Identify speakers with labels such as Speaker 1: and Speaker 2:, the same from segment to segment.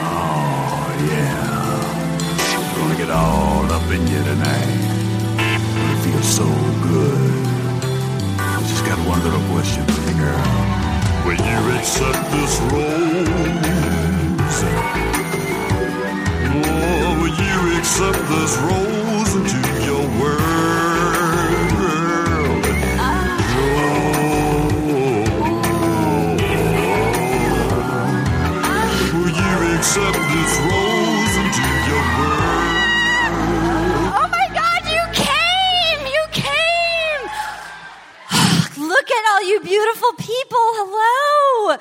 Speaker 1: Oh, yeah. Gonna get all up in you tonight. It feels so good. I just got one little question for you, girl. Will you accept this rose? Oh, will you accept this rose into your world? Oh, will you accept this rose into your world?
Speaker 2: Oh my God, you came! You came! Look at all you beautiful people. Hello.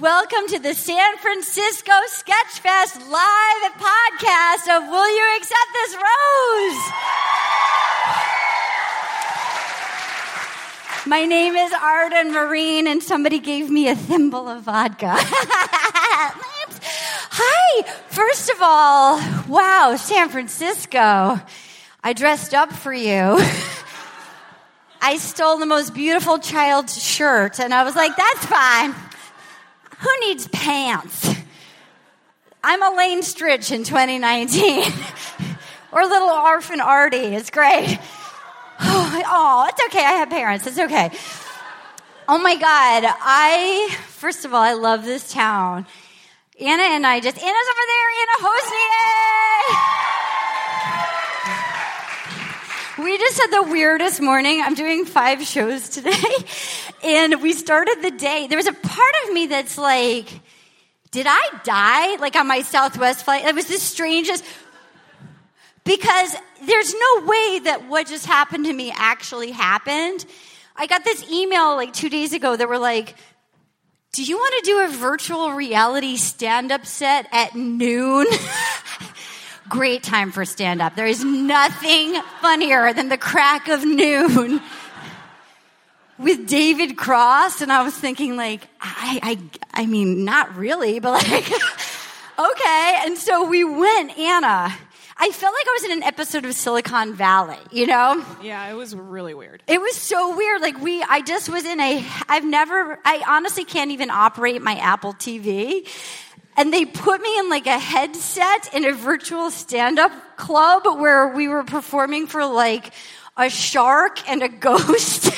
Speaker 2: Welcome to the San Francisco Sketch Fest live podcast of Will You Accept This Rose? My name is Arden Marine, and somebody gave me a thimble of vodka. Hi. First of all, wow, San Francisco. I dressed up for you. I stole the most beautiful child's shirt, and I was like, that's fine. Who needs pants? I'm Elaine Stritch in 2019, or little orphan Artie. It's great. Oh, aw, it's okay. I have parents. It's okay. Oh my God. I, first of all, I love this town. Anna and I just, Anna's over there, Anna Hosnier. We just had the weirdest morning. I'm doing five shows today. And we started the day. There was a part of me that's like, did I die? Like on my Southwest flight? It was the strangest because there's no way that what just happened to me actually happened. I got this email like two days ago that were like, Do you want to do a virtual reality stand up set at noon? Great time for stand up. There is nothing funnier than the crack of noon with David Cross, and I was thinking like, I, I, I mean, not really, but like, okay. And so we went, Anna. I felt like I was in an episode of Silicon Valley, you know?
Speaker 3: Yeah, it was really weird.
Speaker 2: It was so weird. Like we, I just was in a. I've never. I honestly can't even operate my Apple TV. And they put me in like a headset in a virtual stand-up club where we were performing for like a shark and a ghost.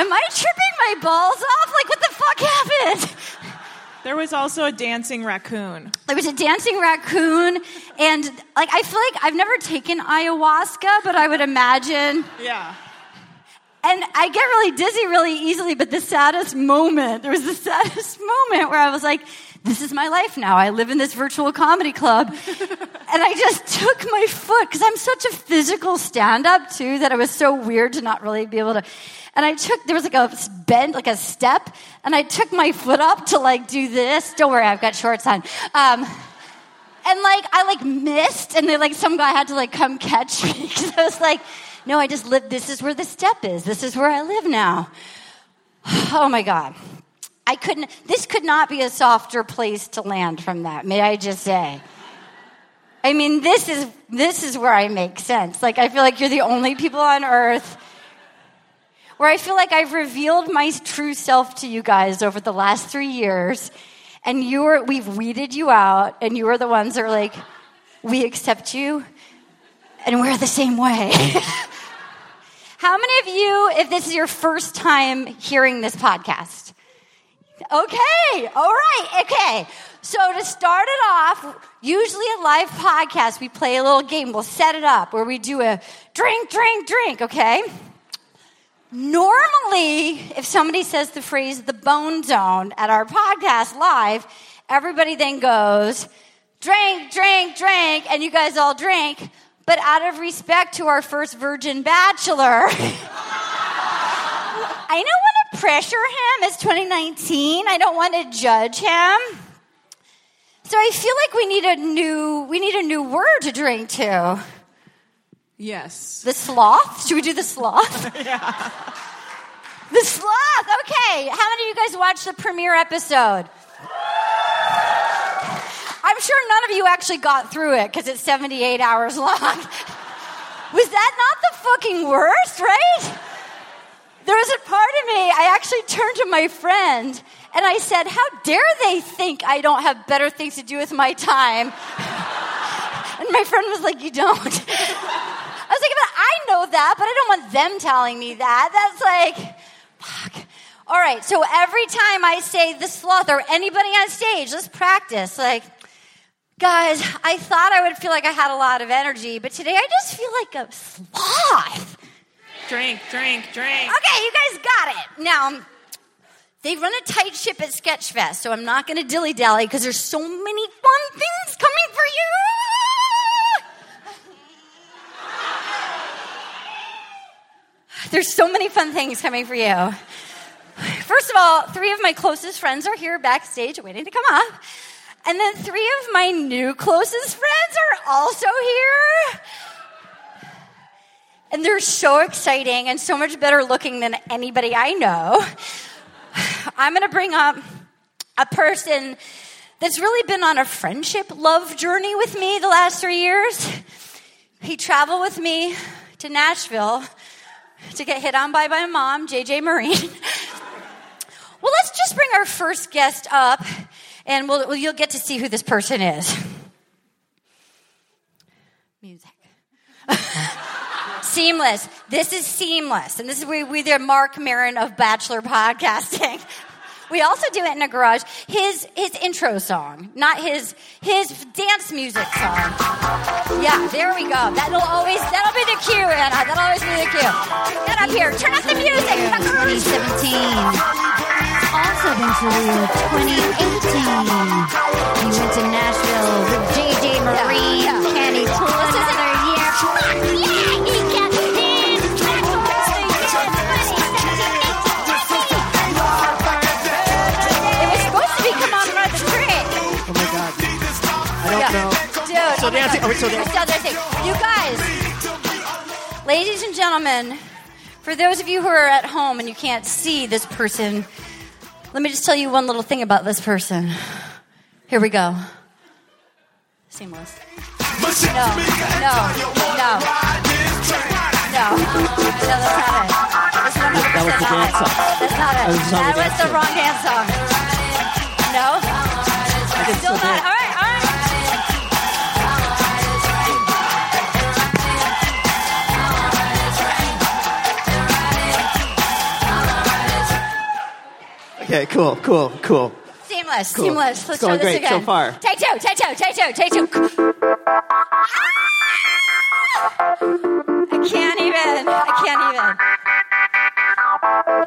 Speaker 2: Am I tripping my balls off? Like what the fuck happened?
Speaker 3: There was also a dancing raccoon.
Speaker 2: There was a dancing raccoon, and like I feel like I've never taken ayahuasca, but I would imagine.
Speaker 3: Yeah.
Speaker 2: And I get really dizzy really easily, but the saddest moment, there was the saddest moment where I was like, this is my life now. I live in this virtual comedy club. and I just took my foot, because I'm such a physical stand up too, that it was so weird to not really be able to. And I took, there was like a bend, like a step, and I took my foot up to like do this. Don't worry, I've got shorts on. Um, and like I like missed, and then like some guy had to like come catch me because I was like, no, I just live. This is where the step is. This is where I live now. Oh my god, I couldn't. This could not be a softer place to land from that. May I just say? I mean, this is this is where I make sense. Like I feel like you're the only people on earth where I feel like I've revealed my true self to you guys over the last three years, and you are we've weeded you out, and you are the ones that are like, we accept you, and we're the same way. How many of you, if this is your first time hearing this podcast? Okay, all right, okay. So to start it off, usually a live podcast, we play a little game. We'll set it up where we do a drink, drink, drink, okay? Normally, if somebody says the phrase the bone zone at our podcast live, everybody then goes, drink, drink, drink, and you guys all drink. But out of respect to our first virgin bachelor, I don't want to pressure him. It's 2019. I don't want to judge him. So I feel like we need a new we need a new word to drink to.
Speaker 3: Yes.
Speaker 2: The sloth? Should we do the sloth? The sloth. Okay. How many of you guys watched the premiere episode? I'm sure none of you actually got through it because it's 78 hours long. Was that not the fucking worst, right? There was a part of me, I actually turned to my friend And I said, How dare they think I don't have better things to do with my time? and my friend was like, You don't. I was like, But I know that, but I don't want them telling me that. That's like, fuck. All right, so every time I say the sloth or anybody on stage, let's practice. Like, guys, I thought I would feel like I had a lot of energy, but today I just feel like a sloth.
Speaker 3: Drink, drink, drink.
Speaker 2: Okay, you guys got it. Now, they run a tight ship at Sketchfest, so I'm not going to dilly dally because there's so many fun things coming for you. There's so many fun things coming for you. First of all, three of my closest friends are here backstage waiting to come up. And then three of my new closest friends are also here. And they're so exciting and so much better looking than anybody I know. I'm going to bring up a person that's really been on a friendship love journey with me the last three years. He traveled with me to Nashville to get hit on by my mom, JJ Marine. well, let's just bring our first guest up and we'll, well, you'll get to see who this person is. Music. Seamless. This is seamless. And this is we, we the Mark Marin of Bachelor Podcasting. We also do it in a garage. His his intro song, not his his dance music song. Yeah, there we go. That'll always that'll be the cue, Anna. That'll always be the cue. Get up here. Turn off the music. fuckers.
Speaker 4: 2017. Also been to Rio 2018. He went to Nashville with JJ Marine.
Speaker 2: Yeah, yeah.
Speaker 4: Can he pull
Speaker 2: This is it.
Speaker 4: another year? Fuck yeah, he can.
Speaker 2: It was supposed to be come on ride the train.
Speaker 5: Oh my god. I don't know.
Speaker 2: Dude.
Speaker 5: So dancing. Oh, wait, so
Speaker 2: It's
Speaker 5: dancing.
Speaker 2: the other thing. You guys, ladies and gentlemen, for those of you who are at home and you can't see this person, let me just tell you one little thing about this person. Here we go. Seamless. No, no, no, no. No,
Speaker 5: That was the dance song.
Speaker 2: that's not it. That's 100% not it. That's not it.
Speaker 5: That was not
Speaker 2: That
Speaker 5: the
Speaker 2: was the wrong dance song. No? Still
Speaker 5: still
Speaker 2: not.
Speaker 5: dance.
Speaker 2: All right, all right.
Speaker 5: Okay, cool, cool, cool.
Speaker 2: Seamless,
Speaker 5: Cool.
Speaker 2: seamless. Let's
Speaker 5: It's
Speaker 2: try
Speaker 5: going
Speaker 2: this
Speaker 5: great so
Speaker 2: again.
Speaker 5: far.
Speaker 2: Take two, take two, take two, take two. Ah! I can't even. I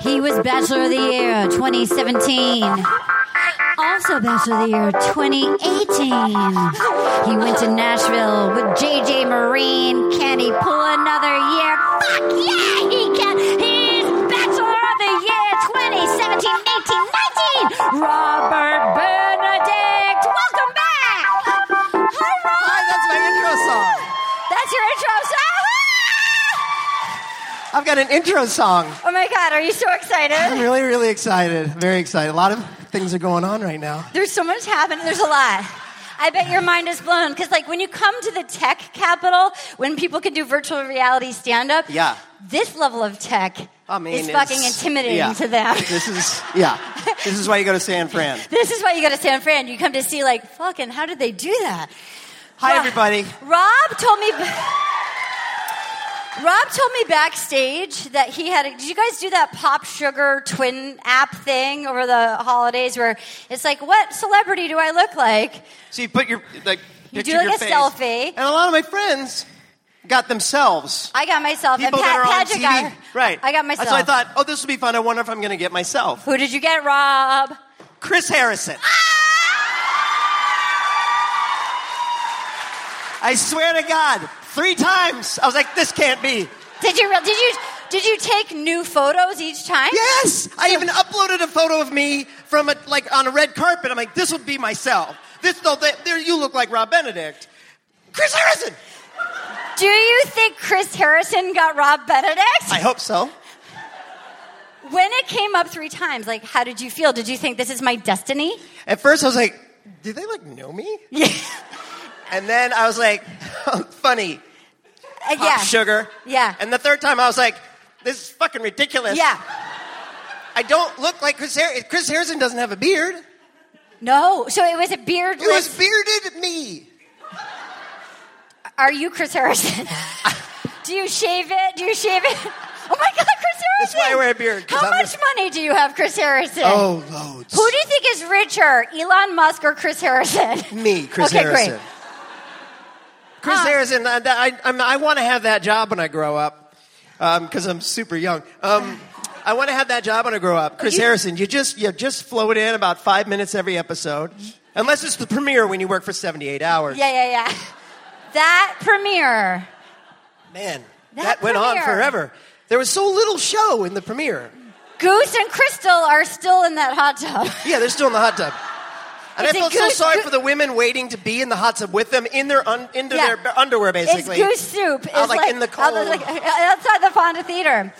Speaker 4: He was Bachelor of the Year 2017. Also Bachelor of the Year 2018. He went to Nashville with JJ Marine. Can he pull another year? Fuck yeah, he can. He's Bachelor of the Year 2017, 18, 19. Robert Benedict, welcome back. Hi, Rob.
Speaker 5: Hi, that's my intro song.
Speaker 4: That's your intro song.
Speaker 5: I've got an intro song.
Speaker 2: can't even. Oh my God, are you so excited?
Speaker 5: I'm really, really excited. Very excited. A lot of things are going on right now.
Speaker 2: There's so much happening. There's a lot. I bet your mind is blown because, like, when you come to the tech capital, when people can do virtual reality stand up,
Speaker 5: Yeah.
Speaker 2: this level of tech
Speaker 5: I mean,
Speaker 2: is fucking intimidating
Speaker 5: yeah.
Speaker 2: to them.
Speaker 5: This is yeah. This is why you go to San Fran.
Speaker 2: This is why you go to San Fran. You come to see, like, fucking, how did they do that?
Speaker 5: Hi,
Speaker 2: Rob-
Speaker 5: everybody.
Speaker 2: Rob told me. Rob told me backstage that he had. A, did you guys do that Pop Sugar Twin app thing over the holidays, where it's like, what celebrity do I look like?
Speaker 5: So you put your like
Speaker 2: You do
Speaker 5: picture
Speaker 2: like
Speaker 5: your
Speaker 2: a
Speaker 5: face.
Speaker 2: selfie.
Speaker 5: and a lot of my friends got themselves.
Speaker 2: I got myself.
Speaker 5: People
Speaker 2: and
Speaker 5: that are on
Speaker 2: Pat Padgett
Speaker 5: TV,
Speaker 2: got-
Speaker 5: right?
Speaker 2: I got myself.
Speaker 5: So I thought, oh, this will be fun. I wonder if I'm going to get myself.
Speaker 2: Who did you get, Rob? Ah!
Speaker 5: Chris Harrison. I swear to God, three times I was like, this can't be.
Speaker 2: Did you re- did you did you take new photos each time?
Speaker 5: Yes! I even uploaded a photo of me from a, like on a red carpet. I'm like, this would be myself. This no, th- there you look like Rob Benedict. Chris Harrison.
Speaker 2: Do you think Chris Harrison got Rob Benedict?
Speaker 5: I hope so.
Speaker 2: when it came up three times, like how did you feel? Did you think this is my destiny?
Speaker 5: At first I was like, do they like know me?
Speaker 2: Yeah.
Speaker 5: And then I was like, funny,
Speaker 2: Uh,
Speaker 5: pop sugar.
Speaker 2: Yeah.
Speaker 5: And the third time I was like, this is fucking ridiculous.
Speaker 2: Yeah.
Speaker 5: I don't look like Chris Harrison. Chris Harrison doesn't have a beard.
Speaker 2: No, so it was a beardless.
Speaker 5: It was bearded me.
Speaker 2: Are you Chris Harrison? do you shave it? Do you shave it? Oh my God, Chris Harrison!
Speaker 5: That's why I wear a beard, 'cause
Speaker 2: How
Speaker 5: I'm
Speaker 2: much money do you have, Chris Harrison?
Speaker 5: Oh, loads.
Speaker 2: Who do you think is richer, Elon Musk or Chris Harrison?
Speaker 5: Me, Chris
Speaker 2: Okay, great. Uh,
Speaker 5: Harrison. Chris
Speaker 2: Huh.
Speaker 5: Harrison, I, I, I'm- I want to have that job when I grow up because I'm super young. Um, I want to have that job when I grow up. Chris Harrison, you just you just float in about five minutes every episode, unless it's the premiere when you work for 78 hours.
Speaker 2: Yeah, yeah, yeah. That premiere.
Speaker 5: Man,
Speaker 2: That
Speaker 5: that, went on
Speaker 2: premiere.
Speaker 5: forever. There was so little show in the premiere.
Speaker 2: Goose and Crystal are still in that hot tub.
Speaker 5: Yeah, they're still in the hot tub. And
Speaker 2: Is
Speaker 5: I
Speaker 2: it
Speaker 5: felt so
Speaker 2: Goose-
Speaker 5: sorry
Speaker 2: Goo-
Speaker 5: for the women waiting to be in the hot tub with them in their un, into
Speaker 2: Yeah.
Speaker 5: their underwear, basically.
Speaker 2: It's goose soup. It's
Speaker 5: Out, like, in the
Speaker 2: out,
Speaker 5: cold.
Speaker 2: like, outside the Fonda Theater.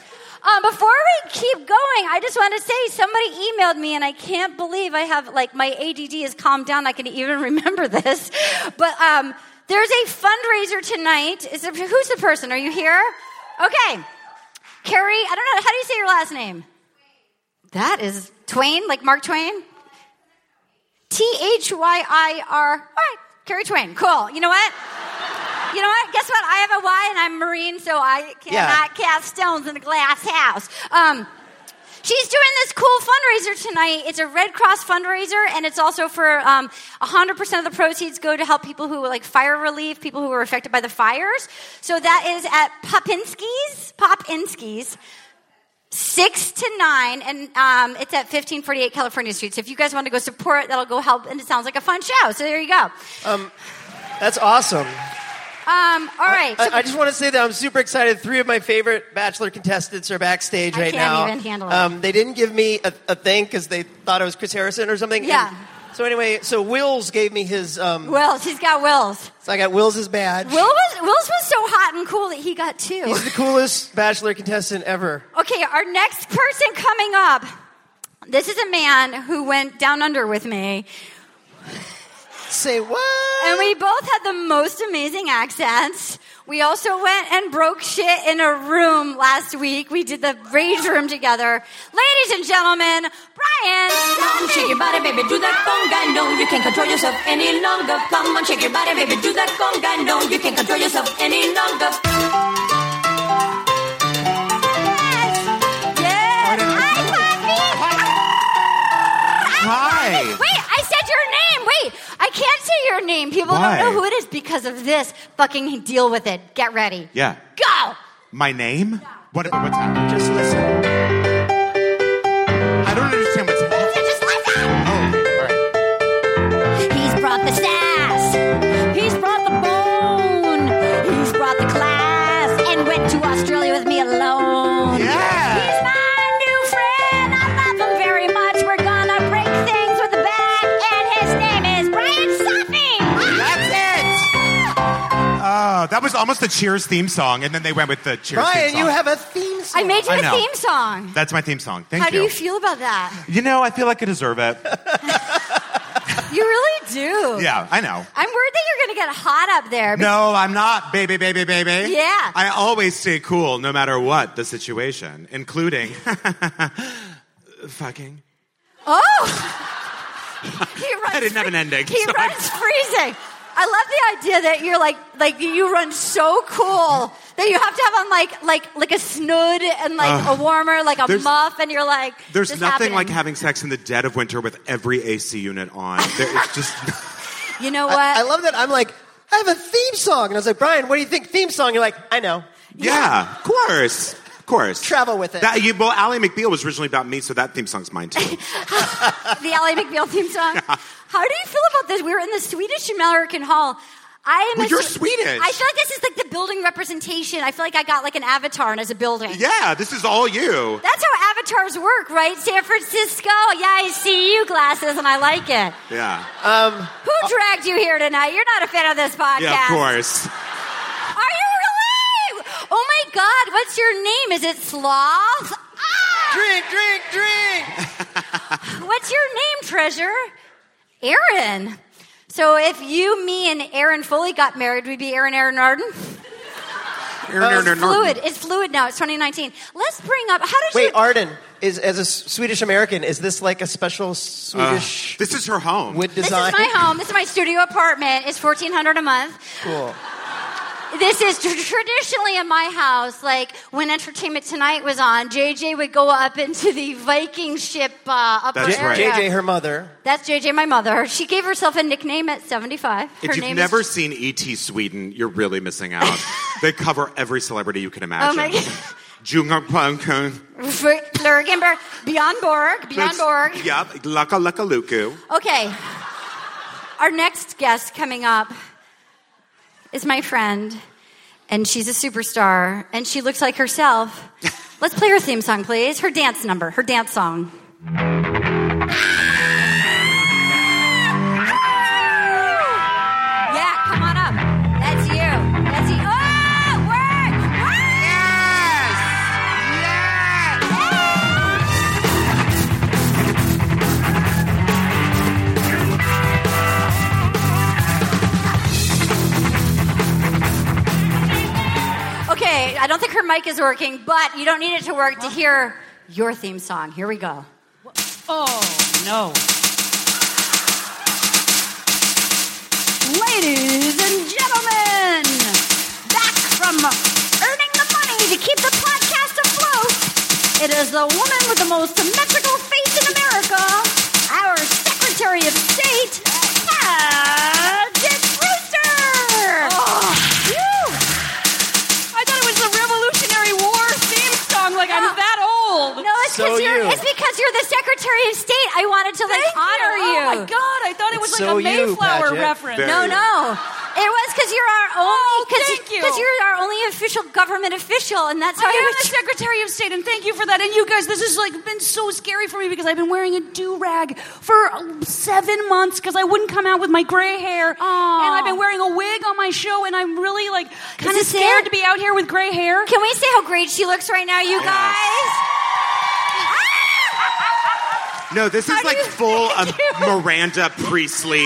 Speaker 2: Um, before we keep going, I just want to say somebody emailed me, and I can't believe I have like my ADD has calmed down. I can even remember this, but um, there's a fundraiser tonight. Is there, who's the person? Are you here? Okay, Carrie. I don't know how do you say your last name. That is Twain, like Mark Twain. T H Y I R. All right, Carrie Twain. Cool. You know what? You know what? Guess what? I have a Y and I'm Marine, so I cannot cast stones in a glass house. Um, she's doing this cool fundraiser tonight. It's a Red Cross fundraiser, and it's also for um, 100% of the proceeds go to help people who like fire relief, people who were affected by the fires. So that is at Popinski's. Popinski's six to nine, and um, it's at fifteen forty eight California Street. So if you guys want to go support, that'll go help, and it sounds like a fun show. So there you go.
Speaker 5: Um, That's awesome.
Speaker 2: Um, all right,
Speaker 5: I,
Speaker 2: so-
Speaker 5: I just want to say that I'm super excited. Three of my favorite Bachelor contestants are backstage
Speaker 2: I
Speaker 5: right
Speaker 2: can't
Speaker 5: now.
Speaker 2: even handle it.
Speaker 5: Um, they didn't give me a, a thing because they thought it was Chris Harrison or something.
Speaker 2: Yeah.
Speaker 5: And so anyway, so Wills gave me his. Um,
Speaker 2: Wills, he's got Wills.
Speaker 5: so I got Wills's badge.
Speaker 2: Will was Wills was so hot and cool that he got two.
Speaker 5: He's the coolest Bachelor contestant ever.
Speaker 2: Okay, our next person coming up. This is a man who went down under with me,
Speaker 5: Say what?
Speaker 2: and we both had the most amazing accents. We also went and broke shit in a room last week. We did the rage room together. Ladies and gentlemen, Brian.
Speaker 6: Come on, shake your body, baby, do that conga. No, you can't control yourself any longer. Come on, shake your body, baby, do that conga. No, you can't control yourself any longer.
Speaker 2: Yes. Hi, Poppy.
Speaker 7: Hi.
Speaker 2: Wait, I said your name. Wait, I can't say your name. People
Speaker 7: Why?
Speaker 2: don't know who it is because of this. Fucking deal with it. Get ready.
Speaker 7: Yeah.
Speaker 2: Go.
Speaker 7: My name? What, what's happening? Just listen. I don't understand what's happening.
Speaker 2: Just like that.
Speaker 7: Oh, okay. All right.
Speaker 4: He's brought the sass. He's brought the bone. He's brought the class. And went to Australia with me alone.
Speaker 7: Yeah.
Speaker 4: He's my new friend. I love him very much. We're gonna break things with a bat. And his name is Brian Sophie.
Speaker 7: That's it. Oh, that was almost the Cheers theme song, and then they went with the Cheers theme
Speaker 5: Brian,
Speaker 7: song.
Speaker 5: you have a theme song.
Speaker 2: I made you
Speaker 7: I
Speaker 2: a
Speaker 7: know.
Speaker 2: theme song.
Speaker 7: That's my theme song. Thank
Speaker 2: How
Speaker 7: you.
Speaker 2: do you feel about that?
Speaker 7: You know, I feel like I deserve it.
Speaker 2: You really do.
Speaker 7: yeah, I know.
Speaker 2: I'm worried that you're going to get hot up there.
Speaker 7: No, I'm not, baby, baby, baby.
Speaker 2: Yeah.
Speaker 7: I always stay cool no matter what the situation, including fucking.
Speaker 2: Oh! he runs
Speaker 7: I didn't have an ending,
Speaker 2: He
Speaker 7: so I-
Speaker 2: runs freezing. I love the idea that you're like like you run so cool that you have to have on like like like a snood and like a warmer, like a
Speaker 7: There's-
Speaker 2: muff, and you're like
Speaker 7: There's
Speaker 2: "This
Speaker 7: nothing like
Speaker 2: happening."
Speaker 7: having sex in the dead of winter with every AC unit on. There, it's just
Speaker 2: You know what?
Speaker 5: I, I love that. I'm like, I have a theme song, and I was like, Brian, what do you think? Theme song? You're like, I know.
Speaker 7: yeah, of course, of course.
Speaker 5: Travel with it.
Speaker 7: That, you, well, Ally McBeal was originally about me, so that theme song's mine too.
Speaker 2: the Ally McBeal theme song. How do you feel about this? We were in the Swedish American Hall. I am.
Speaker 7: Well,
Speaker 2: a
Speaker 7: you're
Speaker 2: Swe-
Speaker 7: Swedish.
Speaker 2: I feel like this is like the building representation. I feel like I got like an avatar and as a building.
Speaker 7: yeah, this is all you.
Speaker 2: That's how avatars work, right? San Francisco. Yeah, I see you glasses, and I like it.
Speaker 7: Yeah,
Speaker 5: Um,
Speaker 2: Who dragged you here tonight? You're not a fan of this podcast.
Speaker 7: yeah, of course.
Speaker 2: Are you really? Oh my God! What's your name? Is it Sloth? Ah!
Speaker 5: Drink, drink, drink.
Speaker 2: What's your name, Treasure? Aaron. So if you, me, and Aaron Foley got married, we'd be Aaron Aaron Arden.
Speaker 7: Aaron, Aaron, Aaron, Aaron.
Speaker 2: Fluid. It's fluid now. It's 2019. Let's bring up. How did
Speaker 5: Wait,
Speaker 2: you?
Speaker 5: Arden. is as a Swedish American, is this like a special Swedish
Speaker 7: Uh, This is her home.
Speaker 5: wood
Speaker 2: This is
Speaker 5: design?
Speaker 2: my home. This is my studio apartment. It's fourteen hundred a month.
Speaker 5: Cool.
Speaker 2: This is tr- traditionally in my house. Like when Entertainment Tonight was on, JJ would go up into the Viking ship uh, upper
Speaker 7: That's
Speaker 5: J-
Speaker 7: right.
Speaker 2: area.
Speaker 5: JJ, her mother.
Speaker 2: That's JJ, my mother. She gave herself a nickname at seventy-five.
Speaker 7: If
Speaker 2: her
Speaker 7: you've
Speaker 2: name
Speaker 7: never
Speaker 2: is.
Speaker 7: seen E.T. Sweden, you're really missing out. they cover every celebrity you can
Speaker 2: Oh
Speaker 7: imagine.
Speaker 2: my God.
Speaker 7: Junga Punkun.
Speaker 2: Lurgenberg, Beyond Borg, Beyond Borg.
Speaker 7: Yep. Laka Laka Luku.
Speaker 2: Okay. Our next guest coming up is my friend, and she's a superstar, and she looks like herself. Let's play her theme song, please. Her dance number, her dance song. Yeah, come on up. That's you. That's you. Oh, work! Okay, I don't think her mic is working, but you don't need it to work to hear your theme song. Here we go.
Speaker 3: Oh, no.
Speaker 2: Ladies and gentlemen, back from earning the money to keep the podcast afloat, it is the woman with the most symmetrical face in America, our Secretary of State, Paget Brewster. Oh. Phew.
Speaker 3: I thought it was the Revolutionary War theme song. Like, I'm
Speaker 2: Oh.
Speaker 3: that old.
Speaker 2: No, it's because
Speaker 5: So
Speaker 2: you're
Speaker 5: you.
Speaker 2: it's because you're the Secretary of State. I wanted to like
Speaker 3: Thank
Speaker 2: honor you.
Speaker 3: Oh, my God. I thought it was like
Speaker 5: So
Speaker 3: a
Speaker 5: you,
Speaker 3: Mayflower
Speaker 5: Padgett.
Speaker 3: reference.
Speaker 7: Very-
Speaker 2: No,
Speaker 7: you.
Speaker 2: no. It was because you're our only
Speaker 3: thank you.
Speaker 2: because Oh, you. are our only official government official, and that's how
Speaker 3: I
Speaker 2: I
Speaker 3: am
Speaker 2: was
Speaker 3: the Secretary of State, and thank you for that. And you guys, this has like been so scary for me because I've been wearing a do rag for uh, seven months because I wouldn't come out with my gray hair,
Speaker 2: Aw.
Speaker 3: and I've been wearing a wig on my show, and I'm really like kind
Speaker 2: it
Speaker 3: of scared
Speaker 2: sad?
Speaker 3: to be out here with gray hair.
Speaker 2: Can we see how great she looks right now, you guys?
Speaker 7: No, this is like full of Miranda Priestley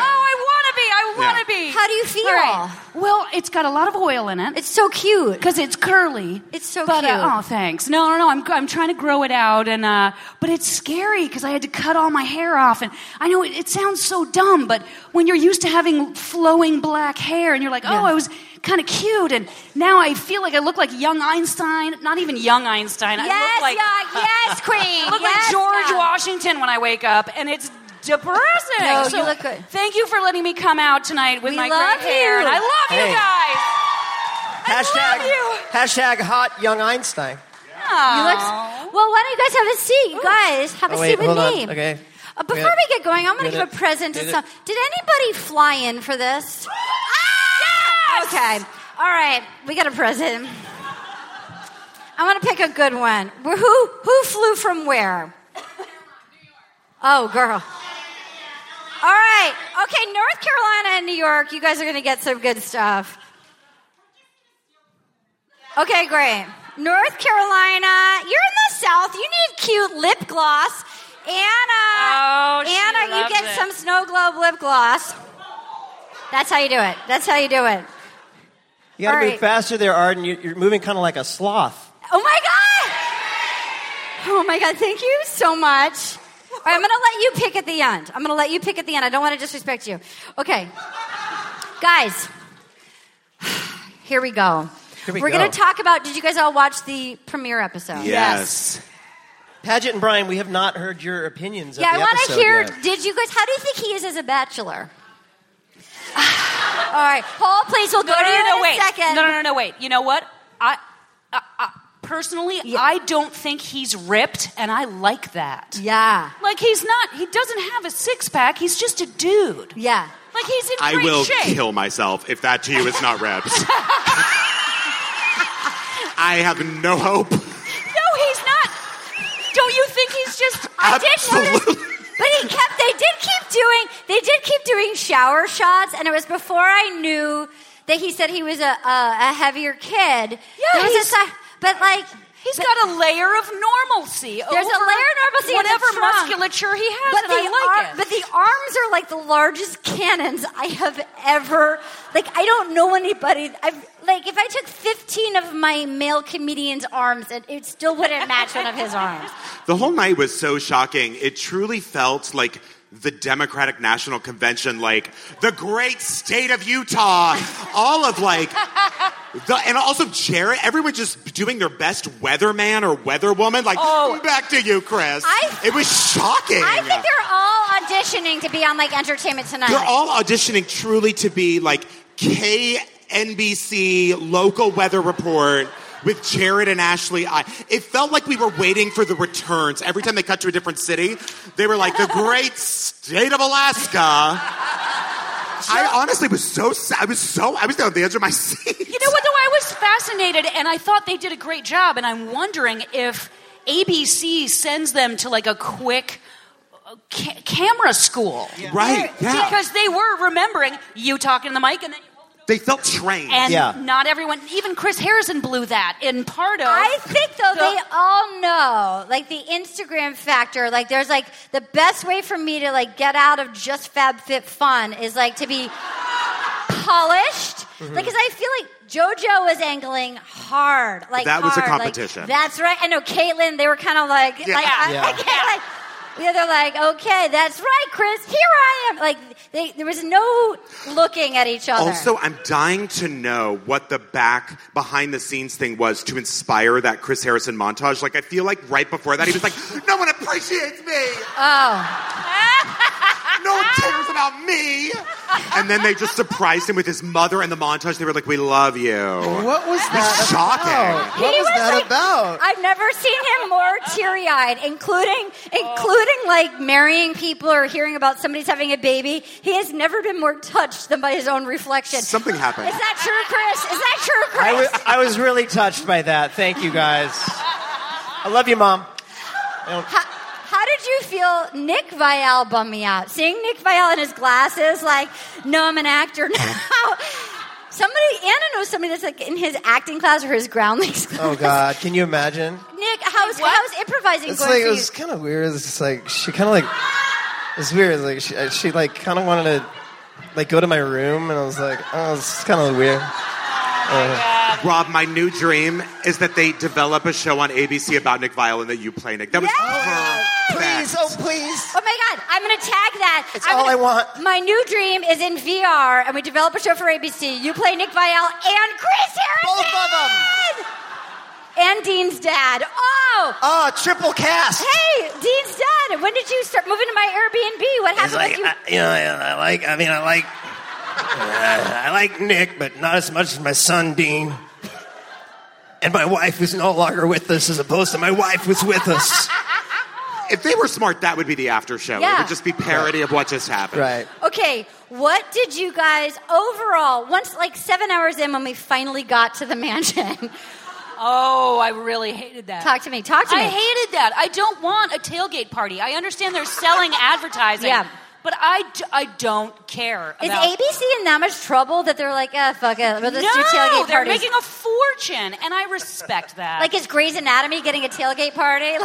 Speaker 3: Oh, I want to be. I want to
Speaker 7: Yeah.
Speaker 3: be.
Speaker 2: How do you feel?
Speaker 3: All right. Well, it's got a lot of oil in it
Speaker 2: It's so cute.
Speaker 3: because it's curly.
Speaker 2: It's so
Speaker 3: but,
Speaker 2: cute.
Speaker 3: Uh, oh, thanks. No, no, no. I'm, I'm trying to grow it out, and uh, but it's scary because I had to cut all my hair off. And I know it, it sounds so dumb, but when you're used to having flowing black hair, and you're like, oh, I was kind of cute, and now I feel like I look like young Einstein. Not even young Einstein. I
Speaker 2: yes,
Speaker 3: look like
Speaker 2: yeah, yes, Queen.
Speaker 3: I look
Speaker 2: yes,
Speaker 3: like George
Speaker 2: yeah.
Speaker 3: Washington when I wake up, and it's depressing.
Speaker 2: No, you
Speaker 3: So,
Speaker 2: look good.
Speaker 3: Thank you for letting me come out tonight with
Speaker 2: We
Speaker 3: my
Speaker 2: love
Speaker 3: great hair,
Speaker 2: you.
Speaker 3: and I love
Speaker 5: Hey.
Speaker 3: you guys.
Speaker 5: Hashtag,
Speaker 3: you.
Speaker 5: hashtag hot young Einstein.
Speaker 2: You look- well, why don't you guys have a seat? You guys, have a
Speaker 5: Oh, wait,
Speaker 2: seat with
Speaker 5: hold on.
Speaker 2: me.
Speaker 5: Okay.
Speaker 2: Uh, before
Speaker 5: Yeah.
Speaker 2: we get going, I'm going to
Speaker 5: Did
Speaker 2: give
Speaker 5: it.
Speaker 2: a present
Speaker 5: Did
Speaker 2: to
Speaker 5: it.
Speaker 2: some. Did anybody fly in for this? Okay. All right. We got a present. I want to pick a good one. Wh- Who, who flew from where? Oh, girl. All right. Okay, North Carolina and New York, you guys are going to get some good stuff. Okay, great. North Carolina, you're in the South. You need cute lip gloss. Anna,
Speaker 3: Oh, she
Speaker 2: Anna, you
Speaker 3: loves
Speaker 2: get
Speaker 3: it.
Speaker 2: some snow globe lip gloss. That's how you do it. That's how you do it.
Speaker 5: You gotta
Speaker 2: All
Speaker 5: move
Speaker 2: right.
Speaker 5: faster there, Arden. You- You're moving kind of like a sloth.
Speaker 2: Oh my God! Oh my God, thank you so much. All right, I'm going to let you pick at the end. I'm going to let you pick at the end. I don't want to disrespect you. Okay. Guys, here we go.
Speaker 5: Here we
Speaker 2: are going
Speaker 5: go.
Speaker 2: to talk about. Did you guys all watch the premiere episode?
Speaker 7: Yes.
Speaker 5: Paget and Brian, we have not heard your opinions.
Speaker 2: Yeah,
Speaker 5: of
Speaker 2: I
Speaker 5: the
Speaker 2: want to
Speaker 5: episode
Speaker 2: hear.
Speaker 5: yet.
Speaker 2: Did you guys? How do you think he is as a bachelor? all right, Paul, please. We'll go to you in a
Speaker 3: wait.
Speaker 2: second.
Speaker 3: No, no, no, no, wait. You know what? I, I, I personally,
Speaker 2: Yeah.
Speaker 3: I don't think he's ripped, and I like that.
Speaker 2: Yeah,
Speaker 3: Like he's not. He doesn't have a six pack. He's just a dude.
Speaker 2: yeah.
Speaker 3: Like he's in
Speaker 7: I
Speaker 3: great
Speaker 7: will
Speaker 3: shape.
Speaker 7: kill myself if that to you is not reps. I have no hope.
Speaker 3: No, he's not. Don't you think he's just?
Speaker 2: I did notice,
Speaker 7: Absolutely.
Speaker 2: but he kept. They did keep doing. They did keep doing shower shots, and it was before I knew that he said he was a a, a heavier kid.
Speaker 3: Yeah,
Speaker 2: There was a
Speaker 3: he's-
Speaker 2: si- but like
Speaker 3: He's got a layer of normalcy.
Speaker 2: There's
Speaker 3: over
Speaker 2: a layer of normalcy in the
Speaker 3: Whatever
Speaker 2: trunk.
Speaker 3: musculature he has, and
Speaker 2: But the,
Speaker 3: I like
Speaker 2: ar-
Speaker 3: it.
Speaker 2: but the arms are like the largest cannons I have ever. Like I don't know anybody. I've like if I took 15 of my male comedians' arms, it, it still wouldn't match one of his arms.
Speaker 7: The whole night was so shocking. It truly felt like the Democratic National Convention, like the great state of Utah. All of like, the, and also Jared, everyone just doing their best weatherman or weatherwoman. Like,
Speaker 2: Oh.
Speaker 7: back to you, Chris.
Speaker 2: I-
Speaker 7: it was shocking.
Speaker 2: I think they're all auditioning to be on like Entertainment Tonight.
Speaker 7: They're all auditioning truly to be like KNBC local weather report with Jared and Ashley. I, it felt like we were waiting for the returns. Every time they cut to a different city, they were like, the great state of Alaska. I honestly was so sad. I was so, I was down at the edge of my seat.
Speaker 3: You know what, though? I was fascinated, and I thought they did a great job, and I'm wondering if ABC sends them to like a quick uh, ca- camera school.
Speaker 7: Right, yeah.
Speaker 3: Because they were remembering you talking to the mic, and then
Speaker 7: They felt trained.
Speaker 3: and
Speaker 5: Yeah.
Speaker 3: not everyone, even Chris Harrison blew that in part of.
Speaker 2: I think though
Speaker 3: The-
Speaker 2: they all know, like the Instagram factor. Like there's like the best way for me to like get out of just FabFitFun is like to be polished.
Speaker 7: Mm-hmm.
Speaker 2: Like, because I feel like JoJo was angling hard. Like
Speaker 7: That was a
Speaker 2: hard, like,
Speaker 7: competition.
Speaker 2: that's right. I know Caitlyn. They were kind of like,
Speaker 7: Yeah.
Speaker 2: like, I,
Speaker 5: Yeah.
Speaker 2: I can't, like. Yeah, they're like, okay, that's right, Chris. Here I am. Like, they, there was no looking at each other.
Speaker 7: Also, I'm dying to know what the back behind the scenes thing was to inspire that Chris Harrison montage. Like, I feel like right before that, he was like, No one appreciates me.
Speaker 3: Oh.
Speaker 7: No one cares about me. And then they just surprised him with his mother and the montage. They were like, We love you.
Speaker 5: What was that?
Speaker 7: shocking.
Speaker 5: About? What
Speaker 2: He
Speaker 5: was,
Speaker 2: was
Speaker 5: that
Speaker 2: like-
Speaker 5: about?
Speaker 2: I've never seen him more teary-eyed, including including like marrying people or hearing about somebody's having a baby. He has never been more touched than by his own reflection. Is
Speaker 7: Something happened.
Speaker 2: that true, Chris? Is that true, Chris?
Speaker 5: I was, I was really touched by that. Thank you guys. I love you, mom.
Speaker 2: how, how did you feel? Nick Vial bummed me out. Seeing Nick Vial in his glasses, like, no, I'm an actor now. Somebody, Anna knows somebody that's like in his acting class or his groundlings class.
Speaker 5: Oh God, can you imagine?
Speaker 2: Nick, how's, how's improvising
Speaker 5: It's
Speaker 2: going
Speaker 5: like
Speaker 2: for
Speaker 5: it
Speaker 2: you?
Speaker 5: was kind of weird. It's just like she kind of like it's weird. Like she, uh, she like kind of wanted to like go to my room, and I was like, oh, it's kind of weird. Oh
Speaker 7: Rob, my new dream is that they develop a show on ABC about Nick Vial and that you play Nick. That was perfect.
Speaker 5: Please, oh please.
Speaker 2: Oh my God, I'm going to tag that.
Speaker 5: It's
Speaker 2: I'm
Speaker 5: all
Speaker 2: gonna-
Speaker 5: I want.
Speaker 2: My new dream is in VR, and we develop a show for ABC. You play Nick Vial and Chris
Speaker 5: Both
Speaker 2: Harrison!
Speaker 5: of them.
Speaker 2: And Dean's dad. Oh!
Speaker 5: Oh, triple cast.
Speaker 2: Hey, Dean's dad, when did you start moving to my Airbnb? What
Speaker 5: It's
Speaker 2: happened
Speaker 5: like
Speaker 2: with you?
Speaker 5: I, you know, I, I like. I mean, I like. uh, I like Nick, but not as much as my son Dean, and my wife, who's no longer with us, as opposed to my wife who's with us.
Speaker 7: If they were smart, that would be the after show. It
Speaker 2: Yeah.
Speaker 7: would just be parody of what just happened.
Speaker 5: Right.
Speaker 2: Okay, what did you guys overall, once like seven hours in when we finally got to the mansion,
Speaker 3: oh, I really hated that.
Speaker 2: talk to me, talk to
Speaker 3: I
Speaker 2: me.
Speaker 3: hated that. I don't want a tailgate party. I understand they're selling advertising.
Speaker 2: Yeah.
Speaker 3: But I, d- I don't care.
Speaker 2: is
Speaker 3: about-
Speaker 2: ABC in that much trouble that they're like, ah, fuck it, we'll
Speaker 3: no,
Speaker 2: just do tailgate
Speaker 3: they're
Speaker 2: parties?
Speaker 3: making a fortune, and I respect that.
Speaker 2: Like, is Grey's Anatomy getting a tailgate party?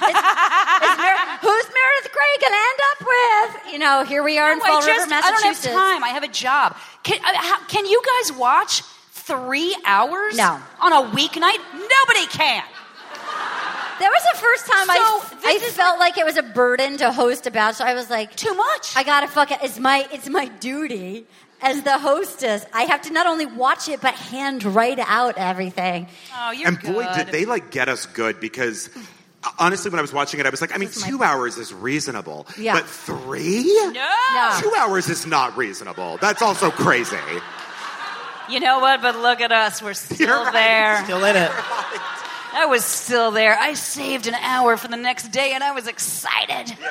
Speaker 2: Like, is, is Mer- who's Meredith Grey going to end up with? You know, here we are in
Speaker 3: No,
Speaker 2: Fall
Speaker 3: I
Speaker 2: River,
Speaker 3: just, I don't have
Speaker 2: Massachusetts.
Speaker 3: time. I have a job. Can, I, how, can you guys watch three hours
Speaker 2: No.
Speaker 3: on a weeknight? Nobody can.
Speaker 2: That was the first time
Speaker 3: So,
Speaker 2: I, I
Speaker 3: this is-
Speaker 2: felt like it was a burden to host a bachelor. I was like,
Speaker 3: Too much.
Speaker 2: I gotta fuck it. It's my it's my duty as the hostess. I have to not only watch it but hand write out everything.
Speaker 3: oh, you're
Speaker 7: And boy,
Speaker 3: good.
Speaker 7: did they like get us good because honestly, when I was watching it, I was like, I mean,
Speaker 2: This is my-
Speaker 7: two hours is reasonable,
Speaker 2: Yeah.
Speaker 7: but three?
Speaker 3: No.
Speaker 2: No.
Speaker 7: Two hours is not reasonable. That's also crazy.
Speaker 3: You know what? But look at us. We're still
Speaker 7: You're right.
Speaker 3: there.
Speaker 5: Still in it.
Speaker 3: I was still there. I saved an hour for the next day, and I was excited.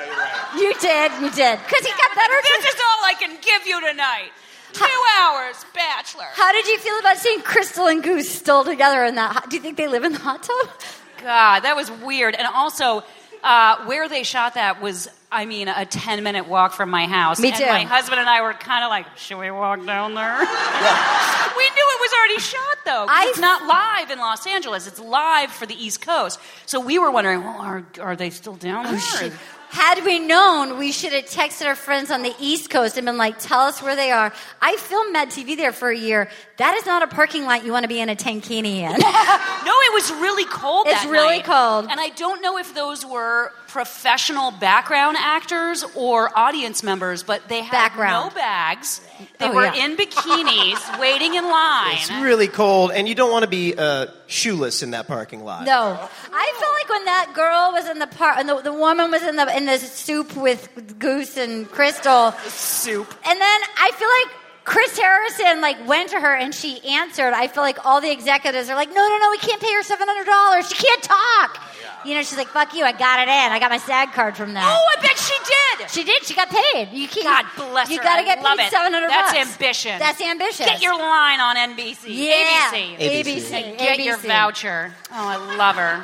Speaker 2: You did, you did, because he got better.
Speaker 8: This is all I can give you tonight. Two hours, bachelor.
Speaker 2: How did you feel about seeing Crystal and Goose still together in that? Hot, do you think they live in the hot tub?
Speaker 3: God, that was weird. And also, Uh, where they shot that was, I mean, a 10 minute walk from my house.
Speaker 2: Me
Speaker 3: And
Speaker 2: too.
Speaker 3: my husband and I were kind of like, should we walk down there? we knew it was already shot, though. 'cause
Speaker 2: I-
Speaker 3: It's not live in Los Angeles, it's live for the East Coast. So we were wondering, well, are, are they still down
Speaker 2: Oh,
Speaker 3: there?
Speaker 2: Had we known, we should have texted our friends on the East Coast and been like, tell us where they are. I filmed Mad TV there for a year. That is not a parking lot you want to be in a tankini in.
Speaker 3: No, it was really cold.
Speaker 2: It's
Speaker 3: that
Speaker 2: really
Speaker 3: night.
Speaker 2: cold.
Speaker 3: and I don't know if those were professional background actors or audience members, but they had
Speaker 2: Background.
Speaker 3: no bags. They
Speaker 2: Oh,
Speaker 3: were
Speaker 2: yeah.
Speaker 3: in bikinis, waiting in line.
Speaker 5: It's really cold, and you don't want to be uh, shoeless in that parking lot.
Speaker 2: No, I felt like when that girl was in the par and the, the woman was in the in the soup with Goose and Crystal soup, and then I feel like Chris Harrison like went to her and she answered. I feel like all the executives are like, no, no, no, we can't pay her seven hundred dollars. She can't talk. You know, she's like, fuck you. I got it in. I got my SAG card from that.
Speaker 3: Oh, I bet she did.
Speaker 2: she did. She got paid. You can't.
Speaker 3: God bless
Speaker 2: You
Speaker 3: her.
Speaker 2: gotta
Speaker 3: I
Speaker 2: get
Speaker 3: love it.
Speaker 2: paid seven hundred.
Speaker 3: That's ambition.
Speaker 2: That's ambitious.
Speaker 3: Get your line on NBC,
Speaker 2: yeah.
Speaker 3: ABC.
Speaker 2: ABC.
Speaker 3: And get your
Speaker 2: ABC.
Speaker 3: voucher. Oh, I love her.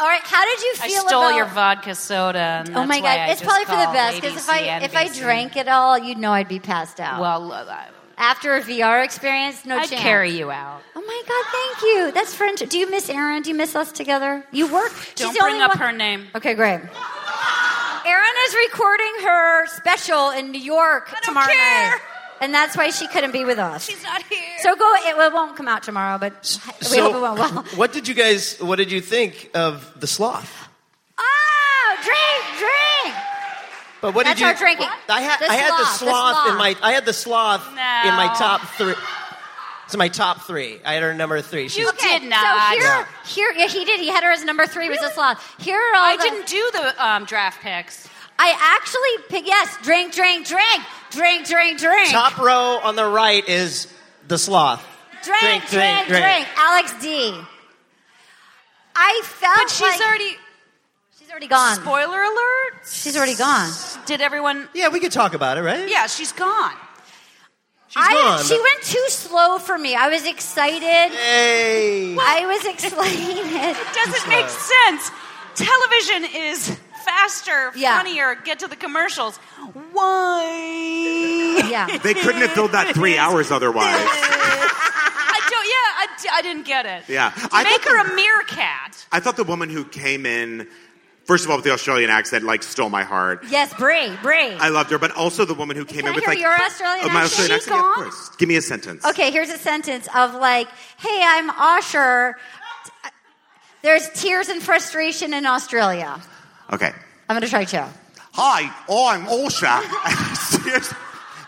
Speaker 2: All right. How did you
Speaker 3: I
Speaker 2: feel
Speaker 3: stole
Speaker 2: about
Speaker 3: your vodka soda. And
Speaker 2: Oh
Speaker 3: that's
Speaker 2: my
Speaker 3: why
Speaker 2: god,
Speaker 3: I
Speaker 2: it's
Speaker 3: just
Speaker 2: probably for the
Speaker 3: called
Speaker 2: best because if I
Speaker 3: ABC,
Speaker 2: if I
Speaker 3: NBC.
Speaker 2: drank it all, you'd know I'd be passed out.
Speaker 3: well, I-
Speaker 2: after a VR experience, no
Speaker 3: I'd
Speaker 2: chance.
Speaker 3: carry you out.
Speaker 2: Oh my god, thank you. That's friendship. Do you miss Erin? Do you miss us together? You work.
Speaker 3: Don't
Speaker 2: She's the
Speaker 3: bring
Speaker 2: only
Speaker 3: up
Speaker 2: one-
Speaker 3: her name.
Speaker 2: Okay, great. Erin is recording her special in New York
Speaker 9: don't
Speaker 2: tomorrow
Speaker 9: care.
Speaker 2: night, and that's why she couldn't be with us.
Speaker 9: She's not here.
Speaker 2: so go. It will- won't come out tomorrow, but we hope it
Speaker 5: So,
Speaker 2: won't. Well,
Speaker 5: what did you guys? What did you think of the sloth?
Speaker 2: oh, drink, drink.
Speaker 5: But what
Speaker 2: That's
Speaker 5: did you?
Speaker 2: our drinking.
Speaker 5: I had
Speaker 2: The
Speaker 5: I had the
Speaker 2: sloth, the
Speaker 5: sloth, in
Speaker 2: sloth.
Speaker 5: my I had the sloth in my
Speaker 3: No.
Speaker 5: top three. It's my top three. I had her number three. She's
Speaker 3: You
Speaker 2: Okay,
Speaker 3: did not.
Speaker 2: So here, here, yeah, he did. He had her as number three. Was a sloth. Here are all
Speaker 3: I
Speaker 2: the-
Speaker 3: didn't do the um, draft picks.
Speaker 2: I actually pick. Yes, drink, drink, drink, drink, drink, drink,
Speaker 5: top row on the right is the sloth.
Speaker 2: drink,
Speaker 5: drink,
Speaker 2: drink, drink,
Speaker 5: drink, drink.
Speaker 2: Alex D. I felt
Speaker 3: But she's
Speaker 2: like
Speaker 3: already.
Speaker 2: she's already gone.
Speaker 3: Spoiler alert.
Speaker 2: she's already gone.
Speaker 3: Did everyone?
Speaker 5: Yeah, we could talk about it, right?
Speaker 3: Yeah, she's gone.
Speaker 5: she's
Speaker 2: I,
Speaker 5: gone.
Speaker 2: She went too slow for me. I was excited.
Speaker 5: Hey,
Speaker 2: I was excited.
Speaker 3: Doesn't make sense. Television is faster,
Speaker 2: Yeah.
Speaker 3: funnier. Get to the commercials. Why?
Speaker 2: yeah.
Speaker 7: They couldn't have filled that three hours otherwise.
Speaker 3: I don't. Yeah, I, d- I didn't get it.
Speaker 7: Yeah, I
Speaker 3: Make
Speaker 7: thought
Speaker 3: her
Speaker 7: the-
Speaker 3: a meerkat.
Speaker 7: I thought the woman who came in, first of all, with the Australian accent, like stole my heart.
Speaker 2: Yes, Brie, Brie.
Speaker 7: I loved her, but also the woman who came
Speaker 2: Can
Speaker 7: in
Speaker 2: I
Speaker 7: with
Speaker 2: hear
Speaker 7: like
Speaker 2: your Australian
Speaker 7: Oh, my
Speaker 2: accent?
Speaker 7: Australian
Speaker 2: She
Speaker 7: accent. Yeah, of
Speaker 2: gone?
Speaker 7: course. Give me a sentence.
Speaker 2: Okay, here's a sentence of like, "Hey, I'm Osher. There's tears and frustration in Australia."
Speaker 7: Okay.
Speaker 2: I'm gonna try Joe.
Speaker 7: Oh, Hi, I'm Osha. Seriously,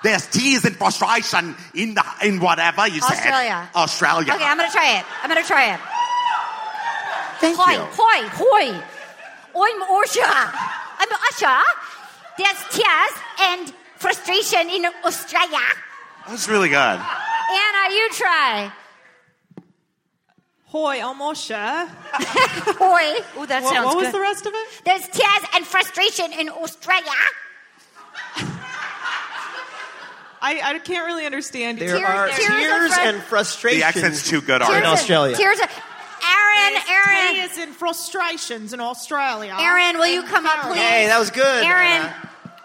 Speaker 7: There's tears and frustration in the in whatever you said.
Speaker 2: Australia.
Speaker 7: Australia.
Speaker 2: Okay, I'm gonna try it. I'm gonna try it.
Speaker 7: Thank
Speaker 2: Hoi,
Speaker 7: you.
Speaker 2: hoi, hoi. I'm Osher. I'm Osher. There's tears and frustration in Australia.
Speaker 7: That was really good.
Speaker 2: Anna, you try.
Speaker 10: Hoi, I'm Osha.
Speaker 2: Hoi.
Speaker 3: Oh, that
Speaker 10: What,
Speaker 3: sounds
Speaker 10: what was
Speaker 3: good.
Speaker 10: the rest of it?
Speaker 2: There's tears and frustration in Australia.
Speaker 10: I, I can't really understand.
Speaker 5: there
Speaker 2: tears-
Speaker 5: are
Speaker 2: tears
Speaker 5: tears,
Speaker 2: of frus-
Speaker 5: and frustration.
Speaker 7: The accent's too good.
Speaker 2: Tears
Speaker 5: In
Speaker 7: Art.
Speaker 2: and-
Speaker 5: Australia.
Speaker 2: Tears. and- Aaron, Aaron.
Speaker 10: Tears and frustrations in Australia.
Speaker 2: Aaron, will you come up, please?
Speaker 5: Hey, that was good.
Speaker 2: Aaron,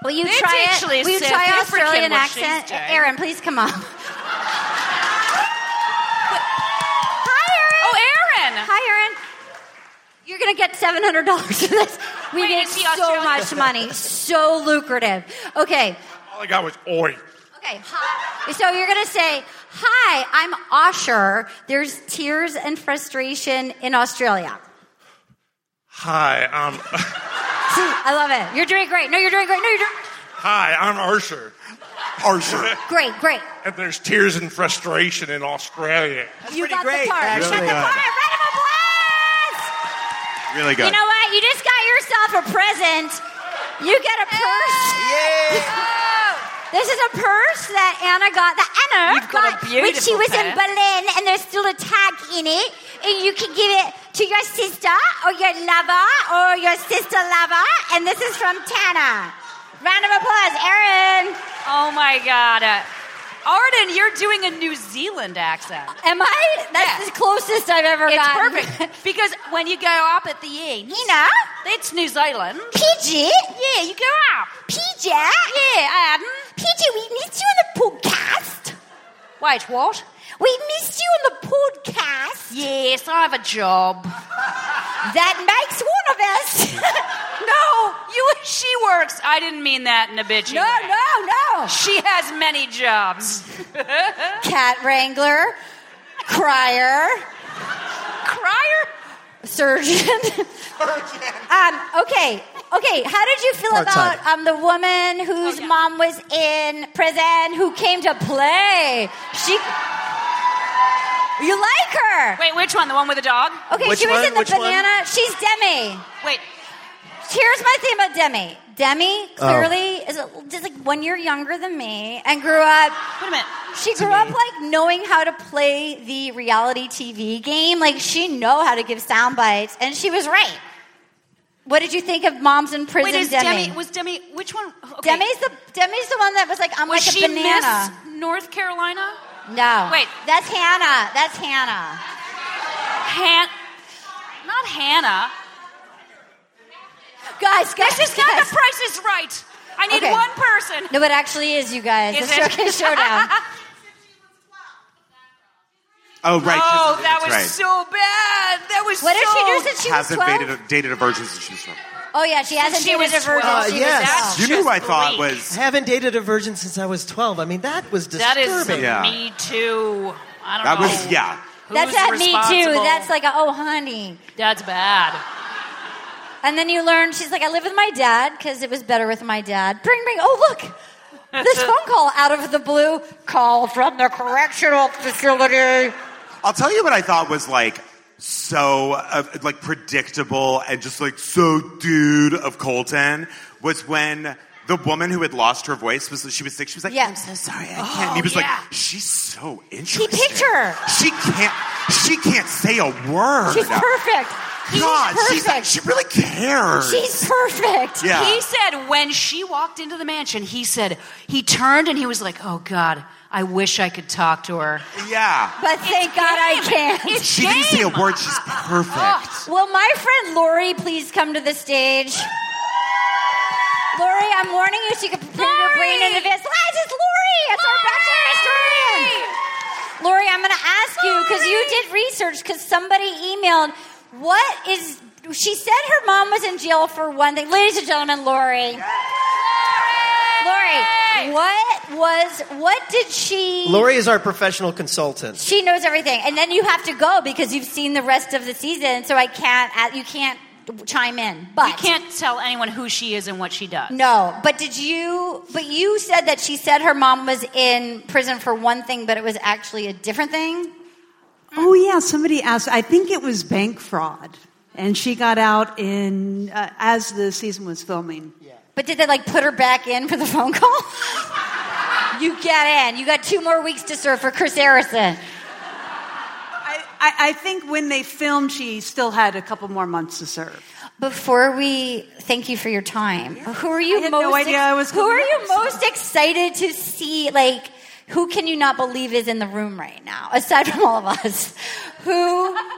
Speaker 2: will you
Speaker 3: It's
Speaker 2: try
Speaker 3: actually
Speaker 2: it? Will you
Speaker 3: South
Speaker 2: try
Speaker 3: African
Speaker 2: Australian
Speaker 3: what she's
Speaker 2: accent?
Speaker 3: doing.
Speaker 2: Aaron, please come up. Hi,
Speaker 3: Oh,
Speaker 2: Aaron.
Speaker 3: Aaron.
Speaker 2: Hi, Aaron. You're gonna get seven hundred dollars for this. We
Speaker 3: Wait,
Speaker 2: made
Speaker 3: is he
Speaker 2: so
Speaker 3: Australian?
Speaker 2: much money, so lucrative. Okay,
Speaker 4: All I got was oi.
Speaker 2: okay. Hi. So you're gonna say, "Hi, I'm Osher. There's tears and frustration in Australia."
Speaker 4: Hi, I'm
Speaker 2: I love it. You're doing great. No, you're doing great. No, you're doing
Speaker 4: hi, I'm Ursher.
Speaker 7: Ursher.
Speaker 2: great. Great.
Speaker 4: And there's tears and frustration in Australia.
Speaker 2: you
Speaker 5: pretty
Speaker 2: got
Speaker 5: great,
Speaker 2: the part.
Speaker 5: actually.
Speaker 2: You got the part. Round of applause.
Speaker 7: Really good.
Speaker 2: You know what? You just got yourself a present. You get a purse.
Speaker 5: Yeah.
Speaker 2: This is a purse that Anna got. That Anna
Speaker 3: You've got a
Speaker 2: when she
Speaker 3: beautiful
Speaker 2: was in
Speaker 3: purse.
Speaker 2: Berlin, and there's still a tag in it, and you can give it to your sister or your lover or your sister lover. And this is from Tana. Round of applause, Erin.
Speaker 3: Oh my God. Uh, Arden, you're doing a New Zealand accent.
Speaker 11: Am I? That's the closest I've ever
Speaker 3: it's
Speaker 11: gotten.
Speaker 3: perfect because when you go up at the E, Nina, it's New Zealand.
Speaker 2: PG?
Speaker 3: Yeah, you go up.
Speaker 2: PJ? Yeah,
Speaker 3: Adam.
Speaker 2: PJ, we missed you on the podcast.
Speaker 3: Wait, what?
Speaker 2: We missed you on the podcast.
Speaker 3: Yes, I have a job.
Speaker 2: That makes one of us.
Speaker 3: No, you. She works. I didn't mean that in a bitchy.
Speaker 2: no,
Speaker 3: way.
Speaker 2: no, no.
Speaker 3: She has many jobs.
Speaker 2: Cat wrangler, crier,
Speaker 3: Crier.
Speaker 2: surgeon. um, okay, okay. How did you feel
Speaker 5: Part-time.
Speaker 2: about um, the woman
Speaker 3: Oh,
Speaker 2: whose mom was in prison who came to play? She. You like her?
Speaker 3: Wait, which one? The one with the dog?
Speaker 2: Okay,
Speaker 5: Which
Speaker 2: she was
Speaker 5: one?
Speaker 2: in the
Speaker 5: Which one?
Speaker 2: banana. She's Demi.
Speaker 3: Wait.
Speaker 2: Here's my thing about Demi. Demi clearly is a, just like one year younger than me and grew up.
Speaker 3: Wait a minute.
Speaker 2: She grew up like knowing how to play the reality TV game. Like she know how to give sound bites, and she was right. What did you think of Moms in Prison?
Speaker 3: Wait, is
Speaker 2: Demi.
Speaker 3: Demi? Was Demi? Which one? Okay.
Speaker 2: Demi's the Demi's the one that was like I'm
Speaker 3: Was
Speaker 2: like
Speaker 3: she
Speaker 2: a banana.
Speaker 3: Miss North Carolina?
Speaker 2: No,
Speaker 3: Wait.
Speaker 2: that's Hannah. That's Hannah.
Speaker 3: Han. Not Hannah.
Speaker 2: Guys, guys,
Speaker 3: This is not
Speaker 2: guys.
Speaker 3: the Price is Right. I need
Speaker 2: Okay.
Speaker 3: one person.
Speaker 2: No, it actually is, you guys.
Speaker 3: Is
Speaker 2: the
Speaker 3: it?
Speaker 2: Showcase Showdown.
Speaker 7: Oh, right. 'cause
Speaker 3: Oh,
Speaker 7: of-
Speaker 3: that
Speaker 7: that's
Speaker 3: was
Speaker 7: right.
Speaker 3: so bad. That was
Speaker 2: What did
Speaker 3: so.
Speaker 2: she do since she was
Speaker 7: Hasn't dated
Speaker 2: 12?
Speaker 7: a, dated a virgin since she was from.
Speaker 2: Oh, yeah, she hasn't
Speaker 3: she
Speaker 2: dated
Speaker 3: was
Speaker 2: a virgin.
Speaker 3: 12.
Speaker 5: Uh,
Speaker 2: She
Speaker 5: yes.
Speaker 2: was
Speaker 7: You knew
Speaker 3: just
Speaker 7: I thought
Speaker 3: bleak.
Speaker 7: was.
Speaker 5: Haven't dated a virgin since I was 12. I mean, that was
Speaker 3: That
Speaker 5: disturbing.
Speaker 3: is
Speaker 7: Yeah.
Speaker 3: me too. I don't
Speaker 7: That
Speaker 3: know.
Speaker 7: was, yeah.
Speaker 3: Who's
Speaker 2: That's at me too.
Speaker 3: responsible?
Speaker 2: That's like, a, oh, honey.
Speaker 3: that's bad.
Speaker 2: And then you learn, she's like, I live with my dad because it was better with my dad. Bring, bring. Oh, look. This phone call out of the blue call from the correctional facility.
Speaker 7: I'll tell you what I thought was like so uh, like predictable and just like so dude of Colton was when the woman who had lost her voice was she was sick. She was like,
Speaker 2: Yeah.
Speaker 7: "I'm so sorry, I can't." And he was like, "She's so
Speaker 2: He
Speaker 7: interesting.
Speaker 2: Oh, picked her.
Speaker 7: She can't. She can't say a word.
Speaker 2: She's perfect. He's
Speaker 7: God, she's like,
Speaker 2: perfect.
Speaker 7: she really cares.
Speaker 2: She's perfect.
Speaker 7: Yeah.
Speaker 3: He said when she walked into the mansion, he said he turned and he was like, "Oh God, I wish I could talk to her."
Speaker 7: yeah.
Speaker 2: But thank God I can't.
Speaker 3: It's
Speaker 7: She didn't say a
Speaker 3: game.
Speaker 7: word. She's
Speaker 2: Oh.
Speaker 7: perfect.
Speaker 2: Will my friend Lori please come to the stage? Lori, I'm warning you, she could put your brain in the vest. Hi, it's Lori! It's our bachelor historian! Lori, I'm going to ask you, because you did research, because somebody emailed, what is. She said her mom was in jail for one thing. Ladies and gentlemen, Lori. Lori, what was. What did she.
Speaker 5: Lori is our professional consultant.
Speaker 2: She knows everything, and then you have to go because you've seen the rest of the season. So I can't. You can't chime in. But
Speaker 3: You can't tell anyone who she is and what she does.
Speaker 2: No, but did you? But you said that she said her mom was in prison for one thing, but it was actually a different thing.
Speaker 12: Oh yeah, somebody asked. I think it was bank fraud, and she got out in uh, as the season was filming.
Speaker 2: But did they like put her back in for the phone call? you get in. You got two more weeks to serve for Chris Harrison.
Speaker 12: I, I, I think when they filmed, she still had a couple more months to serve.
Speaker 2: Before we thank you for your time, who are you
Speaker 12: I had
Speaker 2: most?
Speaker 12: no idea I was
Speaker 2: who are
Speaker 12: coming
Speaker 2: you
Speaker 12: up, so-
Speaker 2: most excited to see? Like, who can you not believe is in the room right now? Aside from all of us, who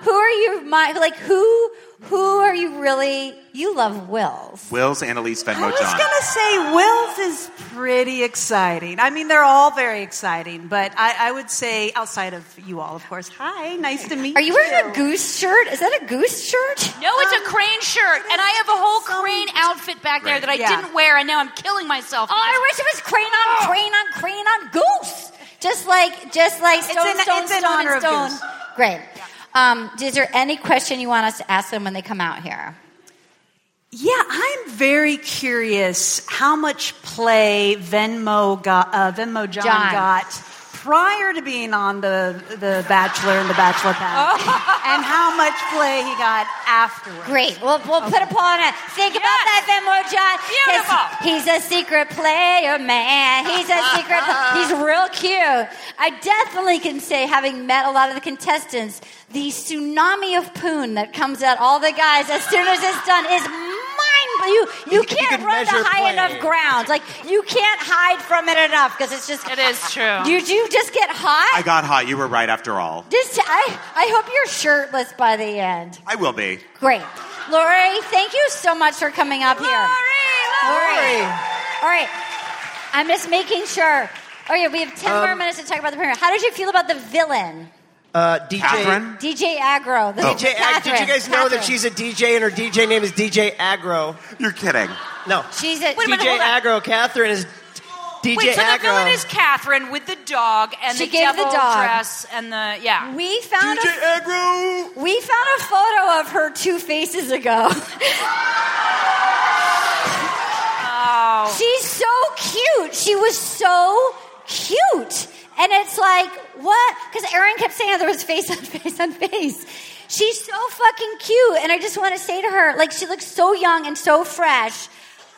Speaker 2: who are you? My like who who are you really? You love Wills.
Speaker 7: Will's Annalise
Speaker 12: I
Speaker 7: Venmo
Speaker 12: was
Speaker 7: John.
Speaker 12: gonna say Will's is pretty exciting. I mean, they're all very exciting, but I, I would say outside of you all, of course. Hi, nice to meet.
Speaker 2: Are you wearing a goose shirt? Is that a goose shirt?
Speaker 3: No, it's
Speaker 2: Um,
Speaker 3: a crane shirt, and I have a whole
Speaker 12: some-
Speaker 3: crane outfit back there
Speaker 7: Right.
Speaker 3: that I
Speaker 12: Yeah.
Speaker 3: didn't wear, and now I'm killing myself.
Speaker 2: Oh,
Speaker 3: because-
Speaker 2: I wish it was crane on
Speaker 12: Oh!
Speaker 2: crane on crane on goose. Just like just like
Speaker 12: It's
Speaker 2: stone
Speaker 12: in-
Speaker 2: stone
Speaker 12: it's in
Speaker 2: stone
Speaker 12: honor of
Speaker 2: and stone.
Speaker 12: goose.
Speaker 2: Great. Um, is there any question you want us to ask them when they come out here?
Speaker 12: Yeah, I'm very curious how much play Venmo got, uh, Venmo John,
Speaker 2: John.
Speaker 12: got prior to being on the the Bachelor and the Bachelor Pass, and how much play he got afterwards.
Speaker 2: Great. We'll, we'll put a poll on it. Think about that, Venmo John. 'cause
Speaker 3: Beautiful.
Speaker 2: He's a secret player, man. He's a secret. he's real cute. I definitely can say, having met a lot of the contestants, the tsunami of poon that comes at all the guys as soon as it's done is mind you you
Speaker 5: can
Speaker 2: can't run to
Speaker 5: measure
Speaker 2: high
Speaker 5: play.
Speaker 2: enough ground. Like you can't hide from it enough because it's just. It is true. Did you just get hot?
Speaker 7: I got hot. You were right after all.
Speaker 2: Just, I, I hope you're shirtless by the end.
Speaker 7: I will be.
Speaker 2: Great. Lori, thank you so much for coming up here. Lori! All right. I'm just making sure. Oh, yeah, we have 10 more
Speaker 5: Um,
Speaker 2: minutes to talk about the premiere. How did you feel about the villain?
Speaker 5: Uh, DJ.
Speaker 2: DJ Agro.
Speaker 7: Oh.
Speaker 2: The
Speaker 5: DJ Ag- Did you
Speaker 2: Catherine,
Speaker 5: guys know that
Speaker 2: Catherine.
Speaker 5: she's a DJ and her DJ name is DJ Agro?
Speaker 7: You're kidding.
Speaker 5: No.
Speaker 2: She's a,
Speaker 5: DJ Agro. Catherine is DJ
Speaker 3: Wait, so the
Speaker 5: Agro.
Speaker 3: villain is Catherine with the dog and
Speaker 2: She
Speaker 3: the
Speaker 2: gave the
Speaker 3: devil
Speaker 2: dog.
Speaker 3: dress and the yeah.
Speaker 2: We found a, We found a photo of her two faces ago. oh. She's so cute. She was so cute. And it's like, what? Because Erin kept saying there was face on face on face. She's so fucking cute. And I just want to say to her, like, she looks so young and so fresh.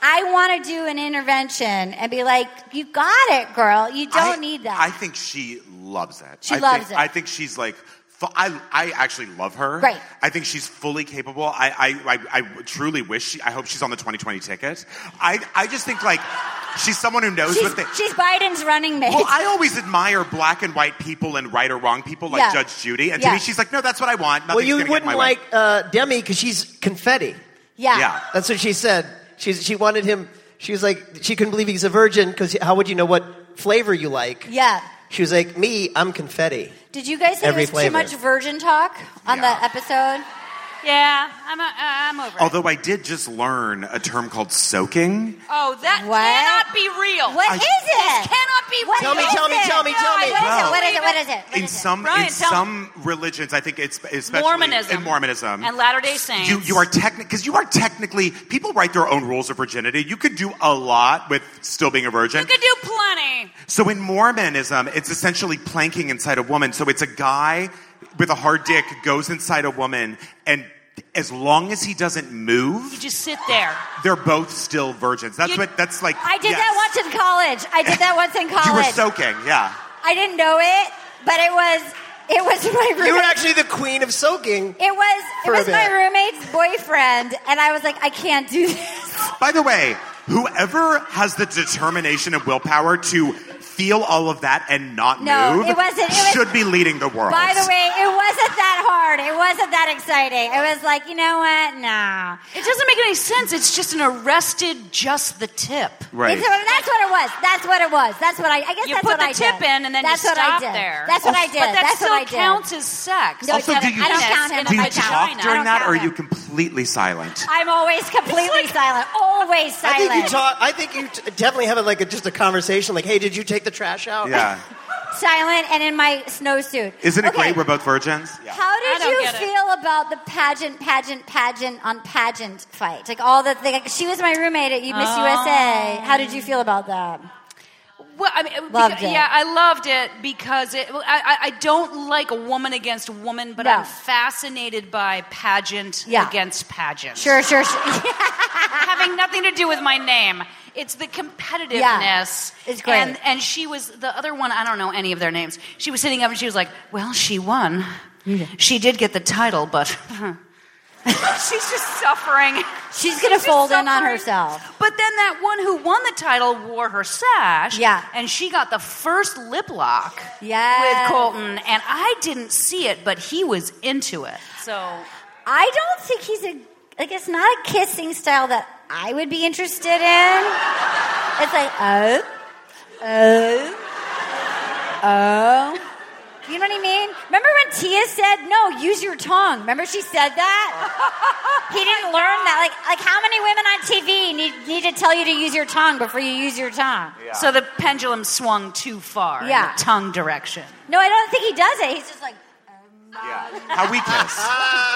Speaker 2: I want to do an intervention and be like, you got it, girl. You don't need that.
Speaker 7: I think she loves it.
Speaker 2: She
Speaker 7: I
Speaker 2: loves
Speaker 7: think,
Speaker 2: it.
Speaker 7: I think she's like. fu- I, I actually love her.
Speaker 2: Right.
Speaker 7: I think she's fully capable. I, I, I, I truly wish she, I hope she's on the 2020 ticket. I, I just think like she's someone who knows
Speaker 2: she's,
Speaker 7: what they.
Speaker 2: she's Biden's running mate.
Speaker 7: Well, I always admire black and white people and right or wrong people like
Speaker 2: Yeah.
Speaker 7: Judge Judy. And
Speaker 2: Yeah.
Speaker 7: to me, she's like, no, that's what I want.
Speaker 5: well,
Speaker 7: Nothing's
Speaker 5: you
Speaker 7: gonna get in my
Speaker 5: wouldn't
Speaker 7: way.
Speaker 5: like uh, Demi because she's confetti.
Speaker 2: yeah.
Speaker 5: That's what she said. She's, she wanted him. She was like, she couldn't believe he's a virgin because how would you know what flavor you like?
Speaker 2: Yeah.
Speaker 5: She was like, me, I'm confetti.
Speaker 2: Did you guys think
Speaker 5: Every
Speaker 2: it was
Speaker 5: flavor.
Speaker 2: too much virgin talk on that episode? Yeah, I'm, uh, I'm over.
Speaker 7: Although I did just learn a term called soaking.
Speaker 3: Oh, that cannot be real. What
Speaker 7: I-
Speaker 3: is
Speaker 2: it?
Speaker 3: cannot be
Speaker 2: What
Speaker 3: real.
Speaker 2: is it?
Speaker 7: Well,
Speaker 2: What is it? What is it? What is it?
Speaker 7: in some
Speaker 3: Brian,
Speaker 7: in
Speaker 3: tell
Speaker 7: some religions, I think it's especially
Speaker 3: Mormonism.
Speaker 7: in Mormonism
Speaker 3: And Latter Day Saints.
Speaker 7: You you are technically because you are technically people write their own rules of virginity. You could do a lot with still being a virgin.
Speaker 3: You could do plenty.
Speaker 7: So in Mormonism, it's essentially planking inside a woman. So it's a guy with a hard dick goes inside a woman, and as long as he doesn't move,
Speaker 3: You just sit there.
Speaker 7: they're both still virgins. That's
Speaker 2: You-
Speaker 7: what that's like.
Speaker 2: I did
Speaker 7: yes.
Speaker 2: that once in college. I did that once in
Speaker 7: You were
Speaker 2: college.
Speaker 7: soaking, yeah.
Speaker 2: I didn't know it, but it was it was my roommate.
Speaker 5: You were actually the queen of soaking.
Speaker 2: it was it
Speaker 5: for a
Speaker 2: was my
Speaker 5: bit.
Speaker 2: roommate's boyfriend, and I was like, I can't do this.
Speaker 7: By the way, whoever has the determination and willpower to feel all of that and not
Speaker 2: No,
Speaker 7: move
Speaker 2: it wasn't. It was-
Speaker 7: should be leading the world.
Speaker 2: By the way, it wasn't that hard. It wasn't that exciting. It was like, you know what? Nah.
Speaker 3: It doesn't make any sense. It's just an arrested just the tip.
Speaker 7: Right.
Speaker 2: It's- that's what it was. That's what it was. That's what I. I guess
Speaker 3: You
Speaker 2: that's
Speaker 3: put
Speaker 2: what
Speaker 3: the
Speaker 2: I
Speaker 3: tip
Speaker 2: did.
Speaker 3: in and then
Speaker 2: that's
Speaker 3: you
Speaker 2: what
Speaker 3: stop
Speaker 2: I did.
Speaker 3: there.
Speaker 2: That's what I did.
Speaker 3: But that
Speaker 2: that's
Speaker 3: still
Speaker 2: what I did.
Speaker 3: counts as sex.
Speaker 2: No, it
Speaker 7: also, do
Speaker 2: doesn't.
Speaker 7: you,
Speaker 2: I don't
Speaker 7: just-
Speaker 2: count him
Speaker 7: do
Speaker 2: in
Speaker 7: you
Speaker 2: my
Speaker 7: talk
Speaker 2: vagina. I
Speaker 7: during
Speaker 2: don't
Speaker 7: that,
Speaker 2: count
Speaker 7: or are
Speaker 2: him.
Speaker 7: you completely silent?
Speaker 2: I'm always completely silent. Always
Speaker 5: I
Speaker 2: silent.
Speaker 5: think you talk. I think you t- definitely have a, like a, just a conversation. Like, hey, did you take the trash out?
Speaker 7: Yeah.
Speaker 2: silent and in my snowsuit.
Speaker 7: Isn't it
Speaker 2: Okay.
Speaker 7: great? We're both virgins. Yeah.
Speaker 2: How
Speaker 3: I
Speaker 2: did
Speaker 3: don't
Speaker 2: you
Speaker 3: get it.
Speaker 2: feel about the pageant, pageant, pageant on pageant fight? Like all the thing. She was my roommate at Miss
Speaker 3: Oh.
Speaker 2: USA. How did
Speaker 3: Um,
Speaker 2: you feel about that?
Speaker 3: Well, I mean, it-
Speaker 2: Loved
Speaker 3: beca-
Speaker 2: it.
Speaker 3: Yeah, I loved it because it. well, I, I- I don't like a woman against woman, but
Speaker 2: No.
Speaker 3: I'm fascinated by pageant
Speaker 2: Yeah.
Speaker 3: against pageant.
Speaker 2: Sure, sure, sure.
Speaker 3: having nothing to do with my name. It's the competitiveness.
Speaker 2: It's great.
Speaker 3: And, and she was the other one. I don't know any of their names. She was sitting up and she was like, "Well, she won. She did get the title, but she's just suffering."
Speaker 2: She's gonna
Speaker 3: just
Speaker 2: fold in on
Speaker 3: suffering.
Speaker 2: herself.
Speaker 3: But then that one who won the title wore her sash.
Speaker 2: Yeah.
Speaker 3: And she got the first lip lock
Speaker 2: Yes.
Speaker 3: with Colton. And I didn't see it, but he was into it. So
Speaker 2: I don't think he's a like it's not a kissing style that I would be interested in. It's like oh, oh, oh. You know what I mean? Remember when Tia said, "No, use your tongue." Remember she said that. he
Speaker 3: Oh
Speaker 2: didn't learn that. Like, like how many women on TV need need to tell you to use your tongue before you use your tongue?
Speaker 3: so the pendulum swung too far
Speaker 2: Yeah.
Speaker 3: in the tongue direction.
Speaker 2: No, I don't think he does it. He's just like,
Speaker 7: How we kiss.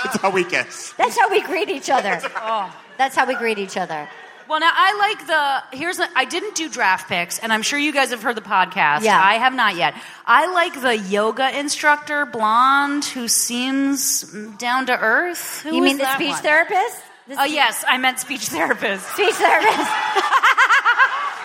Speaker 7: it's how we kiss.
Speaker 2: that's how we greet each other. oh, that's how we greet each other.
Speaker 3: Well, now I like the. Here's the, I didn't do draft picks, and I'm sure you guys have heard the podcast.
Speaker 2: Yeah.
Speaker 3: I have not yet. I like the yoga instructor, blonde, who seems down to earth. Who
Speaker 2: you
Speaker 3: is
Speaker 2: mean the
Speaker 3: that
Speaker 2: speech
Speaker 3: one?
Speaker 2: therapist? The
Speaker 3: Oh
Speaker 2: spe-
Speaker 3: yes, I meant speech therapist.
Speaker 2: speech therapist.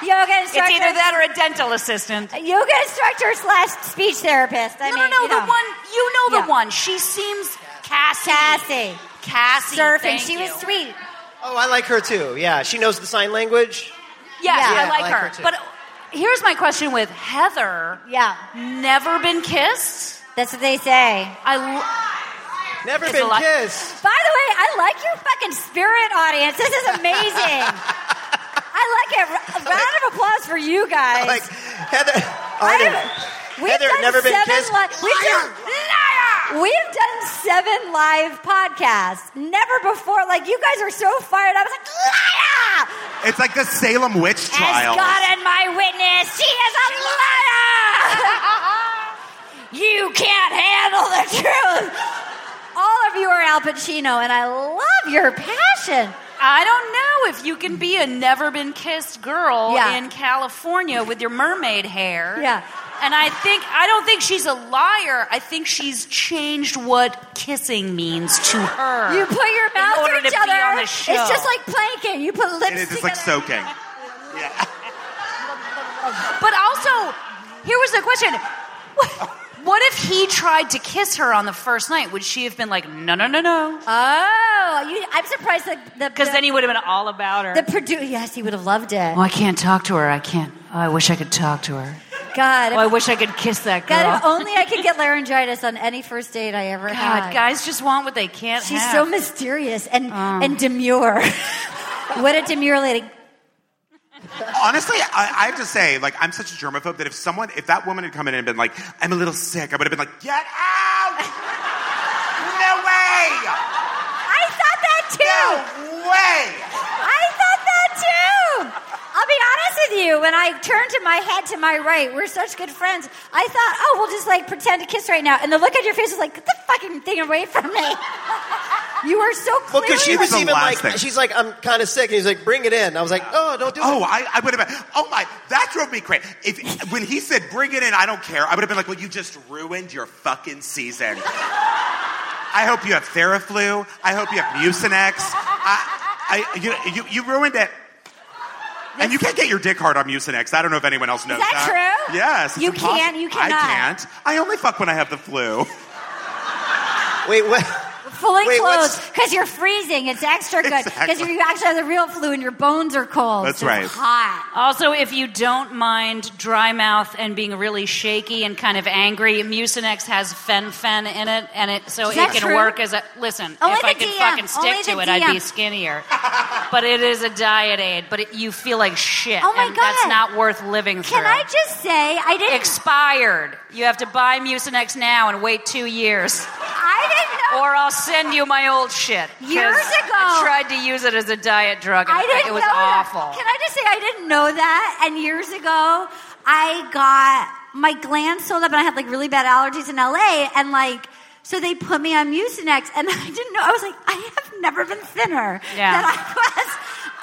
Speaker 2: yoga
Speaker 3: It's
Speaker 2: instructor.
Speaker 3: either that or a dental assistant.
Speaker 2: or yoga instructor slash speech therapist. I
Speaker 3: no,
Speaker 2: mean,
Speaker 3: no, no,
Speaker 2: you
Speaker 3: the
Speaker 2: know.
Speaker 3: one you know the
Speaker 2: Yeah.
Speaker 3: one. She seems Cassie.
Speaker 2: Cassie.
Speaker 3: Cassie
Speaker 2: surfing.
Speaker 3: thank
Speaker 2: She
Speaker 3: you.
Speaker 2: was sweet.
Speaker 5: Oh, I like her too. Yeah, she knows the sign language.
Speaker 3: Yes,
Speaker 5: Yeah,
Speaker 3: I like, her.
Speaker 5: too.
Speaker 3: but here's my question with Heather.
Speaker 2: Yeah.
Speaker 3: Never been kissed?
Speaker 2: That's what they say.
Speaker 3: I l-
Speaker 5: Never
Speaker 3: It's a
Speaker 5: been
Speaker 3: lot-
Speaker 5: kissed.
Speaker 2: By the way, I like your fucking spirit, audience. This is amazing. I like it. A round of applause for you guys.
Speaker 5: Like Heather, Arden,
Speaker 2: We've
Speaker 5: Heather
Speaker 2: done
Speaker 5: never been
Speaker 2: seven
Speaker 5: kissed.
Speaker 2: li- we've done- We've done seven live podcasts. Never before. Like you guys are so fired. I was like, liar!
Speaker 7: It's like the Salem witch trial.
Speaker 2: As God and my witness, she is a
Speaker 3: Uh-huh.
Speaker 2: liar! you can't handle the truth! All of you are Al Pacino, and I love your passion.
Speaker 3: I don't know if you can be a never been kissed girl
Speaker 2: Yeah.
Speaker 3: in California with your mermaid hair.
Speaker 2: Yeah.
Speaker 3: And I think I don't think she's a liar. I think she's changed what kissing means to her.
Speaker 2: You put your mouth
Speaker 3: in order
Speaker 2: to each
Speaker 3: be
Speaker 2: other.
Speaker 3: on the show.
Speaker 2: It's just like planking. You put lips
Speaker 7: It is. It's
Speaker 2: together.
Speaker 7: like soaking.
Speaker 3: But also, here was the question. What- What if he tried to kiss her on the first night? Would she have been like, no, no, no, no?
Speaker 2: Oh, you, I'm surprised that the
Speaker 3: Because then he would have been all about her.
Speaker 2: the producer. Yes, he would have loved it.
Speaker 3: Oh, I can't talk to her. I can't. Oh, I wish I could talk to her.
Speaker 2: God,
Speaker 3: Oh,
Speaker 2: if-
Speaker 3: I wish I could kiss that girl.
Speaker 2: God, if only I could get laryngitis on any first date I ever
Speaker 3: God,
Speaker 2: had.
Speaker 3: guys just want what they can't
Speaker 2: She's
Speaker 3: have. Oh.
Speaker 2: so mysterious and and demure. what a demure lady.
Speaker 7: Honestly, I, I have to say, like, I'm such a germaphobe that if someone, if that woman had come in and been like, I'm a little sick, I would have been like, get out! no way!
Speaker 2: I thought that too.
Speaker 7: No way!
Speaker 2: I thought that too. I'll be honest with you. When I turned to my head to my right, we're such good friends. I thought, oh, we'll just like pretend to kiss right now. And the look on your face was like, get the fucking thing away from me. you were so
Speaker 5: Well,
Speaker 2: clearly
Speaker 5: because she was
Speaker 7: the
Speaker 5: even like,
Speaker 7: last thing.
Speaker 5: she's like, I'm kind of sick, and he's like, bring it in. I was like, oh, don't do
Speaker 7: Oh,
Speaker 5: it.
Speaker 7: I, I would have been, oh my, that drove me crazy. If, when he said, bring it in, I don't care, I would have been like, well, you just ruined your fucking season. I hope you have Theraflu. I hope you have Mucinex. I, I, you, you, you ruined it. And you can't get your dick hard on Mucinex. I don't know if anyone else knows
Speaker 2: that true?
Speaker 7: Yes. it's
Speaker 2: You can't,
Speaker 7: impossible.
Speaker 2: you
Speaker 7: I
Speaker 2: cannot.
Speaker 7: can't. I only fuck when I have the flu.
Speaker 5: Wait, what?
Speaker 2: fully
Speaker 5: Wait, what's-
Speaker 2: clothed because you're freezing. It's extra good because
Speaker 7: Exactly.
Speaker 2: you actually have the real flu and your bones are cold.
Speaker 7: That's
Speaker 2: so
Speaker 7: right.
Speaker 2: It's hot.
Speaker 3: Also, if you don't mind dry mouth and being really shaky and kind of angry, Mucinex has fen fen in it, and it so
Speaker 2: Is
Speaker 3: it
Speaker 2: that
Speaker 3: can
Speaker 2: true?
Speaker 3: work as a listen.
Speaker 2: Only
Speaker 3: if I
Speaker 2: the
Speaker 3: could
Speaker 2: DM,
Speaker 3: fucking
Speaker 2: only
Speaker 3: stick to
Speaker 2: the
Speaker 3: it, I'd be
Speaker 2: DM.
Speaker 3: skinnier. but it is a diet aid. But it, you feel like shit.
Speaker 2: Oh my
Speaker 3: and That's
Speaker 2: God.
Speaker 3: not worth living through.
Speaker 2: Can I just say I didn't?
Speaker 3: Expired. You have to buy Mucinex now and wait two years,
Speaker 2: I didn't know.
Speaker 3: or I'll send you my old shit. 'Cause
Speaker 2: Years
Speaker 3: I
Speaker 2: ago-
Speaker 3: tried to use it as a diet drug. And
Speaker 2: I
Speaker 3: I
Speaker 2: didn't
Speaker 3: it was
Speaker 2: know that.
Speaker 3: awful.
Speaker 2: Can I just say I didn't know that? And years ago, I got my glands swelled up, and I had like really bad allergies in LA, and like. So they put me on Mucinex, and I didn't know. I was like, I have never been thinner
Speaker 3: Yeah.
Speaker 2: than I was.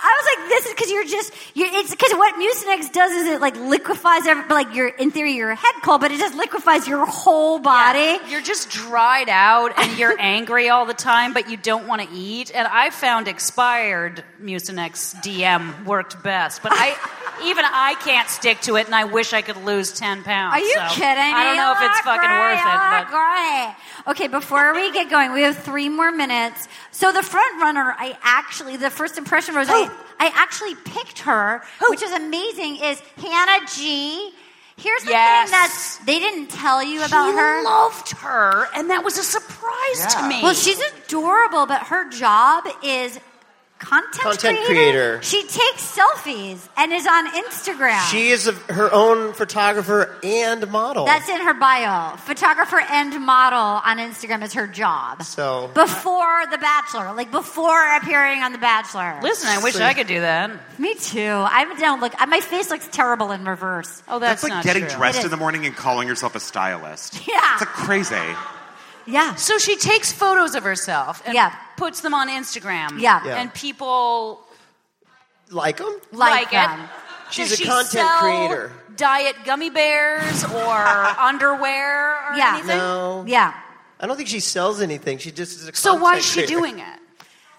Speaker 2: I was like, this is because you're just, you're, it's because what Mucinex does is it like liquefies, every, but, like your, in theory, your head cold, but it just liquefies your whole body.
Speaker 3: You're just dried out and you're angry all the time, but you don't want to eat. And I found expired Mucinex DM worked best, but I even I can't stick to it, and I wish I could lose ten pounds.
Speaker 2: Are you
Speaker 3: so
Speaker 2: kidding? me?
Speaker 3: I don't know if it's
Speaker 2: You're
Speaker 3: fucking
Speaker 2: great,
Speaker 3: worth it. But
Speaker 2: you're great. Okay, before we get going, we have three more minutes. So the front runner, I actually, the first impression was I, I actually picked her, which is amazing. Is Hannah G? Here's the
Speaker 3: Yes.
Speaker 2: thing that they didn't tell you about
Speaker 3: he
Speaker 2: her.
Speaker 3: loved her, and that was a surprise to me.
Speaker 2: Well, she's adorable, but her job is content,
Speaker 5: Content creator.
Speaker 2: She takes selfies and is on Instagram.
Speaker 5: She is a, her own photographer and model.
Speaker 2: That's in her bio. Photographer and model on Instagram is her job.
Speaker 5: So-
Speaker 2: before The Bachelor, like before appearing on The Bachelor.
Speaker 3: Listen, I wish I could do that.
Speaker 2: Me too. I haven't done. Look, my face looks terrible in reverse.
Speaker 3: Oh,
Speaker 7: That's,
Speaker 3: that's,
Speaker 7: like
Speaker 3: not
Speaker 7: getting
Speaker 3: true.
Speaker 7: dressed
Speaker 2: It
Speaker 7: in the morning and calling yourself a stylist.
Speaker 2: Yeah.
Speaker 7: It's like crazy.
Speaker 2: Yeah.
Speaker 3: So she takes photos of herself and
Speaker 2: Yeah.
Speaker 3: puts them on Instagram.
Speaker 2: Yeah.
Speaker 5: Yeah.
Speaker 3: and people
Speaker 5: like him?
Speaker 3: like,
Speaker 2: Like, them.
Speaker 3: it.
Speaker 5: She's
Speaker 3: Does
Speaker 5: a
Speaker 3: she
Speaker 5: content
Speaker 3: sell
Speaker 5: creator.
Speaker 3: Diet gummy bears or underwear or
Speaker 2: Yeah.
Speaker 3: anything?
Speaker 5: No.
Speaker 2: Yeah.
Speaker 5: I don't think she sells anything. She just is a
Speaker 3: So why
Speaker 5: content
Speaker 3: is she
Speaker 5: creator.
Speaker 3: doing it?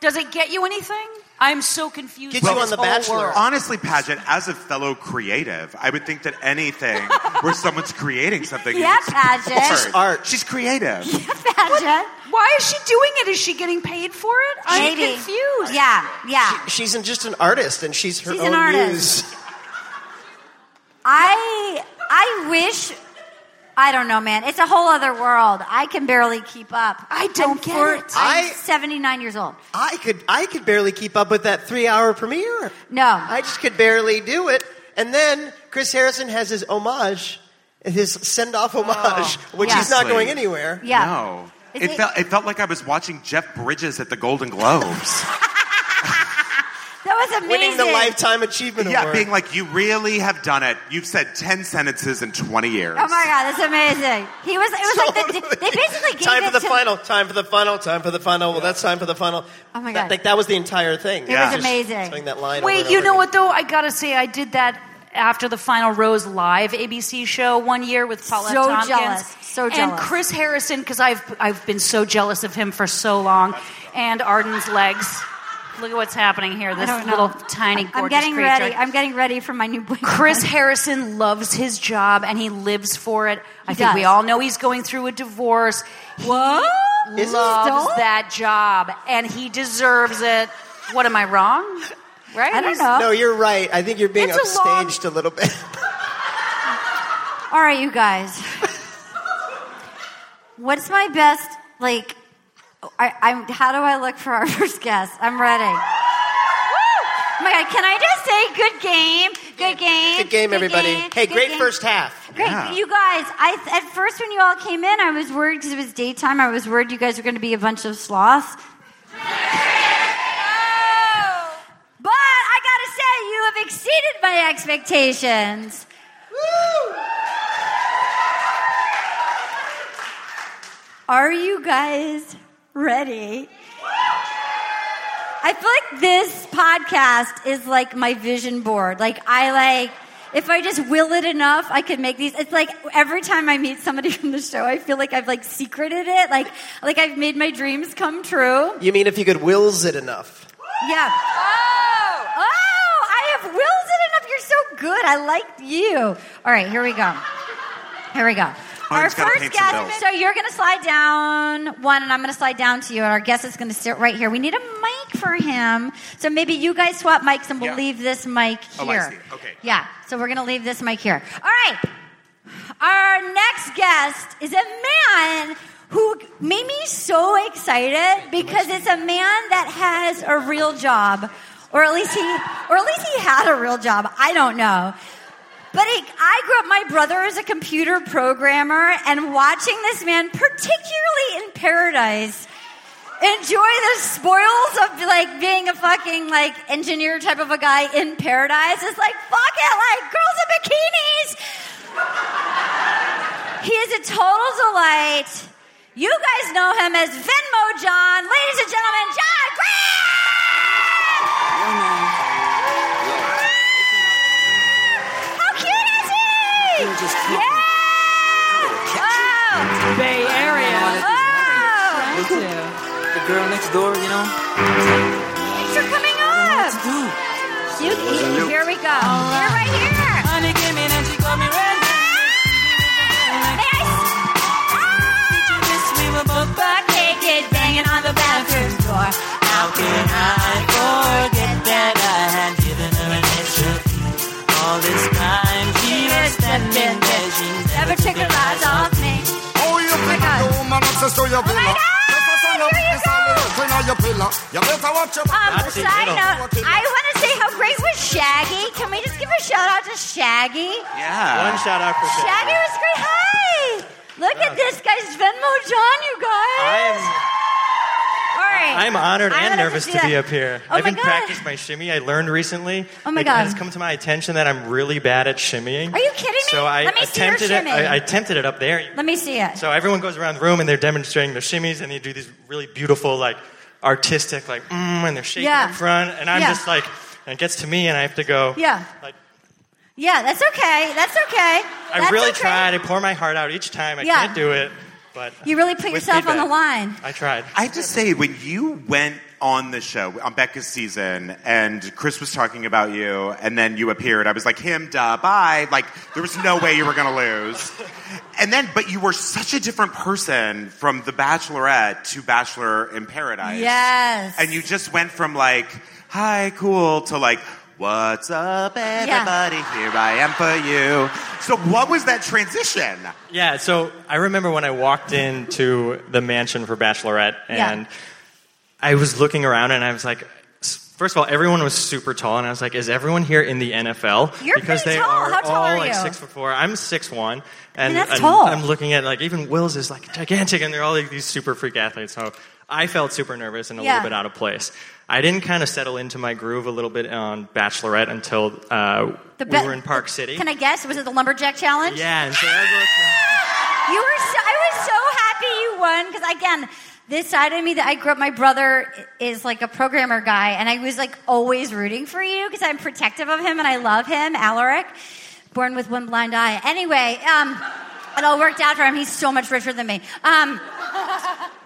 Speaker 3: Does it get you anything? I'm so confused.
Speaker 7: Well,
Speaker 3: with this whole world.
Speaker 7: Honestly, pageant, as a fellow creative, I would think that anything where someone's creating something,
Speaker 3: Yeah,
Speaker 7: it's
Speaker 3: pageant.
Speaker 7: art.
Speaker 3: She's art.
Speaker 7: She's creative.
Speaker 2: Pageant.
Speaker 3: Why is she doing it? Is she getting paid for it? I'm
Speaker 2: Maybe.
Speaker 3: confused.
Speaker 2: Yeah, yeah.
Speaker 5: She's an, just an artist, and she's her
Speaker 2: She's
Speaker 5: own
Speaker 2: an artist.
Speaker 5: muse.
Speaker 2: I I wish I don't know, man. It's a whole other world. I can barely keep up. I don't get it. I'm
Speaker 5: I-
Speaker 2: 79 years old.
Speaker 5: I could I could barely keep up with that three hour premiere.
Speaker 2: No,
Speaker 5: I just could barely do it. And then Chris Harrison has his homage, his send off
Speaker 2: Oh.
Speaker 5: homage, which he's not
Speaker 7: Honestly.
Speaker 5: going anywhere.
Speaker 7: No.
Speaker 5: Is
Speaker 7: It,
Speaker 5: it-
Speaker 7: felt it felt like I was watching Jeff Bridges at the Golden Globes.
Speaker 2: That was amazing.
Speaker 5: Winning the Lifetime Achievement
Speaker 7: yeah,
Speaker 5: Award.
Speaker 7: being like, you really have done it. You've said ten sentences in twenty years.
Speaker 2: Oh my god, that's amazing. He was. It was like the, they basically gave
Speaker 5: time
Speaker 2: it
Speaker 5: for the
Speaker 2: to-
Speaker 5: final, time for the final, time for the final. Well, that's time for the final.
Speaker 2: Oh my
Speaker 5: That-
Speaker 2: God.
Speaker 5: like that was the entire thing.
Speaker 2: It was amazing.
Speaker 5: Doing that line.
Speaker 3: Wait,
Speaker 5: over and
Speaker 3: you
Speaker 5: over
Speaker 3: know what though? I gotta say, I did that after the Final Rose live ABC show one year with Paulette
Speaker 2: So
Speaker 3: Tompkins.
Speaker 2: jealous. So
Speaker 3: And
Speaker 2: jealous.
Speaker 3: Chris Harrison, because I've I've been so jealous of him for so long, and Arden's legs. Look at what's happening here.
Speaker 2: I
Speaker 3: This
Speaker 2: don't know.
Speaker 3: little tiny gorgeous
Speaker 2: I'm getting
Speaker 3: creature.
Speaker 2: ready. I'm getting ready for my new boyfriend.
Speaker 3: Chris Harrison loves his job and he lives for it. I
Speaker 2: He
Speaker 3: think we
Speaker 2: does.
Speaker 3: all know he's going through a divorce. What? He
Speaker 2: Is he
Speaker 3: loves
Speaker 2: still?
Speaker 3: that job and he deserves it. What am I wrong? Right?
Speaker 2: I don't
Speaker 5: again.
Speaker 2: know.
Speaker 5: No, you're right. I think you're being
Speaker 3: It's a long-
Speaker 5: upstaged a, little bit.
Speaker 2: All right, you guys. What's my best like? I, I'm. How do I look for our first guest? I'm ready. Woo! Oh my God, can I just say good game? Good game.
Speaker 5: Good game, everybody.
Speaker 2: game,
Speaker 5: hey,
Speaker 2: good
Speaker 5: great
Speaker 2: game.
Speaker 5: first half.
Speaker 2: Great, you guys. I at first when you all came in, I was worried because it was daytime. I was worried you guys were going to be a bunch of sloths. But I gotta say, you have exceeded my expectations. Are you guys ready? I feel like this podcast is like my vision board. Like I like if I just will it enough, I could make these. It's like every time I meet somebody from the show, I feel like I've like secreted it. Like like I've made my dreams come true.
Speaker 5: You mean if you could wills it enough?
Speaker 2: Yeah. Oh! Oh! I have wills it enough. You're so good. I like you. All right, here we go. Here we go. our
Speaker 7: he's gotta
Speaker 2: first
Speaker 7: paint some
Speaker 2: guest.
Speaker 7: bills.
Speaker 2: So you're going to slide down one, and I'm going to slide down to you, and our guest is going to sit right here. We need a mic for him. So maybe you guys swap mics, and we'll
Speaker 7: Yeah.
Speaker 2: leave this mic here.
Speaker 7: Oh, I see. Okay.
Speaker 2: Yeah. So we're going to leave this mic here. All right. Our next guest is a man who made me so excited because it's a man that has a real job, or at least he, or at least he had a real job. I don't know. But it, I grew up, my brother is a computer programmer, and watching this man, particularly in paradise, enjoy the spoils of like being a fucking like engineer type of a guy in paradise is like fuck it like girls in bikinis he is a total delight you guys know him as venmo john ladies and gentlemen john graham how cute is he yeah Wow.
Speaker 13: Bay Area.
Speaker 2: Wow.
Speaker 13: The girl next door, you know.
Speaker 2: Thanks for coming up. Cute. Here we go. You're right here.
Speaker 13: Honey came in and she called me red.
Speaker 2: May I s-
Speaker 13: We were both
Speaker 2: butt naked, banging on the bathroom door.
Speaker 13: How can I forget that I had given her an extra piece? All this time she was standing there. She
Speaker 2: Never took her eyes off me.
Speaker 14: Oh, you
Speaker 2: my
Speaker 14: think
Speaker 2: God. Oh
Speaker 14: I do, man, access to your villa.
Speaker 2: God,
Speaker 14: Just for some love,
Speaker 2: here you
Speaker 14: it's all
Speaker 2: go.
Speaker 14: little thing on your pillow. You better watch your
Speaker 2: Um, side note, I want to say how great was Shaggy. Can we just give a shout out to Shaggy?
Speaker 7: Yeah.
Speaker 5: One shout out for Shaggy.
Speaker 2: Shaggy was great. Hi. Look at this guy's Venmo John, you guys.
Speaker 15: I
Speaker 2: All right.
Speaker 15: am, I'm honored
Speaker 2: I'm
Speaker 15: and
Speaker 2: gonna
Speaker 15: nervous
Speaker 2: do
Speaker 15: to be
Speaker 2: that.
Speaker 15: up here.
Speaker 2: Oh
Speaker 15: I've
Speaker 2: my
Speaker 15: been
Speaker 2: God.
Speaker 15: practicing my shimmy. I learned recently.
Speaker 2: Oh my
Speaker 15: Like, It has
Speaker 2: God.
Speaker 15: come to my attention that I'm really bad at shimmying.
Speaker 2: Are you kidding me?
Speaker 15: So I
Speaker 2: Let me see your
Speaker 15: attempted it.
Speaker 2: shimmy.
Speaker 15: I, I attempted it up there.
Speaker 2: Let me see it.
Speaker 15: So everyone goes around the room and they're demonstrating their shimmies and they do these really beautiful, like artistic, like mm, and they're shaking
Speaker 2: Yeah.
Speaker 15: up front. And I'm
Speaker 2: Yeah.
Speaker 15: just like, and it gets to me and I have to go.
Speaker 2: Yeah.
Speaker 15: Like-
Speaker 2: yeah, that's okay. That's okay.
Speaker 15: I
Speaker 2: That's
Speaker 15: really
Speaker 2: okay.
Speaker 15: tried. I pour my heart out each time. I
Speaker 2: Yeah.
Speaker 15: can't do it. But
Speaker 2: You really put
Speaker 7: With
Speaker 2: yourself on the
Speaker 7: feedback.
Speaker 2: line.
Speaker 15: I tried.
Speaker 7: I have to say, when you went on the show on Becca's season, and Chris was talking about you, and then you appeared, I was like, him, duh, bye. Like, there was no way you were going to lose. And then, but you were such a different person from The Bachelorette to Bachelor in Paradise.
Speaker 2: Yes.
Speaker 7: And you just went from like, hi, cool, to like, what's up, everybody? Here I am for you. So, what was that transition?
Speaker 15: Yeah, so I remember when I walked into the mansion for Bachelorette,
Speaker 7: Yeah.
Speaker 15: and I was looking around, and I was like, s- first of all, everyone was super tall, and I was like, is everyone here in the NFL?
Speaker 2: You're
Speaker 15: because
Speaker 2: pretty
Speaker 15: they
Speaker 2: tall.
Speaker 15: are
Speaker 2: How tall
Speaker 15: all
Speaker 2: are
Speaker 15: like
Speaker 2: you?
Speaker 15: six foot four. I'm six one, and,
Speaker 2: that's
Speaker 15: and
Speaker 2: tall.
Speaker 15: I'm looking at like even Will's is like gigantic, and they're all like, these super freak athletes. So I felt super nervous and a
Speaker 2: Yeah.
Speaker 15: little bit out of place. I didn't kind of settle into my groove a little bit on Bachelorette until uh, we
Speaker 2: The ba-
Speaker 15: were in Park City.
Speaker 2: Can I guess? Was it the lumberjack challenge?
Speaker 15: yeah, and so everyone-
Speaker 2: You were so, I was so happy you won because again, this side of me that I grew up, my brother i- is like a programmer guy, and I was like always rooting for you because I'm protective of him and I love him, Alaric, born with one blind eye. Anyway, um, it all worked out for him. He's so much richer than me. Um,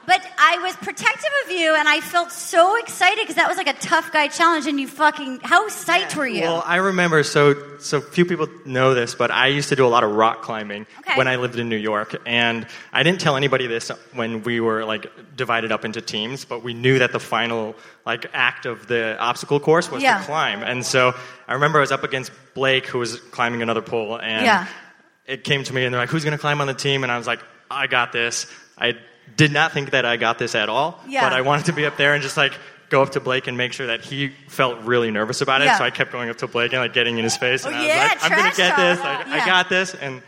Speaker 2: but I was protective of you, and I felt so excited because that was like a tough guy challenge, and you fucking how psyched were you?
Speaker 15: Well, I remember so so few people know this, but I used to do a lot of rock climbing
Speaker 2: Okay.
Speaker 15: when I lived in New York, and I didn't tell anybody this when we were like divided up into teams, but we knew that the final like act of the obstacle course was
Speaker 2: Yeah.
Speaker 15: to climb, and so I remember I was up against Blake who was climbing another pole, and
Speaker 2: yeah.
Speaker 15: it came to me and they're like, who's going to climb on the team? And I was like, I got this. I did not think that I got this at all,
Speaker 2: Yeah.
Speaker 15: but I wanted to be up there and just like go up to Blake and make sure that he felt really nervous about it.
Speaker 2: Yeah.
Speaker 15: So I kept going up to Blake and like getting in his face. And
Speaker 2: Oh,
Speaker 15: I was
Speaker 2: yeah,
Speaker 15: like, I'm going
Speaker 2: trash
Speaker 15: to get
Speaker 2: talk.
Speaker 15: this. Like,
Speaker 2: Yeah.
Speaker 15: I got this. And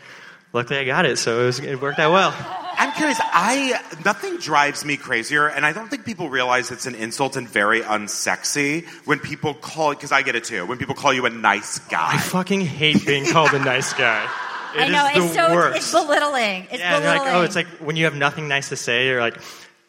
Speaker 15: luckily I got it. So it, was, it worked out well.
Speaker 7: I'm curious. I nothing drives me crazier, and I don't think people realize it's an insult and very unsexy when people call because I get it too. When people call you a nice
Speaker 15: I
Speaker 7: guy,
Speaker 15: fucking hate being called a nice guy. It
Speaker 2: I
Speaker 15: is
Speaker 2: know it's
Speaker 15: the
Speaker 2: so
Speaker 15: worst.
Speaker 2: it's belittling. It's
Speaker 15: yeah, they're
Speaker 2: belittling.
Speaker 15: like, oh, it's like when you have nothing nice to say, you're like,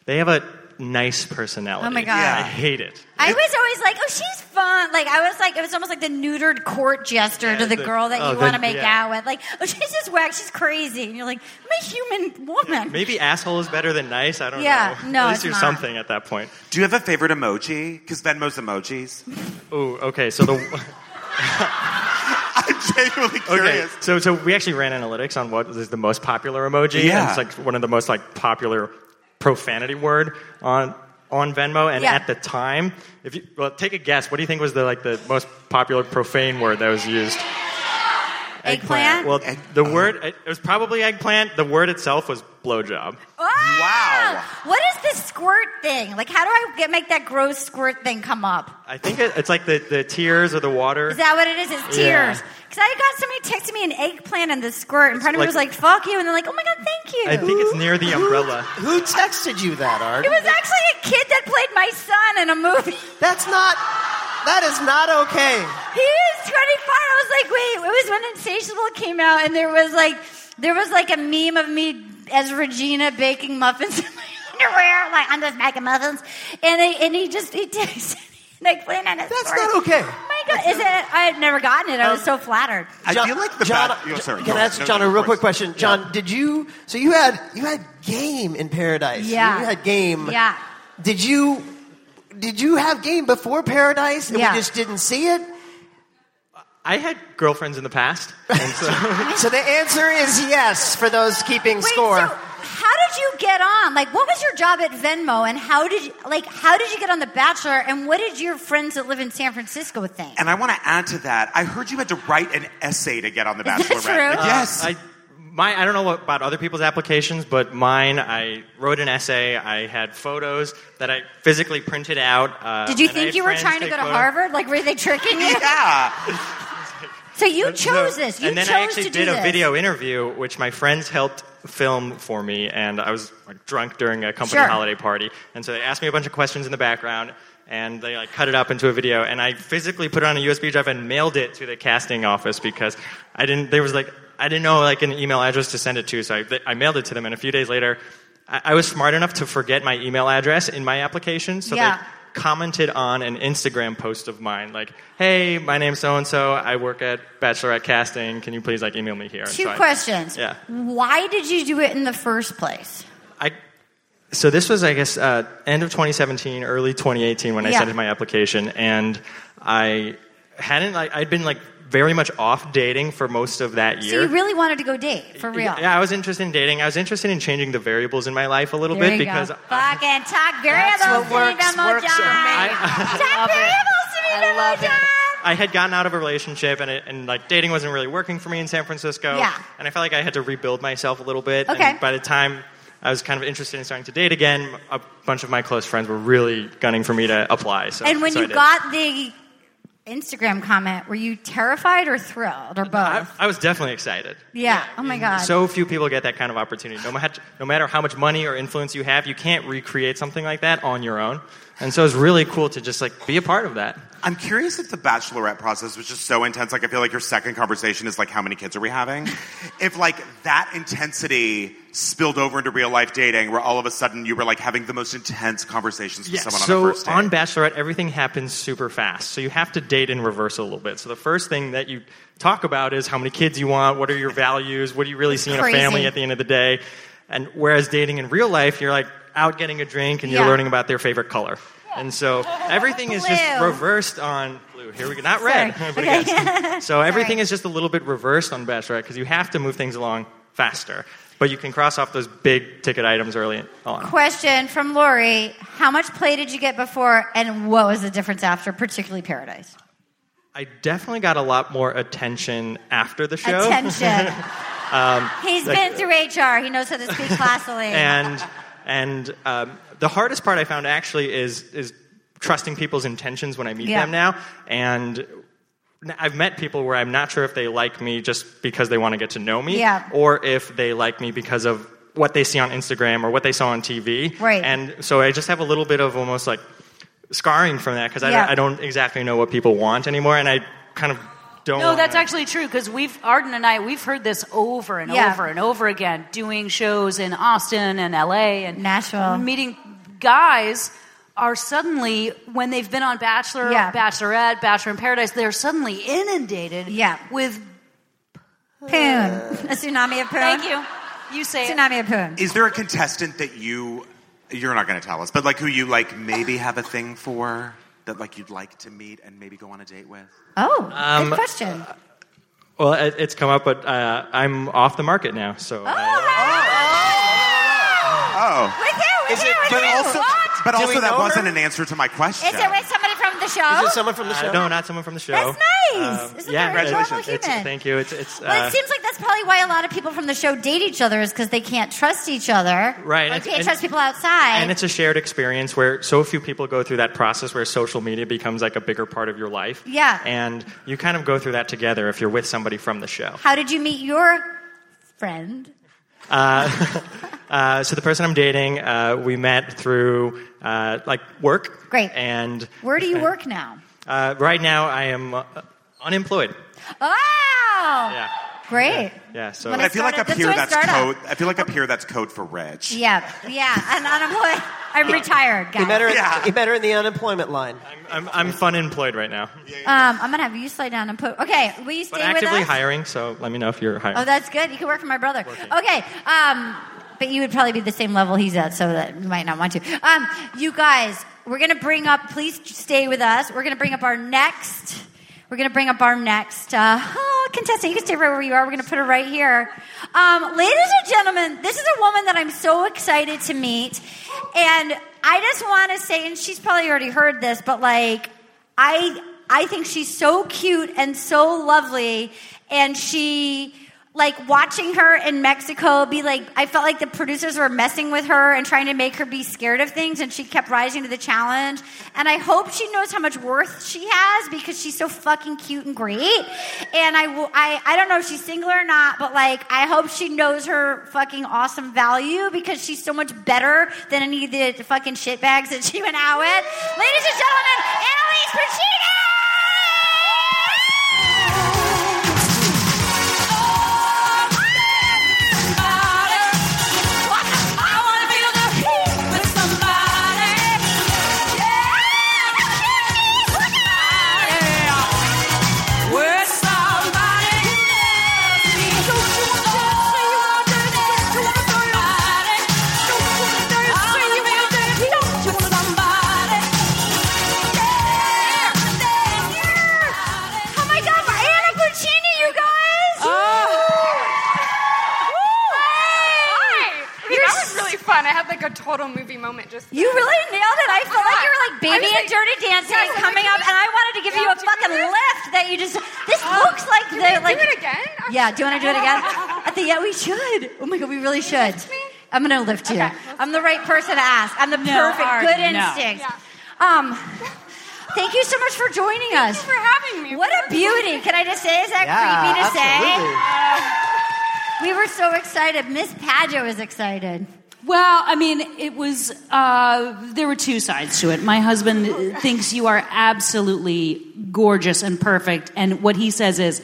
Speaker 15: they have a nice personality.
Speaker 2: Oh my God. Yeah.
Speaker 15: I hate it.
Speaker 2: I was always like, oh, she's fun. Like I was like, it was almost like the neutered court jester to the,
Speaker 15: the-
Speaker 2: girl that
Speaker 15: oh,
Speaker 2: you want to
Speaker 15: then-
Speaker 2: make
Speaker 15: yeah.
Speaker 2: out with. Like, oh, she's just whack. She's crazy. And you're like, I'm a human woman.
Speaker 15: Maybe asshole is better than nice. I don't
Speaker 2: Yeah,
Speaker 15: know. at
Speaker 2: no,
Speaker 15: least
Speaker 2: it's
Speaker 15: you're
Speaker 2: not.
Speaker 15: something at that point.
Speaker 7: do you have a favorite emoji? Because Venmo's emojis.
Speaker 15: Oh, okay. So the
Speaker 7: I'm genuinely
Speaker 15: okay.
Speaker 7: curious.
Speaker 15: So so we actually ran analytics on what is the most popular emoji. and
Speaker 7: Yeah.
Speaker 15: it's like one of the most like popular profanity word on on Venmo. And
Speaker 2: Yeah.
Speaker 15: at the time, if you well take a guess, what do you think was the like the most popular profane word that was used?
Speaker 2: Eggplant?
Speaker 15: Well, the word it was probably eggplant. The word itself was blowjob.
Speaker 2: Ah! What is this squirt thing? Like, how do I get make that gross squirt thing come up?
Speaker 15: I think it, it's like the, the tears or the water.
Speaker 2: Is that what it is? It's
Speaker 15: Yeah.
Speaker 2: tears. Because I got somebody texted me an eggplant and the squirt, and part of me
Speaker 15: like-
Speaker 2: was like, "Fuck you," and they're like, "Oh my god, thank you."
Speaker 15: I think it's near the umbrella.
Speaker 5: Who texted you that, Art?
Speaker 2: It was actually a kid that played my son in a movie.
Speaker 5: That's not. That is not okay.
Speaker 2: He was 25. I was like, wait, it was when Insatiable came out, and there was like, there was like a meme of me as Regina baking muffins in my underwear, like I'm just making muffins, and they, and he just he takes like playing on his. That's
Speaker 5: not okay. Um,
Speaker 2: My God, is it? I had never gotten it. I was so flattered.
Speaker 5: John- John,
Speaker 7: bad- oh, sorry,
Speaker 5: can
Speaker 7: go
Speaker 5: I
Speaker 7: on.
Speaker 5: ask
Speaker 7: No,
Speaker 5: John
Speaker 7: no,
Speaker 5: a
Speaker 7: of
Speaker 5: real quick
Speaker 7: course.
Speaker 5: question? John, did you? So you had you had game in Paradise.
Speaker 2: Yeah.
Speaker 5: You had game.
Speaker 2: Yeah.
Speaker 5: Did you? Did you have game before Paradise and
Speaker 2: Yeah.
Speaker 5: we just didn't see it?
Speaker 15: I had girlfriends in the past. And so
Speaker 5: So the answer is yes for those keeping score.
Speaker 2: How did you get on? Like, what was your job at Venmo, and how did you, like how did you get on The Bachelor, and what did your friends that live in San Francisco think?
Speaker 7: And I want to add to that. I heard you had to write an essay to get on the Bachelorette.
Speaker 15: Uh,
Speaker 7: Yes.
Speaker 15: I, my, I don't know what, about other people's applications, but mine, I wrote an essay. I had photos that I physically printed out. Uh,
Speaker 2: Did you
Speaker 15: and I
Speaker 2: think
Speaker 15: had
Speaker 2: you were
Speaker 15: friends
Speaker 2: trying to
Speaker 15: take
Speaker 2: go to
Speaker 15: photos.
Speaker 2: Harvard? Like, were they tricking you?
Speaker 7: yeah.
Speaker 2: So you
Speaker 15: And so-
Speaker 2: chose this. You
Speaker 15: and then
Speaker 2: chose
Speaker 15: I actually
Speaker 2: to do
Speaker 15: did a
Speaker 2: this.
Speaker 15: video interview, which my friends helped film for me, and I was like, drunk during a company
Speaker 2: Sure.
Speaker 15: holiday party, and so they asked me a bunch of questions in the background, and they like cut it up into a video, and I physically put it on a USB drive and mailed it to the casting office because I didn't. There was like I didn't know like an email address to send it to, so I, I mailed it to them, and a few days later. I I was smart enough to forget my email address in my application, so
Speaker 2: Yeah.
Speaker 15: they commented on an Instagram post of mine, like, "Hey, my name's so and so. I work at Bachelorette Casting. Can you please like email me here?" And
Speaker 2: Two
Speaker 15: so I-
Speaker 2: questions.
Speaker 15: Yeah.
Speaker 2: Why did you do it in the first place?
Speaker 15: I. So this was, I guess, uh, end of 2017, early 2018 when I
Speaker 5: Yeah.
Speaker 15: sent in my application, and I hadn't. Like, I'd been like very much off dating for most of that
Speaker 2: So
Speaker 15: year.
Speaker 2: you really wanted to go date for real?
Speaker 15: Yeah, I was interested in dating. I was interested in changing the variables in my life a little
Speaker 2: There
Speaker 15: bit
Speaker 2: you go.
Speaker 15: because
Speaker 2: fucking talk variables
Speaker 4: That's
Speaker 2: to
Speaker 4: what
Speaker 2: me,
Speaker 4: works-
Speaker 2: Venmo
Speaker 4: works for
Speaker 2: John.
Speaker 4: me.
Speaker 2: Talk variables to me, Venmo John.
Speaker 15: I had gotten out of a relationship and, it, and like dating wasn't really working for me in San Francisco.
Speaker 2: Yeah.
Speaker 15: And I felt like I had to rebuild myself a little bit.
Speaker 2: Okay.
Speaker 15: And by the time I was kind of interested in starting to date again, a bunch of my close friends were really gunning for me to apply. So,
Speaker 2: and when
Speaker 15: so I
Speaker 2: you
Speaker 15: did.
Speaker 2: got the Instagram comment, were you terrified or thrilled or both?
Speaker 15: I, I was definitely excited.
Speaker 2: yeah. Oh my god.
Speaker 15: So few people get that kind of opportunity. No, matter no matter how much money or influence you have, you can't recreate something like that on your own. And so it was really cool to just like be a part of that.
Speaker 7: I'm curious if the bachelorette process was just so intense. Like, I feel like your second conversation is like, how many kids are we having? if like that intensity spilled over into real life dating, where all of a sudden you were like having the most intense conversations with someone
Speaker 15: so
Speaker 7: on the first date.
Speaker 15: on Bachelorette, everything happens super fast. So you have to date in reverse a little bit. So the first thing that you talk about is how many kids you want, what are your values, what do you really see in
Speaker 5: Crazy.
Speaker 15: a family at the end of the day. And whereas dating in real life, you're like out getting a drink and
Speaker 5: Yeah.
Speaker 15: you're learning about their favorite color. And so everything is just
Speaker 5: Blue.
Speaker 15: reversed on blue. Here we go, not
Speaker 5: Sorry.
Speaker 15: red. but
Speaker 5: Okay.
Speaker 15: yes. so everything is just a little bit reversed on Bachelorette because you have to move things along faster. But you can cross off those big ticket items early on.
Speaker 2: Question from Lori: How much play did you get before, and what was the difference after, particularly Paradise?
Speaker 15: I definitely got a lot more attention after the show.
Speaker 2: Attention.
Speaker 15: um,
Speaker 2: He's
Speaker 15: like-
Speaker 2: been through HR. He knows how to speak classily.
Speaker 15: And and um, the hardest part I found actually is is trusting people's intentions when I meet
Speaker 2: Yeah.
Speaker 15: them now. And n- I've met people where I'm not sure if they like me just because they want to get to know me,
Speaker 5: Yeah.
Speaker 15: or if they like me because of what they see on Instagram or what they saw on TV.
Speaker 5: Right.
Speaker 15: And so I just have a little bit of almost like scarring from that because I,
Speaker 3: Yeah.
Speaker 15: don't, I don't exactly know what people want anymore, and I kind of don't.
Speaker 3: No, that's
Speaker 15: wanna-
Speaker 3: actually true because we've Arden and I we've heard this over and
Speaker 2: Yeah.
Speaker 3: over and over again doing shows in Austin and LA and
Speaker 2: Nashville.
Speaker 3: meeting guys are suddenly when they've been on Bachelor,
Speaker 2: Yeah.
Speaker 3: Bachelorette, Bachelor in Paradise, they're suddenly inundated yeah. with
Speaker 2: Poon. A tsunami of poon.
Speaker 3: Thank you. You say it.
Speaker 2: Tsunami of poon.
Speaker 7: Is there a contestant that you you're not going to tell us, but like who you like maybe have a thing for that like you'd like to meet and maybe go on a date with?
Speaker 2: Oh,
Speaker 15: Um,
Speaker 2: good question.
Speaker 15: Well, it, it's come up, but uh, I'm off the market now. So.
Speaker 2: Oh.
Speaker 7: Oh.
Speaker 2: With who? With
Speaker 7: Is
Speaker 2: who?
Speaker 7: it-
Speaker 2: With
Speaker 7: but
Speaker 2: who?
Speaker 7: also-
Speaker 2: what?
Speaker 7: But
Speaker 15: Do we
Speaker 7: also, that
Speaker 15: know her?
Speaker 7: wasn't an answer to my question.
Speaker 2: Is it with somebody from the show?
Speaker 15: Uh, no, not someone from the show. Um,
Speaker 2: That's nice. Isn't
Speaker 15: yeah,
Speaker 2: that a adorable
Speaker 15: congratulations. It's-
Speaker 2: human?
Speaker 15: thank you. It's it's. Uh,
Speaker 2: Well, it seems like that's probably why a lot of people from the show date each other is because they can't trust each other.
Speaker 15: Right,
Speaker 2: Or
Speaker 15: and-
Speaker 2: can't
Speaker 15: and-
Speaker 2: trust people outside.
Speaker 15: and it's a shared experience where so few people go through that process where social media becomes like a bigger part of your life.
Speaker 2: Yeah.
Speaker 15: And you kind of go through that together if you're with somebody from the show.
Speaker 2: How did you meet your friend?
Speaker 15: Uh, uh, so the person I'm dating, uh, we met through uh, like work.
Speaker 2: Great.
Speaker 15: And
Speaker 2: Where do you work now?
Speaker 15: uh, right now I am uh, unemployed.
Speaker 2: Oh,
Speaker 15: Yeah.
Speaker 2: great.
Speaker 15: Yeah. So
Speaker 2: Wanna
Speaker 7: I feel like
Speaker 2: start
Speaker 7: up
Speaker 2: a-
Speaker 7: here
Speaker 2: let's
Speaker 7: that's
Speaker 2: do a
Speaker 7: code.
Speaker 2: startup.
Speaker 7: I feel like up here that's code for rich.
Speaker 2: Yeah, yeah. I'm unemployed. I'm retired, guys.
Speaker 16: He met her. in- He met her in the unemployment line.
Speaker 15: I'm, I'm fun employed right now,
Speaker 2: Um, I'm gonna have you slide down and put. Okay, will you stay
Speaker 15: but
Speaker 2: with
Speaker 15: actively
Speaker 2: us?
Speaker 15: hiring. So let me know if you're hiring.
Speaker 2: Oh, that's good. You can work for my brother. Okay. Um, but you would probably be the same level he's at, so that you might not want to. Um, you guys, we're going to bring up, please stay with us. We're going to bring up our next, we're going to bring up our next uh, oh, contestant. You can stay right where you are. We're going to put her right here. Um, ladies and gentlemen, this is a woman that I'm so excited to meet. And I just want to say, and she's probably already heard this, but like, I I think she's so cute and so lovely and she like watching her in Mexico be like I felt like the producers were messing with her and trying to make her be scared of things and she kept rising to the challenge and I hope she knows how much worth she has because she's so fucking cute and great and I will I I don't know if she's single or not but like I hope she knows her fucking awesome value because she's so much better than any of the fucking shitbags that she went out with ladies and gentlemen Annalise Puccini
Speaker 4: Somebody
Speaker 2: Oh
Speaker 17: Oh. really fun. I had like a total movie moment just.
Speaker 2: You really nailed it. I felt like you were like baby and dirty dancing
Speaker 17: Yes,
Speaker 2: coming up, and I wanted to give you a fucking lift that you just. This looks like
Speaker 17: Can
Speaker 2: the
Speaker 17: we Oh. do
Speaker 2: like.
Speaker 17: it again?
Speaker 2: Yeah, do you want to do it again? I think yeah, we should. Oh my god, we really should. I'm gonna lift you. I'm the right person to ask. I'm the perfect,
Speaker 17: Ari,
Speaker 2: good
Speaker 17: no.
Speaker 2: instincts. Um, thank you so much for joining us. Thank you for having me. What a beauty! Can I just say, is that
Speaker 17: Yeah,
Speaker 2: creepy to
Speaker 17: absolutely.
Speaker 2: say? We were so excited. Miss Padgett was excited.
Speaker 3: Well, I mean, it was, uh, there were two sides to it. My husband thinks you are absolutely gorgeous and perfect, and what he says is,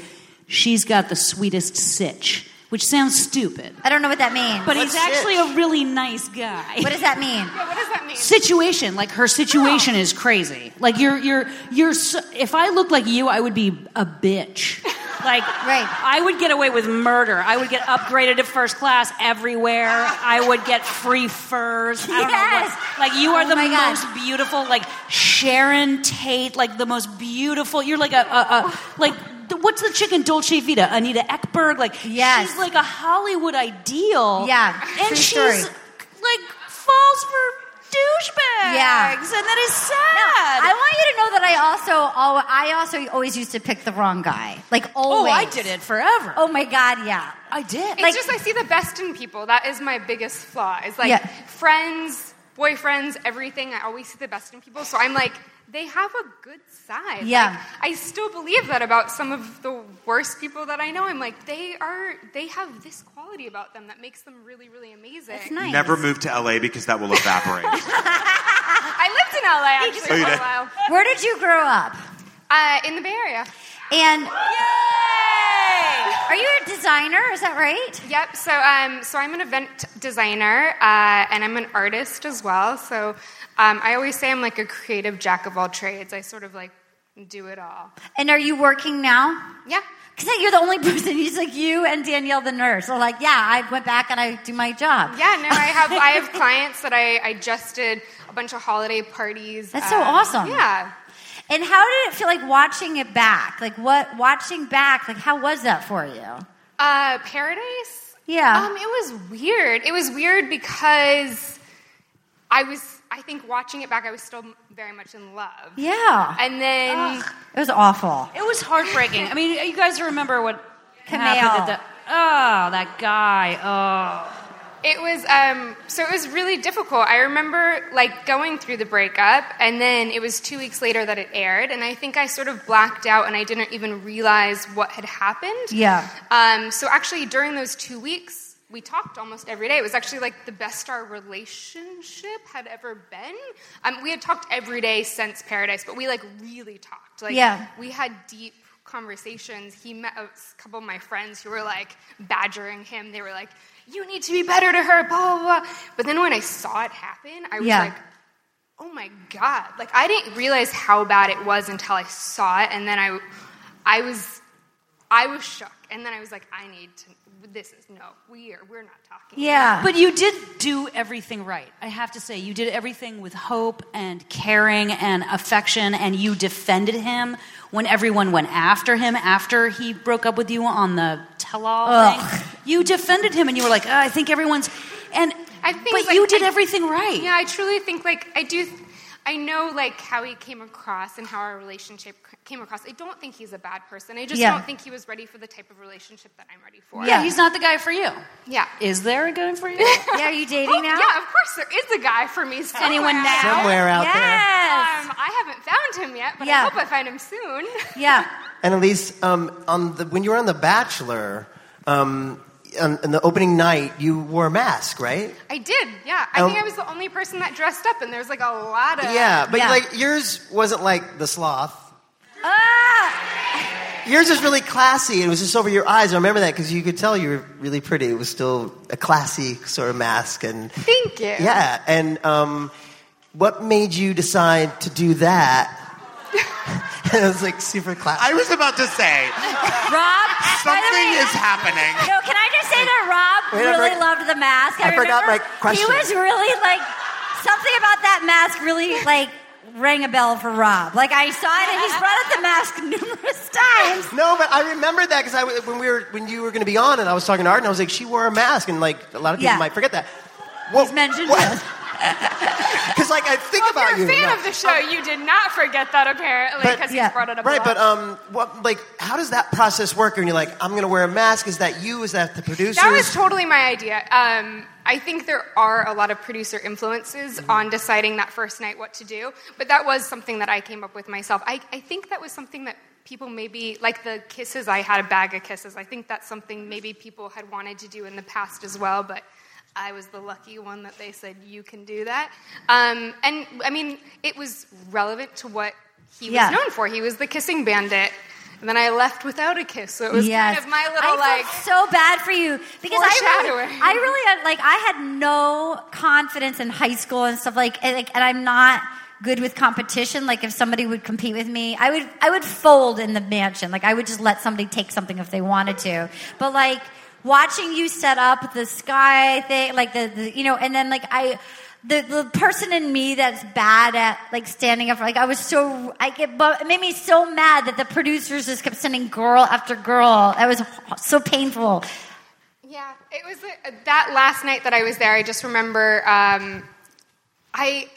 Speaker 3: she's got the sweetest sitch, which sounds stupid.
Speaker 2: I don't know what that means.
Speaker 3: But he's actually a really nice guy.
Speaker 2: What does that mean?
Speaker 17: what does that mean? Oh.
Speaker 3: situation like her situation is crazy like you're you're you're so, if i looked like you i would be a bitch like
Speaker 2: right
Speaker 3: i would get away with murder i would get upgraded to first class everywhere i would get free furs I don't know
Speaker 2: Yes.
Speaker 3: what, like you are
Speaker 2: Oh
Speaker 3: the
Speaker 2: my God.
Speaker 3: most beautiful like sharon tate like the most beautiful you're like a, a, a like the- What's the chick in Dolce Vita? Anita Ekberg, like she's like a Hollywood ideal.
Speaker 2: Yeah,
Speaker 3: and
Speaker 2: true
Speaker 3: she's
Speaker 2: story.
Speaker 3: like falls for douchebags.
Speaker 2: Yeah.
Speaker 3: and that is sad.
Speaker 2: I want you to know that I also al- I also always used to pick the wrong guy. Like always.
Speaker 3: I did it forever.
Speaker 2: Oh my god, yeah.
Speaker 3: I did.
Speaker 17: It's just I see the best in people. That is my biggest flaw. Is like
Speaker 2: Yeah.
Speaker 17: friends, boyfriends, everything. I always see the best in people. So I'm like, they have a good side.
Speaker 2: Yeah.
Speaker 17: Like, I still believe that about some of the worst people that I know. I'm like, they are. They have this quality about them that makes them really, really amazing. It's nice.
Speaker 7: Never move to LA because that will evaporate.
Speaker 17: I lived in LA actually
Speaker 7: Oh, you
Speaker 17: for a
Speaker 7: did?
Speaker 17: while.
Speaker 2: Where did you grow up?
Speaker 17: Uh, in the Bay Area.
Speaker 2: And Are you a designer? Is that right?
Speaker 17: Yep. So, um, so I'm an event designer, uh, and I'm an artist as well. So, um, I always say I'm like a creative jack of all trades. I sort of like do it all.
Speaker 2: And are you working now?
Speaker 17: Yeah.
Speaker 2: Because you're the only person. He's like you and Danielle, the nurse. Are like, yeah, I went back and I do my job.
Speaker 17: Yeah. No, I have I have clients that I, I just did a bunch of holiday parties.
Speaker 2: That's so
Speaker 17: um,
Speaker 2: awesome.
Speaker 17: Yeah.
Speaker 2: And how did it feel like watching it back? Like what watching back? Like how was that for you?
Speaker 17: Uh, Paradise.
Speaker 2: Yeah.
Speaker 17: Um, it was weird. It was weird because I was. I think watching it back, I was still very much in love.
Speaker 2: Yeah.
Speaker 17: And then.
Speaker 2: It was awful.
Speaker 3: It was heartbreaking. I mean, you guys remember what
Speaker 2: Camille.
Speaker 3: happened at the oh that guy oh
Speaker 17: It was um, so it was really difficult. I remember like going through the breakup, and then it was two weeks later that it aired, and I think I sort of blacked out and I didn't even realize what had happened.
Speaker 2: Yeah.
Speaker 17: Um, so actually, during those two weeks, we talked almost every day. It was actually like the best our relationship had ever been. Um, we had talked every day since Paradise, but we like really talked. Like,
Speaker 2: Yeah.
Speaker 17: we had deep conversations. He met a couple of my friends who were like badgering him. They were like, "You need to be better to her," blah blah blah. But then when I saw it happen, I was
Speaker 2: Yeah.
Speaker 17: like. Oh my god! Like I didn't realize how bad it was until I saw it, and then I, I was I was shook, and then I was like, I need to. This is no, we are we're not talking.
Speaker 3: But you did do everything right. I have to say, you did everything with hope and caring and affection, and you defended him when everyone went after him after he broke up with you on the tell all
Speaker 17: Ugh.
Speaker 3: thing. You defended him, and you were like, oh, I think everyone's. And
Speaker 17: I think,
Speaker 3: but
Speaker 17: like,
Speaker 3: you did
Speaker 17: I-
Speaker 3: everything right.
Speaker 17: Yeah, I truly think like I do. th- I know like how he came across and how our relationship c- came across. I don't think he's a bad person. I just
Speaker 3: Yeah.
Speaker 17: don't think he was ready for the type of relationship that I'm ready for.
Speaker 3: Yeah, he's not the guy for you.
Speaker 17: Yeah.
Speaker 3: Is there a guy for you?
Speaker 2: yeah, are you dating
Speaker 17: now? Oh, Yeah, of course there is a guy for me. Somewhere.
Speaker 3: Anyone now?
Speaker 5: Somewhere out there.
Speaker 2: Yes.
Speaker 17: Um, I haven't found him yet, but I
Speaker 2: Yeah.
Speaker 17: hope I find him soon.
Speaker 2: Yeah.
Speaker 5: And Elise, um, on the, when you were on The Bachelor, um, on, on the opening night, you wore a mask, right?
Speaker 17: I did, yeah. I
Speaker 5: Oh.
Speaker 17: think I was the only person that dressed up, and there was like a lot of
Speaker 5: yeah, but like yours wasn't like the sloth.
Speaker 2: Ah!
Speaker 5: Yours was really classy. It was just over your eyes. I remember that because you could tell you were really pretty. It was still a classy sort of mask, and
Speaker 17: Thank you.
Speaker 5: yeah. And um, what made you decide to do that? it was like super classy.
Speaker 7: I was about to say
Speaker 2: Rob,
Speaker 7: something is happening.
Speaker 2: No, can I just say that Rob
Speaker 7: Wait, I
Speaker 2: really
Speaker 7: forg-
Speaker 2: loved the mask?
Speaker 7: I forgot
Speaker 2: remember
Speaker 7: my
Speaker 2: He
Speaker 7: question.
Speaker 2: was really like something about that mask really like rang a bell for Rob. Like I saw it, and he's brought up the mask numerous times.
Speaker 5: No, but I remember that because I w- when we were when you were going to be on, and I was talking to Art, and I was like, she wore a mask, and like a lot of people
Speaker 2: Yeah.
Speaker 5: might forget that.
Speaker 2: was mentioned.
Speaker 5: Because like I think
Speaker 17: well,
Speaker 5: about
Speaker 17: if you're a
Speaker 5: you,
Speaker 17: fan
Speaker 5: no.
Speaker 17: of the show, you did not forget that apparently
Speaker 5: But-
Speaker 17: because he's brought it up. a
Speaker 5: right,
Speaker 17: lot.
Speaker 5: but um, what like how does that process work? And you're like, I'm gonna wear a mask. Is that you? Is that the producer?
Speaker 17: That was totally my idea. Um, I think there are a lot of producer influences
Speaker 2: Mm-hmm.
Speaker 17: on deciding that first night what to do, but that was something that I came up with myself. I, I think that was something that people maybe, like the kisses, I had a bag of kisses. I think that's something maybe people had wanted to do in the past as well, but I was the lucky one that they said, you can do that. Um, and I mean, it was relevant to what he was
Speaker 2: Yeah.
Speaker 17: known for. He was the kissing bandit. And then I left without a kiss, so it was
Speaker 2: Yes.
Speaker 17: kind of my little
Speaker 2: I
Speaker 17: like.
Speaker 2: felt so bad for you because I really,
Speaker 17: foreshadowing.
Speaker 2: I really uh, like I had no confidence in high school and stuff like and, like and I'm not good with competition like if somebody would compete with me I would I would fold in the mansion like I would just let somebody take something if they wanted to but like watching you set up the sky thing like the, the you know and then like I the, the person in me that's bad at like standing up for like I was so I get bu- it made me so mad that the producers just kept sending girl after girl. That was h- so painful.
Speaker 17: Yeah, it was uh that last night that I was there. I just remember um, I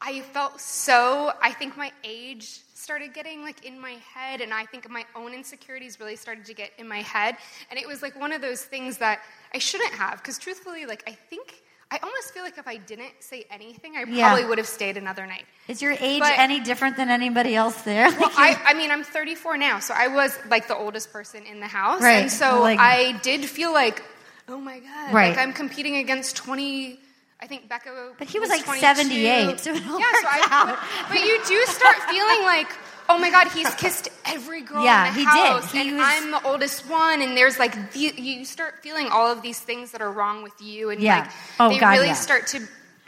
Speaker 17: I felt so. I think my age started getting like in my head, and I think my own insecurities really started to get in my head. And it was like one of those things that I shouldn't have, because truthfully, like I think I almost feel like if I didn't say anything, I
Speaker 2: Yeah.
Speaker 17: probably would have stayed another night.
Speaker 2: Is your age
Speaker 17: But-
Speaker 2: any different than anybody else there?
Speaker 17: Well, I, I mean, I'm 34 now, so I was like the oldest person in the house,
Speaker 2: Right,
Speaker 17: and so
Speaker 2: like-
Speaker 17: I did feel like, oh my god,
Speaker 2: Right.
Speaker 17: like I'm competing against 20. I think Becca.
Speaker 2: But he was, like,
Speaker 17: 22.
Speaker 2: 78, so it all
Speaker 17: yeah, so
Speaker 2: worked
Speaker 17: I. But, but you do start feeling like. Oh my God! He's kissed every girl
Speaker 2: Yeah,
Speaker 17: in the
Speaker 2: he did.
Speaker 17: house,
Speaker 2: He
Speaker 17: and
Speaker 2: was-
Speaker 17: I'm the oldest one. And there's like the, you start feeling all of these things that are wrong with you, and
Speaker 2: Yeah.
Speaker 17: like
Speaker 2: Oh,
Speaker 17: they
Speaker 2: God,
Speaker 17: really
Speaker 2: yeah.
Speaker 17: start to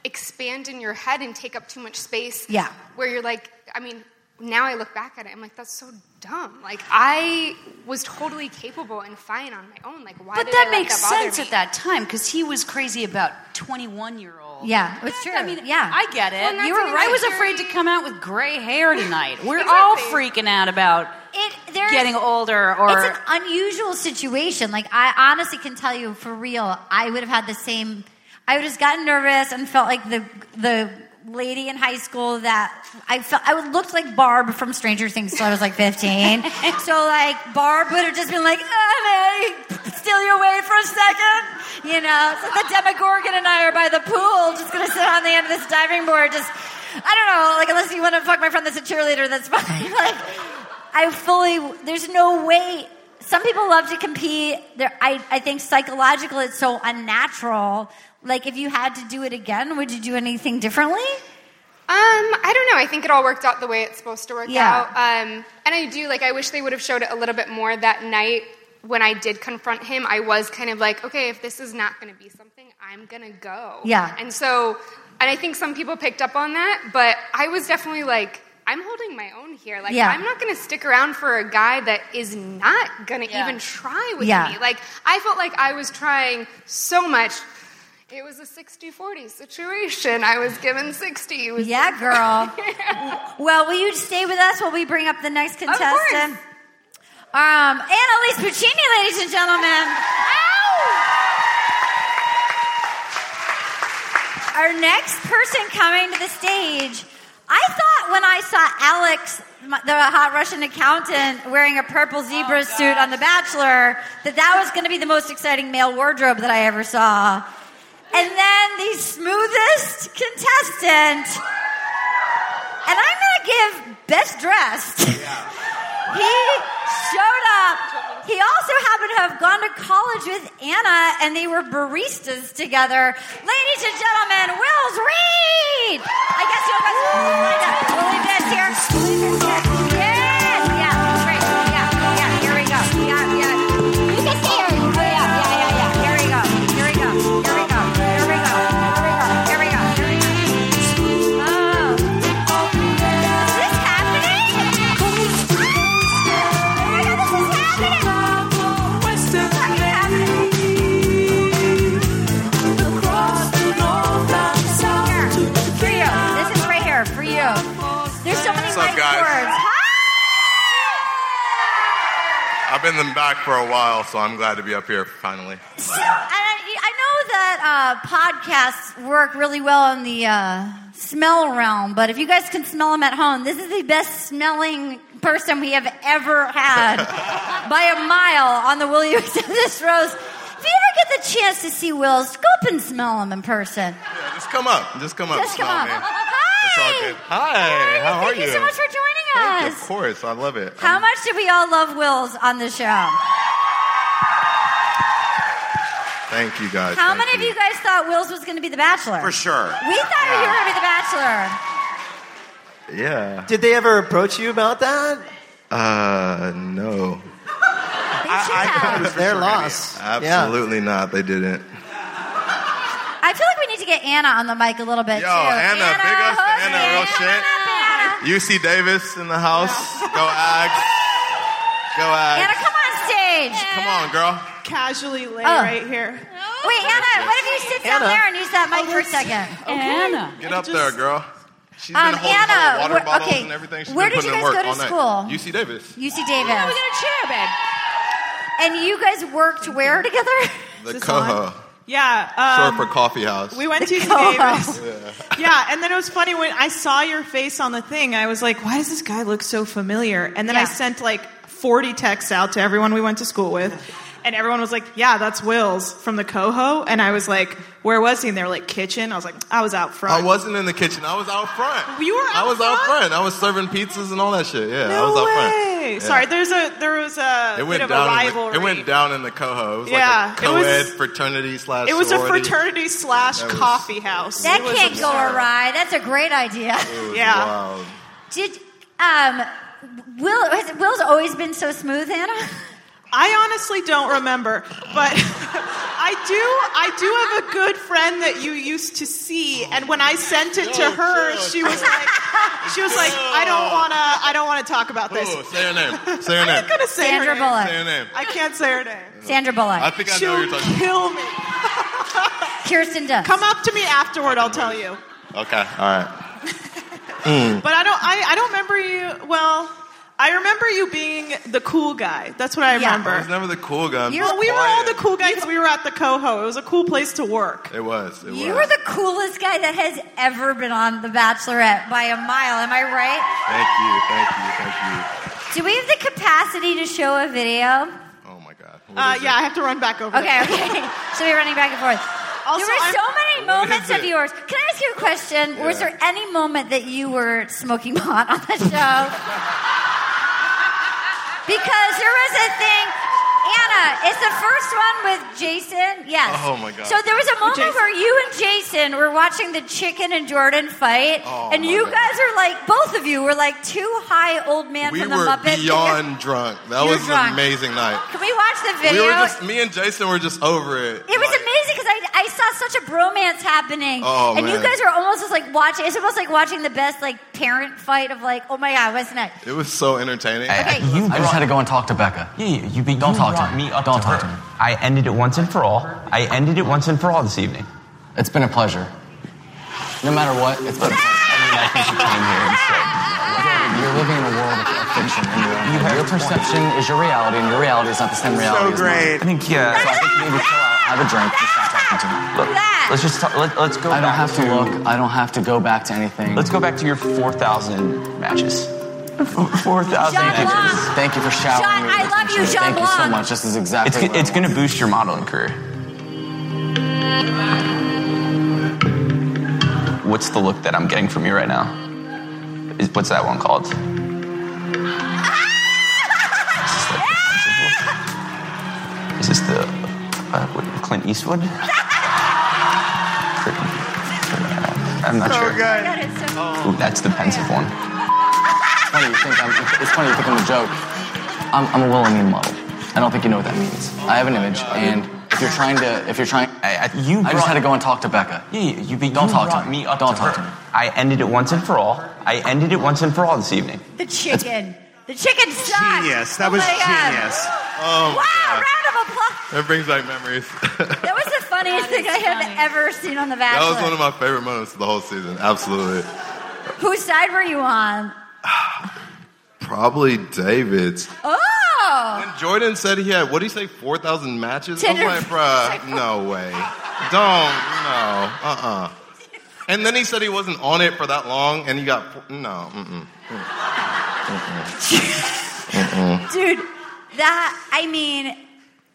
Speaker 17: expand in your head and take up too much space
Speaker 2: Yeah.
Speaker 17: where you're like, I mean, now I look back at it, I'm like, that's so dumb. Like, I was totally capable and fine on my own. Like, why
Speaker 3: But
Speaker 17: did
Speaker 3: that
Speaker 17: I let
Speaker 3: makes
Speaker 17: that bother
Speaker 3: sense
Speaker 17: me?
Speaker 3: at that time because he was crazy about 21 year olds.
Speaker 2: Yeah, it's true.
Speaker 3: I mean,
Speaker 2: yeah.
Speaker 3: I get it.
Speaker 2: Well, and that's
Speaker 3: you were
Speaker 2: an
Speaker 3: right. I was
Speaker 2: insecurity.
Speaker 3: afraid to come out with gray hair tonight. We're all freaking out about
Speaker 2: It, there's-
Speaker 3: getting older or
Speaker 2: it's an unusual situation. Like I honestly can tell you for real, I would have had the same. I would have just gotten nervous and felt like the the lady in high school that I felt I would looked like Barb from Stranger Things till I was like 15. so like Barb would have just been like, "Honey, steal you away for a second, you know. It's like the Demogorgon and I are by the pool, just gonna sit on the end of this diving board, just I don't know, like unless you want to fuck my friend that's a cheerleader, that's fine. like I fully. There's no way. Some people love to compete. There, I, I think psychological. It's so unnatural. Like if you had to do it again, would you do anything differently?
Speaker 17: Um, I don't know. I think it all worked out the way it's supposed to work
Speaker 2: Yeah.
Speaker 17: out. Um, and I do like. I wish they would have showed it a little bit more that night when I did confront him. I was kind of like, okay, if this is not going to be something, I'm going to go.
Speaker 2: Yeah.
Speaker 17: And so, and I think some people picked up on that, but I was definitely like. I'm holding my own here. Like,
Speaker 2: Yeah.
Speaker 17: I'm not going to stick around for a guy that is not going to even try with
Speaker 2: Yeah.
Speaker 17: me. Like, I felt like I was trying so much. It was a 60 40 situation. I was given 60. It was
Speaker 2: Yeah, girl. Well, will you stay with us while we bring up the next
Speaker 17: course.
Speaker 2: contestant? Um, Annalise Puccini, ladies and gentlemen. Our next person coming to the stage. I thought when I saw Alex, my- the hot Russian accountant, wearing a purple zebra suit on The Bachelor, that that was going to be the most exciting male wardrobe that I ever saw. And then the smoothest contestant, and I'm going to give best dressed. He showed up. He also happened to have gone to college with Anna, and they were baristas together. Ladies and gentlemen, Will's Reed. I guess you guys will leave this here. Yes, yeah, great, yeah, yeah. Here we go. Yeah, yeah. You can stay here. Yeah, yeah, yeah, yeah. Here we go. Here we go. Here we go. Here we go. Here we go. Here we go. Here we go. Oh. Is this happening? For you. This is right here for you. There's so many
Speaker 18: What's up,
Speaker 2: nice
Speaker 18: guys?
Speaker 2: words. Hi.
Speaker 18: I've been in the back for a while, so I'm glad to be up here finally.
Speaker 2: So- and I, I know that uh, podcasts work really well in the uh, smell realm, but if you guys can smell them at home, this is the best smelling person we have ever had by a mile on the Williams of this Rose. If you ever get the chance to see Will's, go up and smell him in person.
Speaker 18: Just come up. Just come up.
Speaker 2: Just come
Speaker 18: smile,
Speaker 2: up.
Speaker 18: man. It's all
Speaker 2: Hi!
Speaker 18: good. Hi. How are
Speaker 2: Thank
Speaker 18: you?
Speaker 2: you so much for joining
Speaker 18: Thank you,
Speaker 2: us.
Speaker 18: Of course. I love it.
Speaker 2: How much do we all love Will's on the show?
Speaker 18: Thank you guys.
Speaker 2: How
Speaker 18: Thank
Speaker 2: many of you guys thought Will's was going to be The Bachelor?
Speaker 18: For sure.
Speaker 2: We thought you were
Speaker 18: Yeah.
Speaker 2: going to be The Bachelor.
Speaker 5: Did they ever approach you about that?
Speaker 18: Uh, no.
Speaker 5: It was their loss.
Speaker 18: Absolutely not. They didn't.
Speaker 2: I feel like we need to get Anna on the mic a little bit
Speaker 18: Yo,
Speaker 2: too.
Speaker 18: Anna, big ups to Anna, real shit. UC Davis in the house. Go Ags. Go Ags.
Speaker 2: Anna, come on stage.
Speaker 18: Come on, girl.
Speaker 10: Casually lay
Speaker 2: Oh.
Speaker 10: right here.
Speaker 2: Wait, Anna, what if you sit down
Speaker 10: Anna.
Speaker 2: there and use that mic for a second?
Speaker 10: Anna.
Speaker 18: Get up there, girl. She's been
Speaker 2: Um,
Speaker 18: holding
Speaker 2: Anna,
Speaker 18: her water
Speaker 2: where-
Speaker 18: bottles
Speaker 2: okay,
Speaker 18: and everything. She's
Speaker 2: where
Speaker 18: been
Speaker 2: did you
Speaker 18: putting in
Speaker 2: guys
Speaker 18: work
Speaker 2: go to
Speaker 18: all night.
Speaker 2: school?
Speaker 18: UC Davis.
Speaker 2: UC Davis.
Speaker 18: Yeah, we
Speaker 2: got a chair, babe. And you guys worked where together?
Speaker 18: The Coho.
Speaker 10: Yeah.
Speaker 18: short Uh-huh. for coffee house.
Speaker 10: Um, we went to UC Davis. yeah, and then it was funny when I saw your face on the thing, I was like, why does this guy look so familiar? And then I
Speaker 2: Yeah.
Speaker 10: sent like 40 texts out to everyone we went to school with. And everyone was like, yeah, that's Will's from the coho. And I was like, where was he? And they were like, kitchen. I was like, I was out front.
Speaker 18: I wasn't in the kitchen. I was out front.
Speaker 10: You were
Speaker 18: I was out front. I was serving pizzas and all that shit. Yeah, I
Speaker 10: No
Speaker 18: was out front.
Speaker 10: way.
Speaker 18: Yeah.
Speaker 10: Sorry, there's a there was a
Speaker 18: It
Speaker 10: bit
Speaker 18: went
Speaker 10: of
Speaker 18: down.
Speaker 10: a
Speaker 18: in the-
Speaker 10: rivalry.
Speaker 18: it went down in the coho. It was
Speaker 10: Yeah,
Speaker 18: like a
Speaker 10: it was-
Speaker 18: co-ed fraternity slash.
Speaker 10: It was a
Speaker 18: sorority.
Speaker 10: fraternity slash
Speaker 18: That was-
Speaker 10: coffee house.
Speaker 2: That
Speaker 10: It was
Speaker 2: can't go
Speaker 10: absurd.
Speaker 2: awry. That's a great idea.
Speaker 18: It was wild.
Speaker 2: Did um, Will has, Will's always been so smooth, Anna?
Speaker 10: I honestly don't remember, but I do. I do have a good friend that you used to see, and when I sent it to her, she was like, she was like, I don't wanna, I don't wanna talk about this.
Speaker 18: Ooh, Oh, say her name. Say her
Speaker 10: I'm
Speaker 18: name.
Speaker 10: not gonna say
Speaker 2: Sandra
Speaker 10: her name.
Speaker 2: Bullock.
Speaker 18: Say her name.
Speaker 10: I can't say her name.
Speaker 2: Sandra Bullock.
Speaker 18: I think I know
Speaker 10: She'll
Speaker 18: who you're talking.
Speaker 10: kill me.
Speaker 2: Kirsten Dunst.
Speaker 10: Come up to me afterward. I'll tell you.
Speaker 18: Okay. All right. Mm.
Speaker 10: But I don't. I, I don't remember you. Well, I remember you being the cool guy. That's what I
Speaker 18: I
Speaker 10: remember.
Speaker 18: was never the cool guy. I'm
Speaker 10: You
Speaker 18: just
Speaker 10: we were all
Speaker 18: quiet.
Speaker 10: the cool guys. We were at the coho. It was a cool place to work.
Speaker 18: It was. It
Speaker 2: You
Speaker 18: was.
Speaker 2: are the coolest guy that has ever been on The Bachelorette by a mile. Am I right?
Speaker 18: Thank you. Thank you. Thank you.
Speaker 2: Do we have the capacity to show a video?
Speaker 18: Oh my God. What
Speaker 10: Uh,
Speaker 18: is
Speaker 10: yeah, I
Speaker 18: it?
Speaker 10: have to run back over.
Speaker 2: Okay,
Speaker 10: there.
Speaker 2: okay. so we're running back and forth.
Speaker 10: Also,
Speaker 2: there were
Speaker 10: I'm-
Speaker 2: so many
Speaker 10: What is
Speaker 2: moments of
Speaker 10: it?
Speaker 2: yours. Can I ask you a question? Was
Speaker 18: Yeah.
Speaker 2: there any moment that you were smoking pot on the show? because there was a thing. Anna, it's the first one with Jason. Yes.
Speaker 18: Oh, my God.
Speaker 2: So there was a
Speaker 18: With
Speaker 2: moment
Speaker 18: Jason.
Speaker 2: where you and Jason were watching the chicken and Jordan fight,
Speaker 18: Oh,
Speaker 2: and
Speaker 18: my
Speaker 2: you
Speaker 18: God.
Speaker 2: guys are like, both of you were like two high old man
Speaker 18: We
Speaker 2: from the
Speaker 18: were
Speaker 2: Muppet.
Speaker 18: beyond drunk. That
Speaker 2: You were
Speaker 18: was
Speaker 2: drunk.
Speaker 18: an amazing night.
Speaker 2: Can we watch the video?
Speaker 18: We were just me and Jason were just over it.
Speaker 2: It was amazing because I, I saw such a bromance happening,
Speaker 18: Oh,
Speaker 2: and you
Speaker 18: man.
Speaker 2: guys were almost just like watching. It's almost like watching the best like parent fight of like, oh my god, what's next?
Speaker 18: It was so entertaining.
Speaker 2: Okay.
Speaker 19: I just had to go and talk to Becca. Yeah, you, you, don't talk to me. Don't talk to me. I ended it once and for all. I ended it once and for all this evening. It's been a pleasure. No matter what, it's been. a pleasure. I mean, I think you came here. and said, You're living in a world of fiction. and your own- your perception is your reality, and your reality is not the same
Speaker 13: So
Speaker 19: reality. as mine.
Speaker 13: great.
Speaker 19: I think yeah. So I think you need to chill out, have a drink, and stop talking to me. Look,
Speaker 13: Let's just talk, let, let's go.
Speaker 19: I don't have to look. I don't have to go back to anything. Let's go back to your 4,000 matches. 4,000
Speaker 13: John
Speaker 19: matches.
Speaker 13: Locke.
Speaker 19: Thank you for showering
Speaker 13: John,
Speaker 19: me with
Speaker 13: I love
Speaker 19: attention.
Speaker 13: you, John
Speaker 19: Thank you so
Speaker 13: Locke.
Speaker 19: much. This is exactly It's, it's going to boost your modeling career. What's the look that I'm getting from you right now? Is, what's that one called? Is this the uh, what, Clint Eastwood? I'm not
Speaker 13: so
Speaker 19: sure. Oh.
Speaker 13: Good.
Speaker 19: Ooh, that's the pensive one. It's funny you think I'm, it's funny you think I'm a joke. I'm, I'm a well-meaning model. I don't think you know what that means. I have an image, and if you're trying to, if you're trying, I, I, you I just had to go and talk to Becca. Yeah, you, don't
Speaker 13: you
Speaker 19: talk
Speaker 13: brought
Speaker 19: to me. don't talk to me. I ended it once and for all. I ended it once and for all this evening.
Speaker 2: The chicken, the chicken sucks.
Speaker 19: Genius.
Speaker 2: That Oh was my God. genius.
Speaker 18: Oh,
Speaker 2: wow! Round of applause.
Speaker 18: That brings back memories.
Speaker 2: That was the funniest thing I have ever seen on The
Speaker 18: that
Speaker 2: Bachelor.
Speaker 18: was one of my favorite moments of the whole season. Absolutely.
Speaker 2: Whose side were you on?
Speaker 18: Probably David's.
Speaker 2: Oh,
Speaker 18: Jordan said he had, what did he say, 4,000 matches?
Speaker 2: Tinder-
Speaker 18: I'm like, bruh, no way. don't. No. Uh uh And then he said he wasn't on it for that long, and he got. No. Mm-mm. Mm-mm.
Speaker 2: Dude, that, I mean,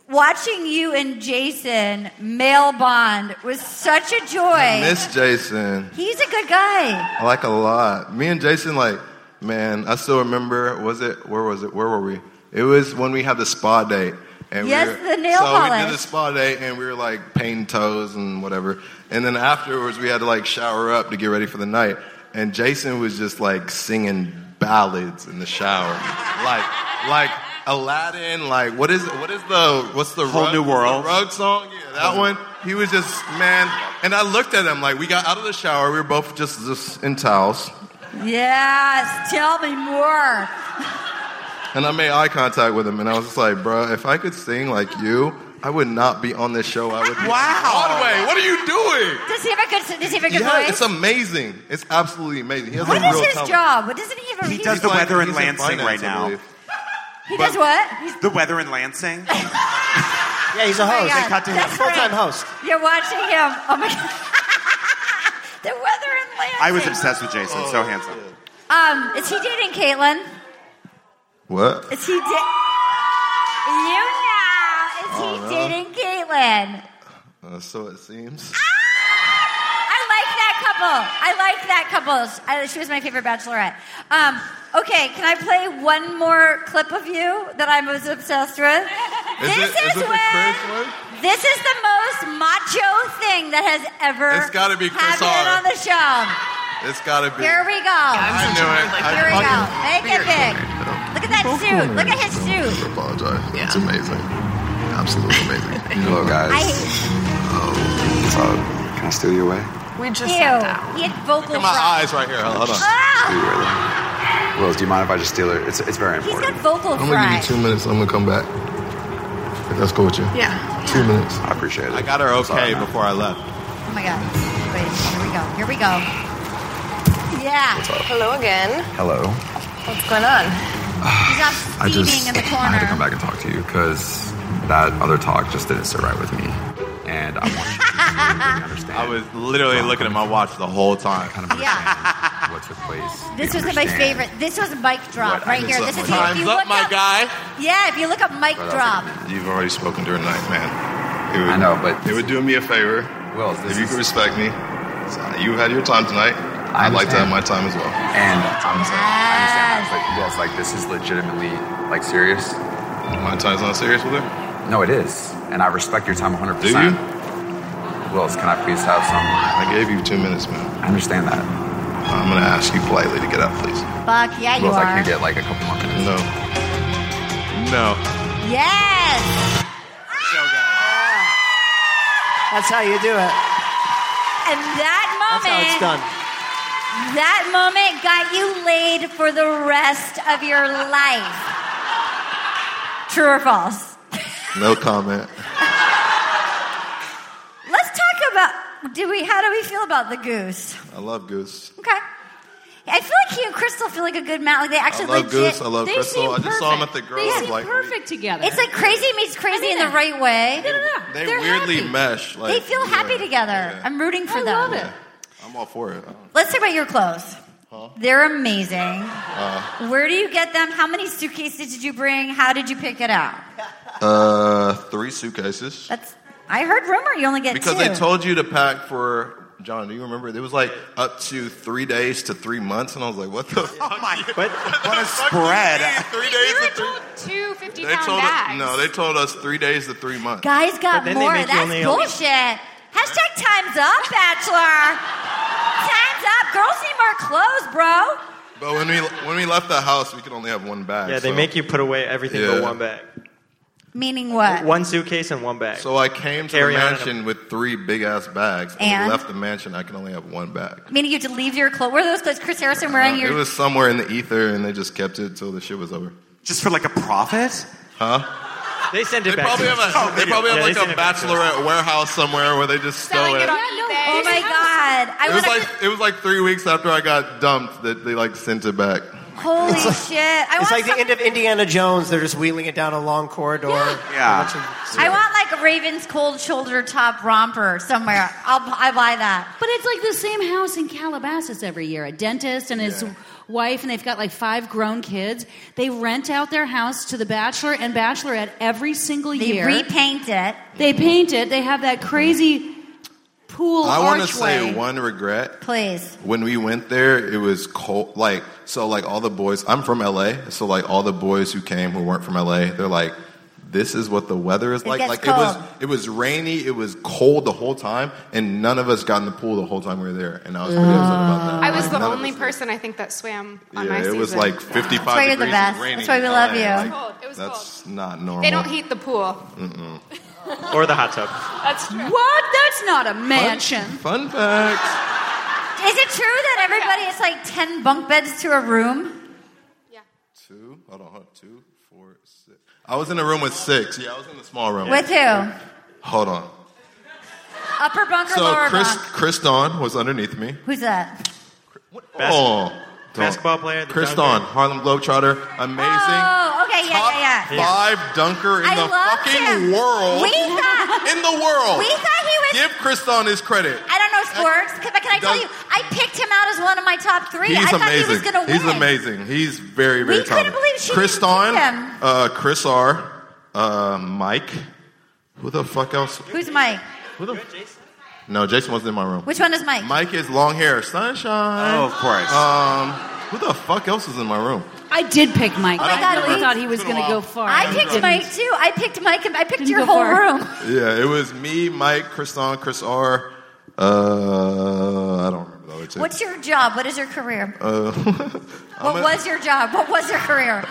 Speaker 2: watching you and Jason male bond was such a joy.
Speaker 18: Miss Jason.
Speaker 2: He's a good guy.
Speaker 18: I like a lot. Me and Jason, like, man, I still remember. Was it where was it? Where were we? It was when we had the spa date. And
Speaker 2: Yes,
Speaker 18: we were,
Speaker 2: the nail
Speaker 18: So we
Speaker 2: polish.
Speaker 18: did the spa date, and we were like painting toes and whatever. And then afterwards, we had to like shower up to get ready for the night. And Jason was just like singing ballads in the shower, like like Aladdin. Like what is what is the what's the
Speaker 20: Whole
Speaker 18: rug-
Speaker 20: New World.
Speaker 18: the rug song? Yeah, that one. He was just man. And I looked at him like we got out of the shower. We were both just just in towels.
Speaker 2: Yes, tell me more.
Speaker 18: And I made eye contact with him, and I was just like, bro, if I could sing like you, I would not be on this show. I would be on Broadway. What are you doing?
Speaker 2: Does he have a good, does he have a good
Speaker 18: Yeah,
Speaker 2: voice?
Speaker 18: it's amazing. It's absolutely amazing. He has
Speaker 2: What
Speaker 18: a
Speaker 2: is
Speaker 18: real
Speaker 2: his
Speaker 18: talent.
Speaker 2: job? What doesn't he have a
Speaker 7: He
Speaker 2: he's
Speaker 7: does the
Speaker 2: like-
Speaker 7: weather in
Speaker 18: he's in
Speaker 7: Lansing
Speaker 18: finance,
Speaker 7: right
Speaker 18: I
Speaker 7: now.
Speaker 18: believe.
Speaker 2: He does what? He's-
Speaker 7: The weather in Lansing.
Speaker 5: Yeah, he's a
Speaker 2: Oh my
Speaker 5: host.
Speaker 2: God, that's
Speaker 5: Full time
Speaker 2: right.
Speaker 5: host.
Speaker 2: You're watching him. Oh my God. the weather in Lansing.
Speaker 7: I was obsessed with Jason. so handsome.
Speaker 2: Um, is he dating Caitlin?
Speaker 18: What?
Speaker 2: Is he da- You now. Is
Speaker 18: Oh,
Speaker 2: he
Speaker 18: no.
Speaker 2: dating Caitlin?
Speaker 18: Uh, so it seems.
Speaker 2: I like that couple. I like that couple. I, she was my favorite bachelorette. Um, okay, can I play one more clip of you that I was obsessed with?
Speaker 18: Is
Speaker 2: this
Speaker 18: it-
Speaker 2: is,
Speaker 18: is it the
Speaker 2: when
Speaker 18: Chris one?
Speaker 2: this is the most macho thing that has ever
Speaker 18: It's gotta be Chris
Speaker 2: happened
Speaker 18: R.
Speaker 2: on the show.
Speaker 18: It's gotta be.
Speaker 2: Here we go.
Speaker 18: I knew it. I
Speaker 2: Here we go.
Speaker 18: fucking
Speaker 2: Make it big. Look at that suit. Look at his suit.
Speaker 18: apologize.
Speaker 2: Yeah.
Speaker 18: It's amazing. Absolutely amazing. Hello, guys. Uh,
Speaker 2: I hate
Speaker 18: can I steal your way?
Speaker 2: We just Ew. He had vocal fry. Ah,
Speaker 18: eyes right here. Hold on.
Speaker 21: Wills, do you mind if I just steal it? It's, it's very
Speaker 2: He's got vocal
Speaker 18: I'm gonna give
Speaker 2: fry.
Speaker 18: you two minutes. I'm gonna come back. If that's cool with you.
Speaker 2: Yeah.
Speaker 18: Two minutes. I appreciate it. I got her okay before I left.
Speaker 2: Oh my god. Wait, here we go. Here we go. Yeah.
Speaker 22: Hello again.
Speaker 21: Hello.
Speaker 22: What's going on?
Speaker 2: He's off
Speaker 21: I
Speaker 2: feeding
Speaker 21: just
Speaker 2: in the
Speaker 21: I had
Speaker 2: corner.
Speaker 21: to come back and talk to you because that other talk just didn't sit right with me, and I want you to understand. I was
Speaker 18: literally looking at my watch the whole time.
Speaker 21: Kind of
Speaker 2: yeah.
Speaker 21: what took place.
Speaker 2: This
Speaker 21: You
Speaker 2: was my
Speaker 21: understand.
Speaker 2: favorite. This was mic drop
Speaker 21: What
Speaker 2: right
Speaker 21: happens
Speaker 2: here.
Speaker 21: up
Speaker 2: This
Speaker 21: my
Speaker 2: is
Speaker 21: guy?
Speaker 2: if
Speaker 21: Time's
Speaker 2: you
Speaker 21: up,
Speaker 2: look
Speaker 21: my
Speaker 2: up,
Speaker 21: guy.
Speaker 2: Yeah, if you look up mic
Speaker 21: Right off
Speaker 2: drop.
Speaker 18: You've already spoken during the night, man. It would, I know, but it would do me a favor. Well, if you could respect me, you had your time tonight. I would like to have my time as well.
Speaker 21: And I'm sorry. I understand. that, But Wills, like this is legitimately like serious.
Speaker 18: My time's not serious with her.
Speaker 21: No, it is, and I respect your time 100.
Speaker 18: Do
Speaker 21: percent
Speaker 18: you?
Speaker 21: Wills, can I please have some? I
Speaker 18: gave you two minutes, man.
Speaker 21: I understand that.
Speaker 18: I'm gonna ask you politely to get up, please.
Speaker 2: Fuck yeah, you
Speaker 21: Wills, I
Speaker 2: are.
Speaker 21: can get like a couple more minutes.
Speaker 18: No. No.
Speaker 2: Yes.
Speaker 5: That's how you do it.
Speaker 2: And that
Speaker 5: That's how it's
Speaker 2: moment,
Speaker 5: done.
Speaker 2: that moment got you laid for the rest of your life. True or false?
Speaker 18: No comment.
Speaker 2: Let's talk about. Do we? How do we feel about the goose?
Speaker 18: I love Goose.
Speaker 2: Okay. I feel like he and Crystal feel like a good match. Like they actually
Speaker 18: I love
Speaker 2: legit.
Speaker 18: Goose. I love
Speaker 2: they
Speaker 18: Crystal.
Speaker 2: seem
Speaker 18: I just saw him at
Speaker 2: perfect.
Speaker 18: the girls. like
Speaker 2: perfect together. It's like crazy meets crazy in the right way. No, no, no.
Speaker 18: they
Speaker 2: They're
Speaker 18: weirdly
Speaker 2: happy.
Speaker 18: mesh. Like
Speaker 2: they feel
Speaker 18: yeah.
Speaker 2: happy together. I'm rooting for them.
Speaker 18: I'm all for it.
Speaker 2: Let's talk about your clothes. They're amazing.
Speaker 18: Uh,
Speaker 2: Where do you get them? How many suitcases did you bring? How did you pick it out?
Speaker 18: uh, three suitcases.
Speaker 2: That's I heard rumor you only get
Speaker 18: Because
Speaker 2: two.
Speaker 18: they told you to pack for John. Do you remember? It was like up to three days to three months, and I was like, "What the? fuck?
Speaker 7: Oh my!
Speaker 18: What,
Speaker 7: a spread.
Speaker 18: Three days to three.
Speaker 17: Two fifty
Speaker 18: They
Speaker 17: pound
Speaker 18: told us
Speaker 17: bags.
Speaker 18: no. They told us three days to three months.
Speaker 2: Guys got
Speaker 18: But then they
Speaker 2: more.
Speaker 18: make you
Speaker 2: That's
Speaker 18: only-
Speaker 2: bullshit. Hashtag time's up, Bachelor. time's up. Girls need more clothes, bro.
Speaker 18: But when we when we left the house, we could only have one bag.
Speaker 15: Yeah, they
Speaker 18: so-
Speaker 15: make you put away everything
Speaker 18: Yeah.
Speaker 15: but one bag.
Speaker 2: Meaning what?
Speaker 15: One suitcase and one bag.
Speaker 18: So I came to
Speaker 15: Carry
Speaker 18: the
Speaker 15: on and-
Speaker 18: mansion with three big ass bags, and,
Speaker 2: And?
Speaker 18: we left the mansion. I can only have one bag.
Speaker 2: Meaning you have to leave your clothes. Were those clothes Chris Harrison wearing
Speaker 18: It
Speaker 2: your?
Speaker 18: was somewhere in the ether, and they just kept it till the shit was over.
Speaker 7: Just for like a profit?
Speaker 18: Huh?
Speaker 15: They send it
Speaker 18: They
Speaker 15: back.
Speaker 18: probably
Speaker 15: to
Speaker 18: have
Speaker 15: us.
Speaker 18: a, they probably have
Speaker 15: Yeah,
Speaker 18: like
Speaker 15: send
Speaker 18: a
Speaker 15: it back to us.
Speaker 18: bachelorette warehouse somewhere where they just stow it.
Speaker 2: oh my god! I
Speaker 18: it was
Speaker 2: want
Speaker 18: like it was like three weeks after I got dumped that they like sent it back.
Speaker 2: Holy shit! I
Speaker 5: it's
Speaker 2: want
Speaker 5: like
Speaker 2: some-
Speaker 5: the end of Indiana Jones. They're just wheeling it down a long corridor.
Speaker 7: Yeah.
Speaker 2: I want like a Raven's cold shoulder top romper somewhere. I'll I buy that.
Speaker 23: But it's like the same house in Calabasas every year. A dentist and his wife, and they've got like five grown kids. They rent out their house to the bachelor and bachelorette every single
Speaker 2: They
Speaker 23: year.
Speaker 2: repaint it.
Speaker 23: They paint it. They have that crazy pool
Speaker 18: I
Speaker 23: archway.
Speaker 18: want to say one regret.
Speaker 2: Please.
Speaker 18: When we went there, it was cold. Like, so, like, all the boys, I'm from LA. So, like, all the boys who came who weren't from LA, they're like, this is what the weather is
Speaker 2: It
Speaker 18: like.
Speaker 2: gets
Speaker 18: like, it
Speaker 2: cold.
Speaker 18: was it was rainy, it was cold the whole time, and none of us got in the pool the whole time we were there. And I was pretty upset about that.
Speaker 17: I was
Speaker 18: Like,
Speaker 17: the
Speaker 18: none of
Speaker 17: only
Speaker 18: us-
Speaker 17: person I think that swam on my
Speaker 18: Yeah,
Speaker 17: season.
Speaker 18: it was like 55
Speaker 17: That's why you're the
Speaker 18: degrees
Speaker 17: best.
Speaker 18: and raining.
Speaker 17: That's why we love you.
Speaker 18: Like,
Speaker 17: It was cold. It was
Speaker 18: that's not normal.
Speaker 17: They don't heat the pool.
Speaker 18: Mm-mm.
Speaker 15: Or the hot tub.
Speaker 17: That's true.
Speaker 23: What? That's not a
Speaker 2: mansion.
Speaker 18: Fun fact.
Speaker 2: Is it true that everybody it's like ten bunk beds to a room?
Speaker 18: Two. Hold on. Hold on. Two, four, six. I was in a room with six. Yeah, I was in the small room.
Speaker 2: With who?
Speaker 18: Hold on.
Speaker 2: Upper bunk or
Speaker 18: So
Speaker 2: lower
Speaker 18: Chris,
Speaker 2: bunk?
Speaker 18: Chris Dawn was underneath me.
Speaker 2: Who's that?
Speaker 18: oh, Dawn.
Speaker 15: basketball player, the
Speaker 18: Chris
Speaker 15: dunker.
Speaker 18: Dawn, Harlem Globetrotter, amazing.
Speaker 2: Oh, okay, yeah, yeah, yeah.
Speaker 18: Five dunker in
Speaker 2: I
Speaker 18: the
Speaker 2: loved
Speaker 18: fucking
Speaker 2: him.
Speaker 18: world.
Speaker 2: We thought
Speaker 18: in the world.
Speaker 2: We thought he was.
Speaker 18: Give Chris Dawn his credit.
Speaker 2: I don't know sports, but can I tell
Speaker 18: Does-
Speaker 2: you? I picked him out as one of my top three. I
Speaker 18: He's
Speaker 2: thought
Speaker 18: amazing.
Speaker 2: he was going to win.
Speaker 18: He's amazing. He's very, very
Speaker 2: We couldn't
Speaker 18: talented.
Speaker 2: believe she
Speaker 18: Chris
Speaker 2: didn't
Speaker 18: Dawn,
Speaker 2: beat him.
Speaker 18: uh, Chris R, uh, Mike. Who the fuck else?
Speaker 2: Who's Mike?
Speaker 18: No, Jason wasn't in my room.
Speaker 2: Which one is Mike?
Speaker 18: Mike is long hair, sunshine.
Speaker 7: Oh, of course.
Speaker 18: Um, who the fuck else was in my room?
Speaker 23: I did pick Mike.
Speaker 2: Oh my
Speaker 23: I
Speaker 2: God,
Speaker 23: really
Speaker 2: we-
Speaker 23: thought he was going to go far.
Speaker 2: I picked Mike too. I picked Mike. and I picked your
Speaker 23: go
Speaker 2: whole
Speaker 23: far.
Speaker 2: room.
Speaker 18: Yeah, it was me, Mike, Chris Dawn, Chris R. Uh, I don't remember the other two.
Speaker 2: What's your job? What is your career?
Speaker 18: Uh,
Speaker 2: What
Speaker 18: I'm a-
Speaker 2: was your job? What was your career?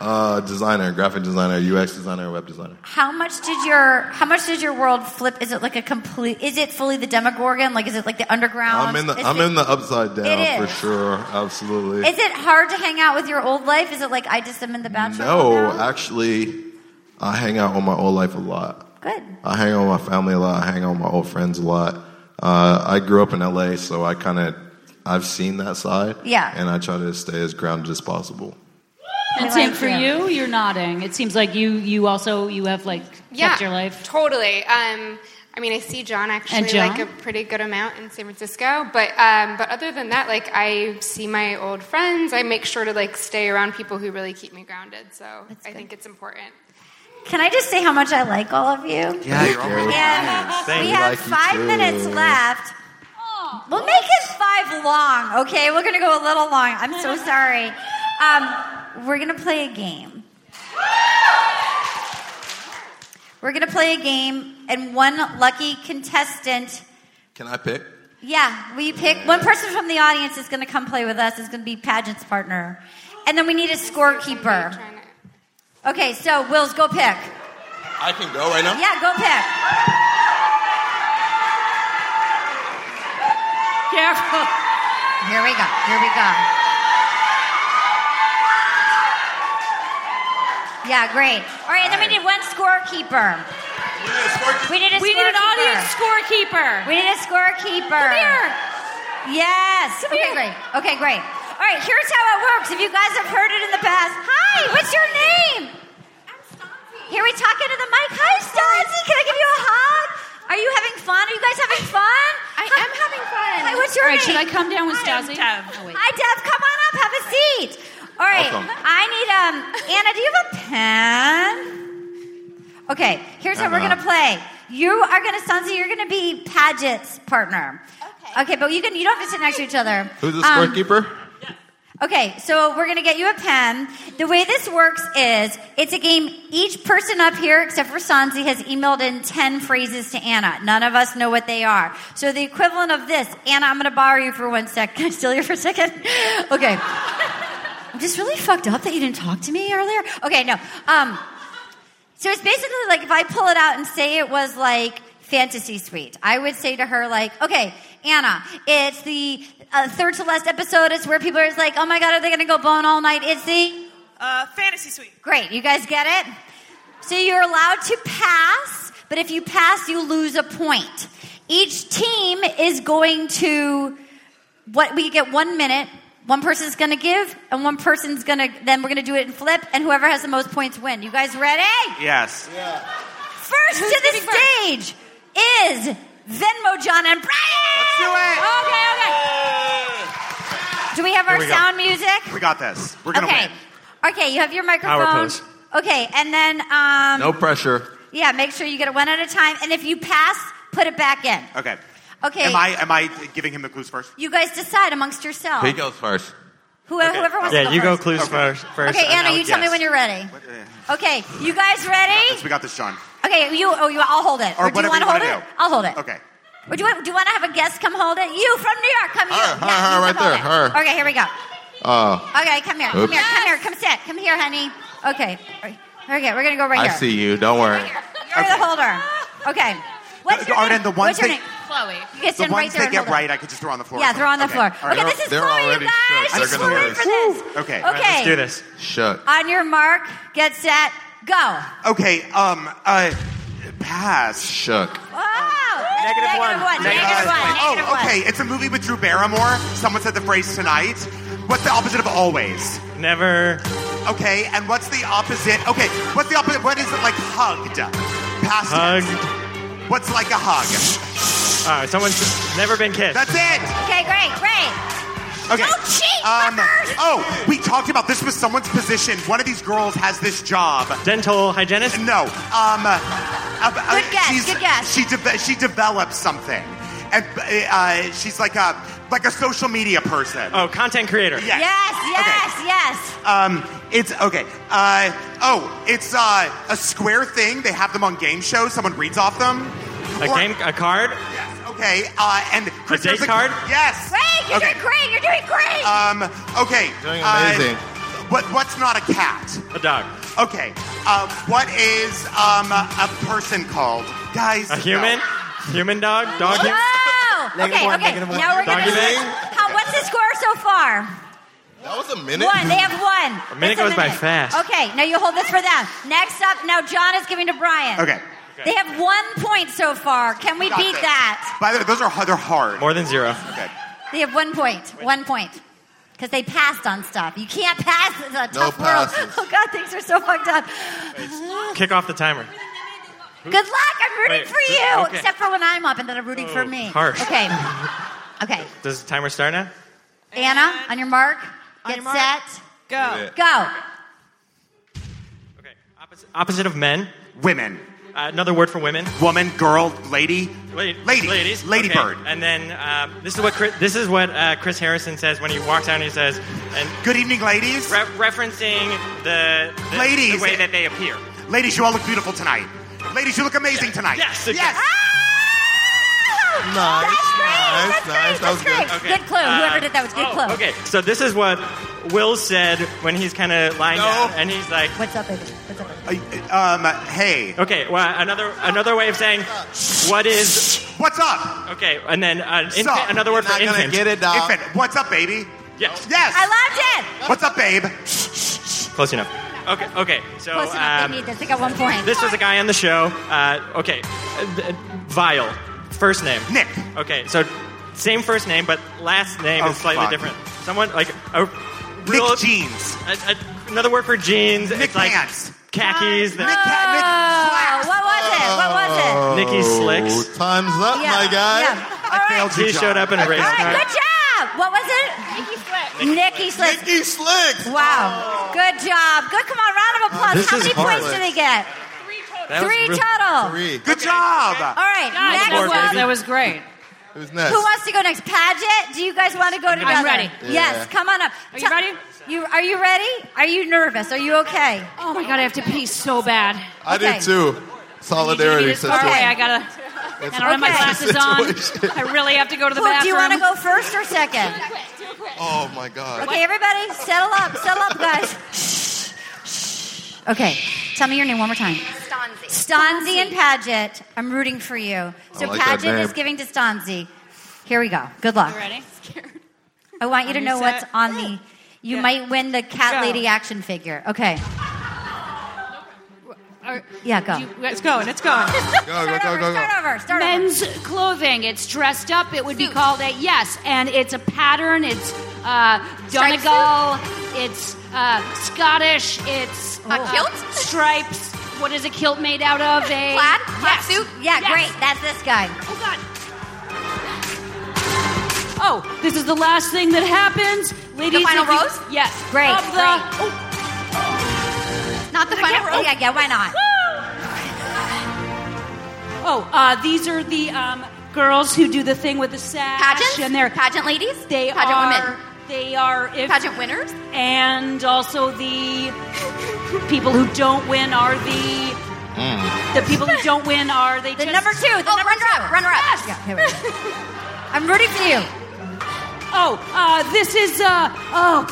Speaker 18: uh, designer, graphic designer, UX designer, web designer.
Speaker 2: How much did your How much did your world flip? Is it like a complete? Is it fully the Demogorgon? Like is it like the underground?
Speaker 18: I'm in the
Speaker 2: Um, Is
Speaker 18: I'm
Speaker 2: it-
Speaker 18: in the upside
Speaker 2: It
Speaker 18: down for
Speaker 2: is.
Speaker 18: sure, absolutely.
Speaker 2: Is it hard to hang out with your old life? Is it like I just am in the bachelor?
Speaker 18: No,
Speaker 2: now?
Speaker 18: actually, I hang out with my old life a lot.
Speaker 2: Good.
Speaker 18: I hang out with my family a lot. I hang out with my old friends a lot. Uh, I grew up in LA, so I kind of I've seen that side.
Speaker 23: Yeah.
Speaker 18: and I try to stay as grounded as possible.
Speaker 23: And
Speaker 17: I
Speaker 23: same
Speaker 17: like
Speaker 23: for
Speaker 17: him.
Speaker 23: you. You're nodding. It seems like you you also you have like kept your life.
Speaker 17: Totally. Um, I mean, I see John actually
Speaker 23: And John?
Speaker 17: like a pretty good amount in San Francisco, but um, but other than that, like I see my old friends. I make sure to like stay around people who really keep me grounded. So I think it's important.
Speaker 2: Can I just say how much I like all of you?
Speaker 17: Yeah,
Speaker 18: you're all really
Speaker 2: And
Speaker 18: nice.
Speaker 2: we
Speaker 18: Thank you.
Speaker 2: have
Speaker 18: Like you
Speaker 2: five
Speaker 18: too.
Speaker 2: minutes left. We'll make it five long, okay? We're gonna go a little long. I'm so sorry. Um, we're gonna play a game. We're gonna play a game, and one lucky contestant.
Speaker 18: Can I pick?
Speaker 2: Yeah, we pick one person from the audience is gonna come play with us. Is gonna be pageant's partner, and then we need a scorekeeper. Okay, so Wills, go pick.
Speaker 18: I can go right now.
Speaker 2: Yeah, go pick. Careful. Here we go. Here we go. Yeah, great. All right, and then we need one scorekeeper. We need a
Speaker 23: We need an
Speaker 2: scorekeeper.
Speaker 23: audience scorekeeper.
Speaker 2: We need a scorekeeper.
Speaker 23: Come here.
Speaker 2: Yes. okay, great. Okay, great. All right, here's how it works. If you guys have heard it in the past, hi, what's your name? I'm Stassi. Here we talk into the mic. Hi, Stassi. Can I give you a hug? Are you having fun? Are you guys having fun? I am having fun. Hi, what's your
Speaker 23: All right,
Speaker 2: name?
Speaker 23: should I come down with
Speaker 2: Hi,
Speaker 23: Stassi?
Speaker 2: I'm
Speaker 23: Oh, wait.
Speaker 2: Hi, Dev. Come on up. Have a seat. All right.
Speaker 23: Welcome.
Speaker 2: I need um Anna. Do you have a pen? Okay. Here's how
Speaker 23: Anna.
Speaker 2: we're gonna play. You are gonna Sansa. You're gonna be Paget's partner. Okay. Okay, but you can. You don't have to sit next to each other.
Speaker 18: Who's the
Speaker 2: Um,
Speaker 18: scorekeeper?
Speaker 2: Okay, so we're gonna get you a pen. The way this works is it's a game. Each person up here, except for Sansi, has emailed in ten phrases to Anna. None of us know what they are. So the equivalent of this, Anna, I'm gonna borrow you for one sec. Can I steal you for a second? Okay. I'm just really fucked up that you didn't talk to me earlier. Okay, no. Um, so it's basically like if I pull it out and say it was like fantasy suite, I would say to her like, okay, Anna, it's the uh, third to last episode. It's where people are just like, oh my god, are they going to go bone all night? It's the
Speaker 10: Uh, fantasy suite.
Speaker 2: great. You guys get it? So you're allowed to pass, but if you pass, you lose a point. Each team is going to what we get one minute One person's gonna give, and one person's gonna. Then we're gonna do it in flip, and whoever has the most points win. You guys ready?
Speaker 7: Yes.
Speaker 2: First to the stage is Venmo John and Brian. Let's
Speaker 7: do it.
Speaker 2: Okay, okay. Do we have our
Speaker 7: Here we go.
Speaker 2: sound music?
Speaker 7: We got this. We're gonna
Speaker 2: okay.
Speaker 7: win.
Speaker 2: Okay, you have your microphone.
Speaker 18: Power pose.
Speaker 2: Okay, and then um,
Speaker 18: No pressure.
Speaker 2: yeah, make sure you get it one at a time, and if you pass, put it back in.
Speaker 7: Okay.
Speaker 2: Okay.
Speaker 7: Am I am I giving him the clues first?
Speaker 2: You guys decide amongst yourselves.
Speaker 18: He goes first.
Speaker 2: Who, Whoever wants to go first.
Speaker 7: clues
Speaker 15: first.
Speaker 2: Okay, Anna, you tell me when you're ready. Okay, you guys ready?
Speaker 7: We got this, John.
Speaker 2: Okay, you. Oh, you. I'll hold it. do
Speaker 7: Or
Speaker 2: you
Speaker 7: whatever
Speaker 2: want to
Speaker 7: you
Speaker 2: hold it?
Speaker 7: wanna do.
Speaker 2: I'll hold it.
Speaker 7: Okay.
Speaker 2: Or do you, want- do you want to have a guest come hold it? You from New York, come here.
Speaker 18: her,
Speaker 2: Yeah,
Speaker 18: her,
Speaker 2: you
Speaker 18: right
Speaker 2: come
Speaker 18: there,
Speaker 2: hold it.
Speaker 18: her.
Speaker 2: Okay, here we go.
Speaker 18: Oh,
Speaker 2: Okay, come here, come
Speaker 18: Oops.
Speaker 2: here, come here, come sit, come here, honey. Okay, okay, we're gonna go right
Speaker 18: I
Speaker 2: here.
Speaker 18: see you. Don't worry.
Speaker 2: You're the holder. Okay. What's your
Speaker 7: Arden,
Speaker 2: name?
Speaker 7: the ones
Speaker 2: What's your
Speaker 7: that-
Speaker 2: name?
Speaker 22: Chloe.
Speaker 2: You guys
Speaker 7: the
Speaker 2: stand right
Speaker 7: ones
Speaker 2: there
Speaker 7: that
Speaker 2: and
Speaker 7: get
Speaker 2: hold
Speaker 7: right,
Speaker 2: it.
Speaker 7: I could just throw on the floor.
Speaker 2: Yeah, throw on the floor. Okay, this is
Speaker 18: they're
Speaker 2: Chloe, you
Speaker 18: already
Speaker 2: guys.
Speaker 18: shook.
Speaker 2: She's
Speaker 18: They're gonna
Speaker 2: swearing
Speaker 18: lose.
Speaker 2: for this.
Speaker 7: Okay.
Speaker 2: Okay. Let's do
Speaker 7: this.
Speaker 18: Shut.
Speaker 2: On your mark, get set, go.
Speaker 7: Okay. Um. Uh. Pass.
Speaker 18: Shook.
Speaker 2: Negative, one. one. Negative, one. Negative
Speaker 7: Oh,
Speaker 2: one.
Speaker 7: okay. It's a movie with Drew Barrymore. Someone said the phrase tonight. What's the opposite of always?
Speaker 15: Never.
Speaker 7: Okay. And what's the opposite? Okay. What's the opposite? What is it like? Hugged. Past tense. What's like a hug?
Speaker 15: All right, someone's never been kissed.
Speaker 7: That's it.
Speaker 2: Okay, great, great.
Speaker 7: Okay.
Speaker 2: Don't cheat,
Speaker 7: Um,
Speaker 2: fuckers!
Speaker 7: oh, we talked about this was someone's position. One of these girls has this job.
Speaker 15: Dental hygienist?
Speaker 7: No. Um, uh, uh,
Speaker 2: Good guess,
Speaker 7: she's-
Speaker 2: good guess.
Speaker 7: She, de- she develops something. And uh, she's like a, like a social media person.
Speaker 15: Oh, content creator.
Speaker 7: Yes.
Speaker 2: Yes, yes, yes.
Speaker 7: Um, it's okay. Uh, oh, it's uh, a square thing. They have them on game shows. Someone reads off them.
Speaker 15: A game, a card.
Speaker 7: Yes. Okay. Uh, and Chris,
Speaker 15: date
Speaker 7: there's
Speaker 15: card?
Speaker 7: Yes.
Speaker 2: Great. You're
Speaker 7: Okay.
Speaker 2: doing great. You're doing great.
Speaker 7: Um. Okay.
Speaker 18: Doing
Speaker 7: uh,
Speaker 18: amazing.
Speaker 7: what What's not a cat?
Speaker 15: A dog.
Speaker 7: Okay. Uh, what is um a person called? Guys.
Speaker 15: A human?
Speaker 7: no.
Speaker 15: Human dog? Dog human?
Speaker 2: Wow.
Speaker 15: Negative
Speaker 2: Oh! okay,
Speaker 15: one,
Speaker 2: okay.
Speaker 15: negative one.
Speaker 2: Now we're
Speaker 15: Doggy
Speaker 2: gonna.
Speaker 15: bag?
Speaker 2: How, what's the score so far?
Speaker 18: That was a minute.
Speaker 2: One. They have one.
Speaker 15: A minute
Speaker 2: That's
Speaker 15: goes by fast.
Speaker 2: Okay. Now you hold this for them. Next up, now John is giving to Brian.
Speaker 7: Okay.
Speaker 2: They have one point so far. Can we
Speaker 7: Got
Speaker 2: beat
Speaker 7: this.
Speaker 2: that?
Speaker 7: By the way, those are hard- they're hard.
Speaker 15: More than zero.
Speaker 7: Okay.
Speaker 2: They have one point. One point. Because they passed on stuff. You can't pass. It's a
Speaker 15: No
Speaker 2: tough world.
Speaker 15: passes.
Speaker 2: Oh God, things are so fucked up.
Speaker 15: Kick off the timer.
Speaker 2: Good luck. I'm rooting
Speaker 15: Wait,
Speaker 2: for
Speaker 15: th-
Speaker 2: you,
Speaker 15: okay. Oh,
Speaker 2: except for when I'm up, and then I'm rooting for me.
Speaker 15: harsh.
Speaker 2: Okay. Okay.
Speaker 15: Does the timer start now?
Speaker 2: Anna, on your mark, get set,
Speaker 15: Go.
Speaker 2: go.
Speaker 15: Opposite of men?
Speaker 7: Women.
Speaker 15: Uh, another word for women?
Speaker 7: Woman, girl, lady.
Speaker 15: Lady,
Speaker 7: Ladies.
Speaker 15: ladies,
Speaker 7: Ladybird.
Speaker 15: Okay. And then um, this is what Chris, this is what uh, Chris Harrison says when he walks out and he says, and
Speaker 7: "Good evening, ladies."
Speaker 15: Re- referencing the, the
Speaker 7: Ladies.
Speaker 15: the way that they appear.
Speaker 7: Ladies, you all look beautiful tonight. Ladies, you look amazing tonight.
Speaker 15: Yes.
Speaker 7: Yes.
Speaker 18: Nice,
Speaker 2: That's great. That's great. That's great. Good clue. Whoever
Speaker 15: Um,
Speaker 2: did that was good
Speaker 15: oh,
Speaker 2: clue.
Speaker 15: Okay, so this is what Will said when he's kind of lying down, and he's like,
Speaker 2: "What's up, baby? What's up?"
Speaker 7: Um. Hey.
Speaker 15: Okay. Well, another another way of saying, what is?
Speaker 7: What's up?
Speaker 15: Okay, and then uh, infant,
Speaker 7: Sup?
Speaker 15: another word
Speaker 7: You're
Speaker 15: for
Speaker 7: not gonna
Speaker 15: infant.
Speaker 7: get it, dog. Infant. What's up, baby?
Speaker 15: Yes.
Speaker 7: Yes.
Speaker 2: I loved it.
Speaker 7: What's up, babe?
Speaker 15: Close enough. Okay. Okay. So
Speaker 2: Close enough.
Speaker 15: um,
Speaker 2: They need this. They got one point.
Speaker 15: this was a guy on the show. Uh, okay, uh, th- Vile, first name.
Speaker 7: Nick.
Speaker 15: Okay, so same first name, but last name
Speaker 7: Oh,
Speaker 15: is slightly
Speaker 7: fuck.
Speaker 15: different. Someone like a real
Speaker 7: Nick jeans.
Speaker 15: a- a- another word for jeans. Nick it's like
Speaker 7: pants.
Speaker 15: Khakis.
Speaker 2: Oh, what was it? What was it?
Speaker 18: Oh.
Speaker 15: Nikki Slicks.
Speaker 18: Time's up, my guy.
Speaker 2: All right.
Speaker 15: He showed up in a race
Speaker 2: All
Speaker 15: car.
Speaker 2: right. Good job. What was it? Nikki Slicks.
Speaker 18: Nikki Slicks.
Speaker 2: Wow. Good job. Good. Come on. Round of applause.
Speaker 18: This
Speaker 2: How
Speaker 18: is
Speaker 2: many
Speaker 18: hard.
Speaker 2: points did they get?
Speaker 18: That was
Speaker 2: Three
Speaker 18: really-
Speaker 2: total.
Speaker 18: Three.
Speaker 7: Good job.
Speaker 2: All right.
Speaker 3: Guys,
Speaker 2: next
Speaker 3: that was,
Speaker 2: one.
Speaker 3: that was great.
Speaker 18: Who's next?
Speaker 2: Who wants to go next? Paget, do you guys want to go together?
Speaker 3: ready.
Speaker 18: Yeah.
Speaker 2: Yes, come on up.
Speaker 3: Are you ready?
Speaker 2: You are you ready? Are you nervous? Are you okay?
Speaker 3: Oh my god, I have to pee so bad.
Speaker 18: I
Speaker 2: okay.
Speaker 18: do too. Solidarity.
Speaker 3: This far
Speaker 18: sister.
Speaker 3: away, I gotta. I don't have my
Speaker 2: Okay.
Speaker 3: glasses on. I really have to go to the
Speaker 2: Who-
Speaker 3: bathroom.
Speaker 2: do you want to go first or second?
Speaker 18: Oh my God.
Speaker 2: Okay, everybody, settle up, settle up, guys. Okay, tell me your name one more time.
Speaker 17: Stanzi.
Speaker 2: Stanzi and Paget, I'm rooting for you. So
Speaker 18: like that
Speaker 2: Paget
Speaker 18: name.
Speaker 2: is giving to Stanzi. Here we go. Good luck.
Speaker 3: Ready?
Speaker 2: I want you to
Speaker 3: Are you
Speaker 2: know
Speaker 3: set?
Speaker 2: what's on the. You might win the cat lady action figure. Okay.
Speaker 3: Or-
Speaker 2: Yeah, go.
Speaker 3: do you- it's going. It's going.
Speaker 18: Go, go, go, go, go.
Speaker 2: Start over. Start over.
Speaker 3: Men's clothing. It's dressed up. It would be called a yes, and it's a pattern. It's uh, Donegal, it's uh, Scottish, it's uh,
Speaker 2: A kilt?
Speaker 3: stripes. What is a kilt made out of? A
Speaker 2: Plaid? Plaid
Speaker 3: Yes.
Speaker 2: suit? Yeah,
Speaker 3: Yes.
Speaker 2: great. That's this guy.
Speaker 3: Oh God. Oh, this is the last thing that happens, ladies.
Speaker 2: final
Speaker 3: if you-
Speaker 2: rose?
Speaker 3: Yes.
Speaker 2: Great,
Speaker 3: Of the,
Speaker 2: great.
Speaker 3: Oh,
Speaker 2: Not the final.
Speaker 3: camera.
Speaker 2: Yeah, yeah. Why not?
Speaker 3: Oh, uh, these are the um, girls who do the thing with the sash.
Speaker 2: Pageants?
Speaker 3: And they're
Speaker 2: pageant ladies.
Speaker 3: They
Speaker 2: pageant
Speaker 3: are-
Speaker 2: women.
Speaker 3: They are if,
Speaker 2: pageant winners.
Speaker 3: And also the people who don't win are the
Speaker 18: Mm.
Speaker 3: the people who don't win are they
Speaker 2: The
Speaker 3: just
Speaker 2: number two. The
Speaker 3: Oh,
Speaker 2: number runner up. Runner up. Yeah, here we go. I'm rooting for you.
Speaker 3: Oh, uh, this is uh oh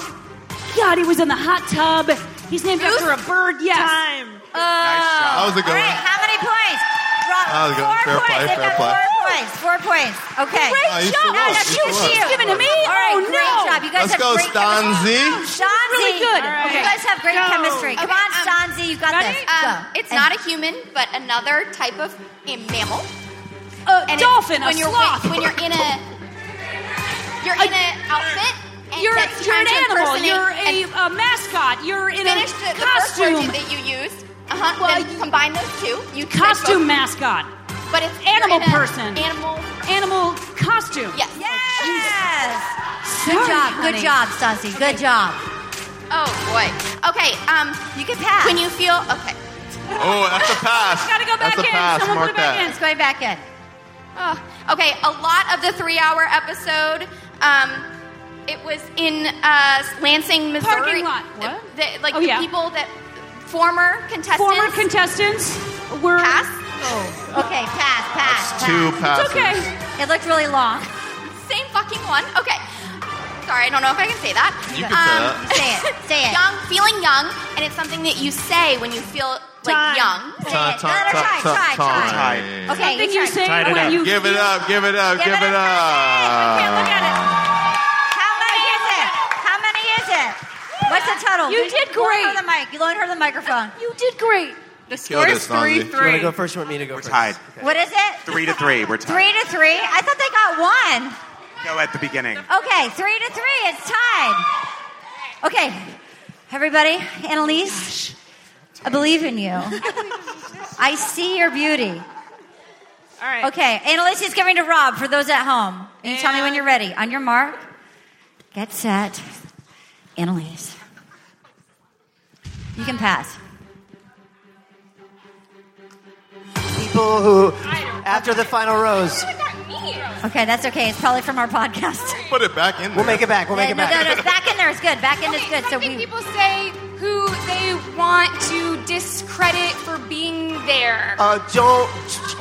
Speaker 3: God, he was in the hot tub. He's named after a bird. Yes. Uh, Time.
Speaker 18: That was a good
Speaker 2: All right.
Speaker 18: one.
Speaker 2: How many points? Rob,
Speaker 18: That was a good one. Uh, Fair play,
Speaker 2: They've
Speaker 18: fair
Speaker 2: got
Speaker 18: play.
Speaker 2: Four points. Four points. Okay.
Speaker 18: Great Oh, you job. still
Speaker 2: Out
Speaker 18: up,
Speaker 2: of
Speaker 18: you
Speaker 2: two
Speaker 18: still up.
Speaker 2: she's giving to me. All right.
Speaker 3: Oh, no.
Speaker 2: great job. You guys
Speaker 18: Let's
Speaker 2: have
Speaker 18: go,
Speaker 2: great chemistry.
Speaker 18: Stanzi.
Speaker 2: Stanzi.
Speaker 3: Really good. All
Speaker 2: You
Speaker 3: right.
Speaker 2: guys have great
Speaker 3: Go.
Speaker 2: chemistry. Come
Speaker 23: Okay,
Speaker 2: on,
Speaker 23: um,
Speaker 2: Stanzi. You got
Speaker 23: ready?
Speaker 2: this. Go.
Speaker 23: Um, it's
Speaker 2: And-
Speaker 23: not a human, but another type of a mammal.
Speaker 3: A
Speaker 23: and it's
Speaker 3: dolphin,
Speaker 23: when
Speaker 3: a
Speaker 23: you're,
Speaker 3: sloth.
Speaker 23: When, you're in a, you're in an outfit. And
Speaker 3: You're,
Speaker 23: that's
Speaker 3: you're
Speaker 23: trying
Speaker 3: an
Speaker 23: to
Speaker 3: animal.
Speaker 23: impersonate
Speaker 3: You're
Speaker 23: and
Speaker 3: a, a mascot. You're in a
Speaker 23: finish the, the first word
Speaker 3: costume.
Speaker 23: you- that you used. Uh-huh. Well, then combine those two. You said
Speaker 3: costume
Speaker 23: both.
Speaker 3: mascot.
Speaker 23: But it's you're
Speaker 3: Animal
Speaker 23: in a
Speaker 3: person.
Speaker 23: Animal.
Speaker 3: Animal costume. Oh,
Speaker 23: Yes.
Speaker 2: Yes.
Speaker 3: Sorry,
Speaker 2: Good job. Good
Speaker 3: honey.
Speaker 2: job, Stanzi. Good job.
Speaker 23: Oh boy. Okay. Um,
Speaker 2: You can pass.
Speaker 23: when you feel okay.
Speaker 18: Oh, that's a pass.
Speaker 3: Gotta go back
Speaker 18: that's a
Speaker 3: in.
Speaker 18: pass.
Speaker 3: Someone
Speaker 18: Mark
Speaker 3: put
Speaker 18: that.
Speaker 3: it back in.
Speaker 2: It's going back in.
Speaker 23: Oh, okay, a lot of the three-hour episode. Um, it was in uh, Lansing, Missouri.
Speaker 3: Parking lot. What?
Speaker 23: The, like
Speaker 3: Oh,
Speaker 23: the
Speaker 3: yeah.
Speaker 23: people that former contestants.
Speaker 3: Former contestants were.
Speaker 23: Pass.
Speaker 3: Oh.
Speaker 2: Okay. Pass. Pass.
Speaker 18: Two
Speaker 3: It's
Speaker 18: passes.
Speaker 3: okay.
Speaker 2: It looked really long.
Speaker 23: Same fucking one. Okay. Sorry, I don't know if I can say that.
Speaker 18: You can say
Speaker 23: um,
Speaker 18: that.
Speaker 2: Say it. Say it.
Speaker 23: Young, feeling young, and it's something that you say when you feel like
Speaker 4: Time.
Speaker 23: young.
Speaker 2: Say
Speaker 18: Time,
Speaker 2: it.
Speaker 18: time,
Speaker 2: No, no,
Speaker 18: time,
Speaker 2: try, try,
Speaker 18: time,
Speaker 2: try.
Speaker 18: time.
Speaker 2: Okay,
Speaker 3: Something
Speaker 2: you
Speaker 3: you
Speaker 2: try.
Speaker 3: say
Speaker 24: Tied it
Speaker 3: when
Speaker 24: up.
Speaker 3: you
Speaker 18: Give it up, give it up, give,
Speaker 2: Give it
Speaker 18: it up.
Speaker 2: Wait, look at it. How many is it? How many is it? What's the total?
Speaker 3: You did
Speaker 2: Loan her
Speaker 3: great.
Speaker 2: the mic. You loaned her the microphone.
Speaker 3: You did great.
Speaker 4: The
Speaker 18: Kill
Speaker 4: score
Speaker 18: this,
Speaker 4: is three
Speaker 18: Stanzi.
Speaker 5: Do you want to
Speaker 4: three.
Speaker 5: go first? or You want me to go
Speaker 7: We're
Speaker 5: first?
Speaker 7: tied.
Speaker 2: What is it?
Speaker 7: Three to three. We're tied.
Speaker 2: Three to three. I thought they got one.
Speaker 7: Go at the beginning.
Speaker 2: Okay, three to three. It's tied. Okay, everybody, Annalise, I believe in you. I see your beauty.
Speaker 4: All right.
Speaker 2: Okay, Annalise is giving to Rob for those at home. You tell me when you're ready. On your mark, get set. Annalise. You can pass.
Speaker 5: People who, after the final rose,
Speaker 2: Okay, that's okay. It's probably from our podcast.
Speaker 18: Put it back in there.
Speaker 5: we'll make it back. We'll make
Speaker 2: Yeah,
Speaker 5: it
Speaker 2: no, no, no,
Speaker 5: back.
Speaker 2: it's back in there. It's good. Back in is
Speaker 23: Okay,
Speaker 2: good. So
Speaker 23: something
Speaker 2: we.
Speaker 23: people say who they want to discredit for being there.
Speaker 5: Uh, don't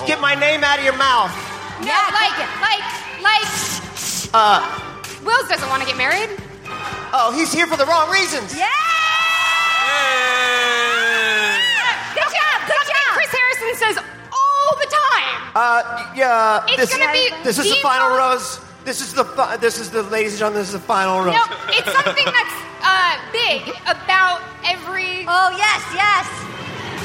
Speaker 5: get my name out of your mouth.
Speaker 23: no, like, like, like,
Speaker 5: Uh,
Speaker 23: Wills doesn't want to get married.
Speaker 5: oh, he's here for the wrong reasons.
Speaker 2: Yeah! Good job. Good job.
Speaker 23: Chris Harrison says all the time.
Speaker 5: Uh, yeah.
Speaker 23: It's
Speaker 5: this,
Speaker 23: gonna be
Speaker 5: this is the
Speaker 23: the
Speaker 5: final rose.
Speaker 23: most-
Speaker 5: This is the fi- this is the ladies and gentlemen. This is the final rose.
Speaker 23: No, it's something that's uh, big about every
Speaker 2: Oh yes, yes.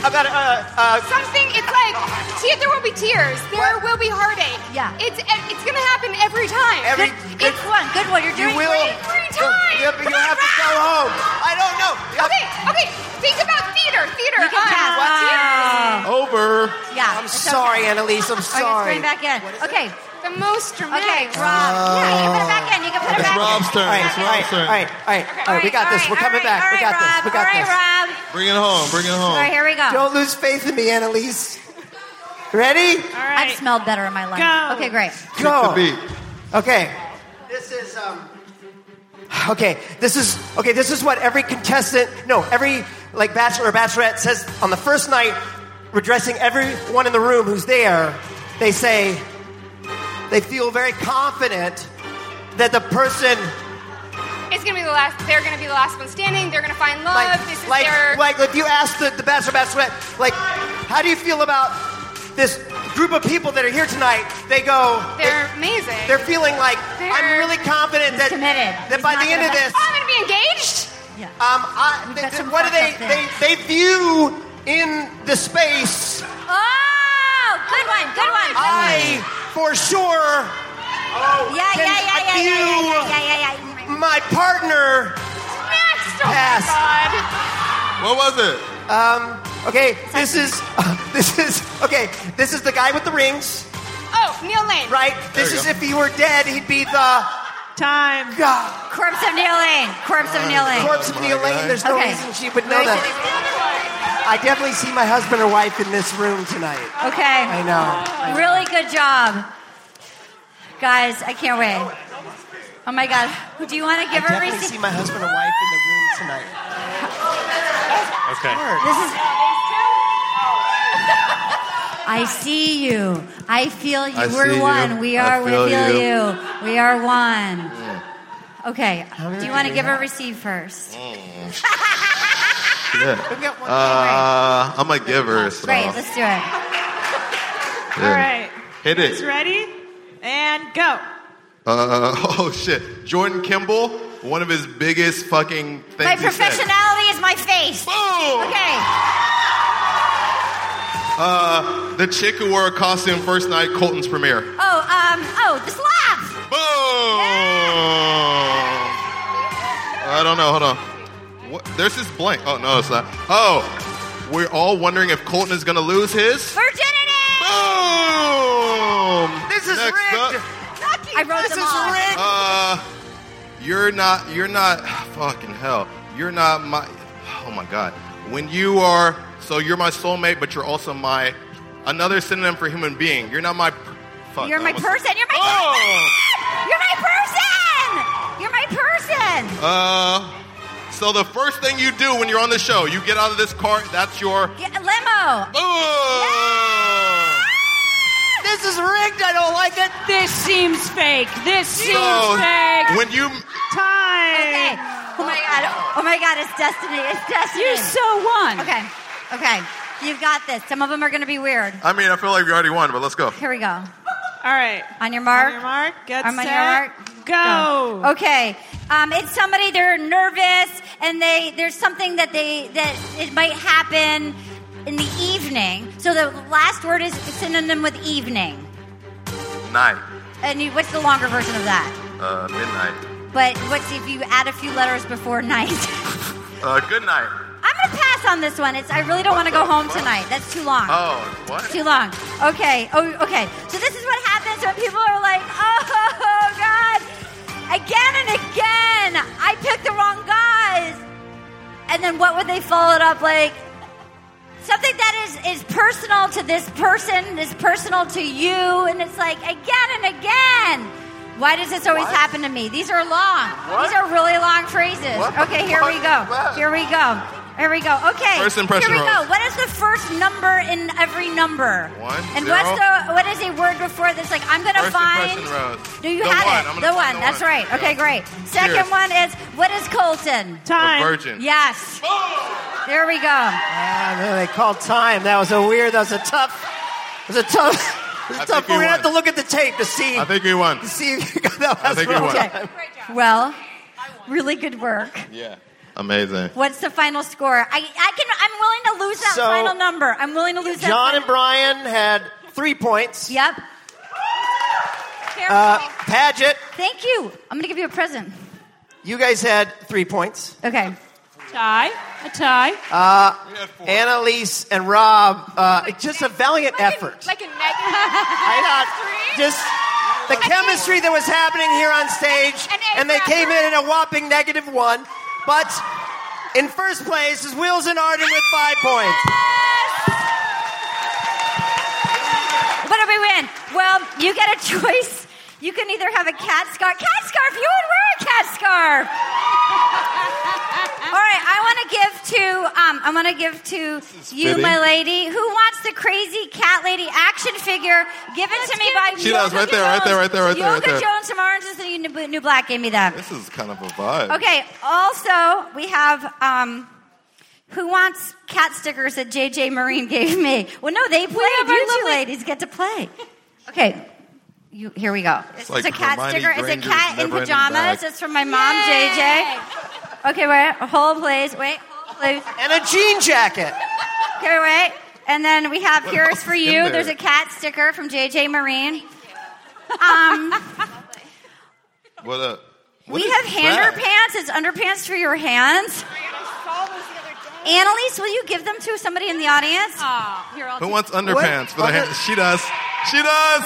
Speaker 5: About uh, uh,
Speaker 23: something. It's like te- there will be tears, there will be heartache.
Speaker 2: Yeah.
Speaker 23: it's it's gonna happen every time.
Speaker 5: Every-
Speaker 23: It's-
Speaker 2: Good one. Good one. You're
Speaker 5: you
Speaker 2: doing
Speaker 5: will.
Speaker 2: great.
Speaker 23: Every time.
Speaker 5: Yep, you have to go home. I don't know. Yep.
Speaker 23: okay, okay. Think about theater, theater.
Speaker 2: You can
Speaker 23: uh,
Speaker 2: pass. Wow.
Speaker 18: Over.
Speaker 2: Yeah.
Speaker 5: Ah. I'm
Speaker 2: it's
Speaker 5: sorry,
Speaker 2: Okay.
Speaker 5: Annalise. I'm
Speaker 2: Okay, it's
Speaker 5: sorry.
Speaker 2: going back in. Okay.
Speaker 23: The most
Speaker 2: Okay,
Speaker 23: dramatic.
Speaker 2: Rob. yeah, you can put it back in. You can put it
Speaker 18: It's
Speaker 2: back
Speaker 18: Rob's
Speaker 2: in.
Speaker 18: turn.
Speaker 5: All right,
Speaker 18: It's
Speaker 5: all right,
Speaker 18: Rob's
Speaker 5: all
Speaker 18: turn.
Speaker 5: right, all right, all right. We got this. We're coming back. We got this. We got
Speaker 2: all right,
Speaker 5: this.
Speaker 2: Rob.
Speaker 18: Bring it home. Bring it
Speaker 2: All right,
Speaker 18: home.
Speaker 2: here we go.
Speaker 5: Don't lose faith in me, Annalise. Ready?
Speaker 4: All right.
Speaker 2: I've smelled better in my life.
Speaker 4: Go.
Speaker 2: Okay, great.
Speaker 5: Go.
Speaker 18: The beat.
Speaker 5: Okay. This is um Okay, this is okay, this is what every contestant, no, every like bachelor or bachelorette says on the first night, addressing everyone in the room who's there, they say they feel very confident that the person
Speaker 23: It's gonna be the last. They're gonna be the last one standing. They're gonna find love.
Speaker 5: like
Speaker 23: this is
Speaker 5: like,
Speaker 23: their.
Speaker 5: like if you ask the, the bachelor bachelorette, like, how do you feel about this group of people that are here tonight? They go
Speaker 23: they're amazing.
Speaker 5: They're feling like I'm
Speaker 23: They're-
Speaker 5: really confident that
Speaker 2: committed.
Speaker 5: that
Speaker 2: He's
Speaker 5: by
Speaker 2: not
Speaker 5: the end
Speaker 2: gonna
Speaker 5: of this,
Speaker 2: let-
Speaker 23: oh, I'm gonna be engaged.
Speaker 2: Yeah.
Speaker 5: um, I,
Speaker 2: We've
Speaker 5: they,
Speaker 2: got
Speaker 5: they-
Speaker 2: some
Speaker 5: what do
Speaker 2: fucked
Speaker 5: they,
Speaker 2: up
Speaker 5: they
Speaker 2: things.
Speaker 5: they view in the space?
Speaker 2: Oh, good one. Good one. good
Speaker 5: I for sure
Speaker 2: one. Yeah, yeah, yeah,
Speaker 5: can
Speaker 2: yeah, yeah, yeah,
Speaker 5: view
Speaker 2: yeah, oh yeah, yeah, yeah, yeah.
Speaker 5: My partner. Pass.
Speaker 18: What was it?
Speaker 5: Um, okay, this is this is okay. This is the guy with the rings.
Speaker 17: Oh, Neil Lane.
Speaker 5: Right.
Speaker 17: There
Speaker 5: This
Speaker 17: you
Speaker 5: is
Speaker 17: go.
Speaker 5: if he were dead, he'd be the time. God.
Speaker 2: Corpse of Neil Lane. Corpse of Neil Lane.
Speaker 5: Corpse of Neil Lane. There's no
Speaker 2: Okay.
Speaker 5: reason she would know that. I definitely see my husband or wife in this room tonight.
Speaker 2: Okay.
Speaker 5: I know.
Speaker 2: Really good job. Guys, I can't wait. Oh my God. Do you want to
Speaker 5: I
Speaker 2: give her a
Speaker 5: definitely
Speaker 2: receipt?
Speaker 5: see my husband or wife in the room tonight.
Speaker 15: Okay.
Speaker 2: This is. I see you. I feel you.
Speaker 18: I
Speaker 2: We're
Speaker 18: see you.
Speaker 2: one. We
Speaker 18: I
Speaker 2: are. We
Speaker 18: feel
Speaker 2: feel
Speaker 18: you.
Speaker 2: you. We are one. Okay. Do you want to
Speaker 18: do
Speaker 2: give
Speaker 18: we
Speaker 2: her a receipt first?
Speaker 18: Mm. Yeah. Uh, I'm a giver, so.
Speaker 2: Great. Let's do it.
Speaker 18: Yeah.
Speaker 10: All right.
Speaker 18: Hit
Speaker 10: Guys,
Speaker 18: it.
Speaker 10: ready? And go.
Speaker 18: Uh, oh, shit. Jordan Kimball, one of his biggest fucking things.
Speaker 2: my
Speaker 18: he said.
Speaker 2: professionality is my face. Okay.
Speaker 18: Uh, the chick who wore a costume first night, Colton's premiere.
Speaker 2: Oh, um, oh, the slap.
Speaker 18: Boom. I don't know. Hold on. What? There's this blank. Oh no, it's not. Oh, we're all wondering if Colton is gonna lose his.
Speaker 2: Virginity.
Speaker 18: Boom.
Speaker 2: This is
Speaker 18: Next
Speaker 2: rigged.
Speaker 18: Up,
Speaker 2: I wrote this them is all.
Speaker 18: uh, you're not. You're not. Fucking hell. You're not my. Oh my god. When you are. So you're my soulmate, but you're also my. Another synonym for human being. You're not my. Fuck.
Speaker 2: You're
Speaker 18: I
Speaker 2: my
Speaker 18: almost-
Speaker 2: person. You're my
Speaker 10: Oh!
Speaker 2: person. You're my person. You're my person.
Speaker 18: Uh, so the first thing you do when you're on the show, you get out of this car. That's your.
Speaker 2: Get a limo.
Speaker 10: This is rigged. I don't like it. This seems fake. This seems
Speaker 18: So when you
Speaker 10: Time.
Speaker 2: Okay. Oh my god. Oh my god. It's destiny. It's destiny. You're so one. Okay. Okay. You've got this. Some of them are going to be weird.
Speaker 18: I mean, I feel like we already won, but let's go.
Speaker 2: Here we go.
Speaker 10: All right.
Speaker 2: On your mark.
Speaker 10: On your mark. Get
Speaker 2: I'm on
Speaker 10: set.
Speaker 2: your mark.
Speaker 10: Go.
Speaker 2: Okay. Um, it's somebody they're nervous and they there's something that they that it might happen in the evening. So the last word is synonym with evening.
Speaker 18: Night.
Speaker 2: And you, what's the longer version of that?
Speaker 18: Uh, midnight.
Speaker 2: But what's if you add a few letters before night?
Speaker 18: Uh, good night.
Speaker 2: I'm gonna pass on this one. It's I really don't want to go home tonight. That's too long.
Speaker 18: Oh, what?
Speaker 2: Too long. Okay. Oh, okay. So this is what happens when people are like, oh God, again and again, I picked the wrong guys. And then what would they follow it up like? Something that is, is personal to this person, is personal to you, and it's like again and again. Why does this always happen to me? These are long.
Speaker 18: What?
Speaker 2: These are really long phrases.
Speaker 18: What the
Speaker 2: okay, here we
Speaker 18: fuck
Speaker 2: go.
Speaker 18: is that?
Speaker 2: Here we go. Here we go. Okay.
Speaker 18: First impression
Speaker 2: Here we
Speaker 18: rules.
Speaker 2: go. What is the first number in every number?
Speaker 18: One,
Speaker 2: And
Speaker 18: zero.
Speaker 2: what's the what is a word before this? Like I'm gonna
Speaker 18: First
Speaker 2: find.
Speaker 18: impression rose.
Speaker 2: No, you
Speaker 18: The
Speaker 2: had
Speaker 18: one.
Speaker 2: it.
Speaker 18: I'm gonna
Speaker 2: the
Speaker 18: find
Speaker 2: one.
Speaker 18: the
Speaker 2: That's
Speaker 18: one.
Speaker 2: right.
Speaker 18: Yeah.
Speaker 2: Okay, great. Second
Speaker 18: Cheers.
Speaker 2: one is what is Colton?
Speaker 18: Time. A virgin.
Speaker 2: Yes. There we go.
Speaker 5: Ah, no, they called time. That was a weird. That was a tough. That was a tough. That was
Speaker 18: I
Speaker 5: a tough.
Speaker 18: think
Speaker 5: We're
Speaker 18: you
Speaker 5: gonna have to
Speaker 18: won.
Speaker 5: look at the tape to see.
Speaker 18: I think we won.
Speaker 5: To see if you got that
Speaker 18: I
Speaker 5: last
Speaker 18: think we won.
Speaker 5: round.
Speaker 2: Okay. Well, really good work.
Speaker 18: Yeah. Amazing.
Speaker 2: What's the final score? I, I can. I'm willing to lose that
Speaker 5: So-
Speaker 2: final number. I'm willing to lose that.
Speaker 5: John
Speaker 2: final-
Speaker 5: and Brian had three points.
Speaker 2: Yep.
Speaker 5: Uh, Paget,
Speaker 2: Thank you. I'm gonna give you a present.
Speaker 5: you guys had three points.
Speaker 2: Okay.
Speaker 23: Tie. A tie.
Speaker 5: Uh, Annalise and Rob, uh, just a valiant effort.
Speaker 17: Like a negative. I
Speaker 5: Just the chemistry that was happening here on stage, and they came in at a whopping negative one. But in first place is Wills and Arden with five points.
Speaker 2: What do we win? Well, you get a choice. You can either have a cat scarf. Cat scarf. You would wear a cat scarf. All right. I want to give to. Um, I want to give to you,
Speaker 18: fitting.
Speaker 2: my lady. Who wants the crazy cat lady action figure given to me by
Speaker 18: She does.
Speaker 2: Yoko
Speaker 18: Right there, right there, right there, right there, right
Speaker 2: Yoko
Speaker 18: there.
Speaker 2: Jones from Orange is the New- New Black gave me that.
Speaker 18: This is kind of a vibe.
Speaker 2: Okay. Also, we have um, who wants cat stickers that JJ Marine gave me. Well, no, they played.
Speaker 23: have our
Speaker 2: You two
Speaker 23: lovely-
Speaker 2: ladies get to play. Okay. You, here we go. It's,
Speaker 18: like
Speaker 2: a cat
Speaker 18: Hermione
Speaker 2: sticker. it's a
Speaker 18: Granger's
Speaker 2: cat in
Speaker 18: never-ending
Speaker 2: pajamas.
Speaker 18: bag.
Speaker 2: It's from my mom, JJ. Okay, wait. Hold, please. Wait. Hold, please.
Speaker 5: And a jean jacket.
Speaker 2: Okay, wait. And then we have
Speaker 5: What
Speaker 2: here's
Speaker 5: else
Speaker 2: for
Speaker 5: is
Speaker 2: you.
Speaker 5: in there?
Speaker 2: There's a cat sticker from JJ Marine. Um,
Speaker 18: What up?
Speaker 2: we have hander pants. It's underpants for your hands. Annalise, will you give them to somebody in the audience? Oh, here, I'll
Speaker 18: Who wants underpants for the hand? She does. She does.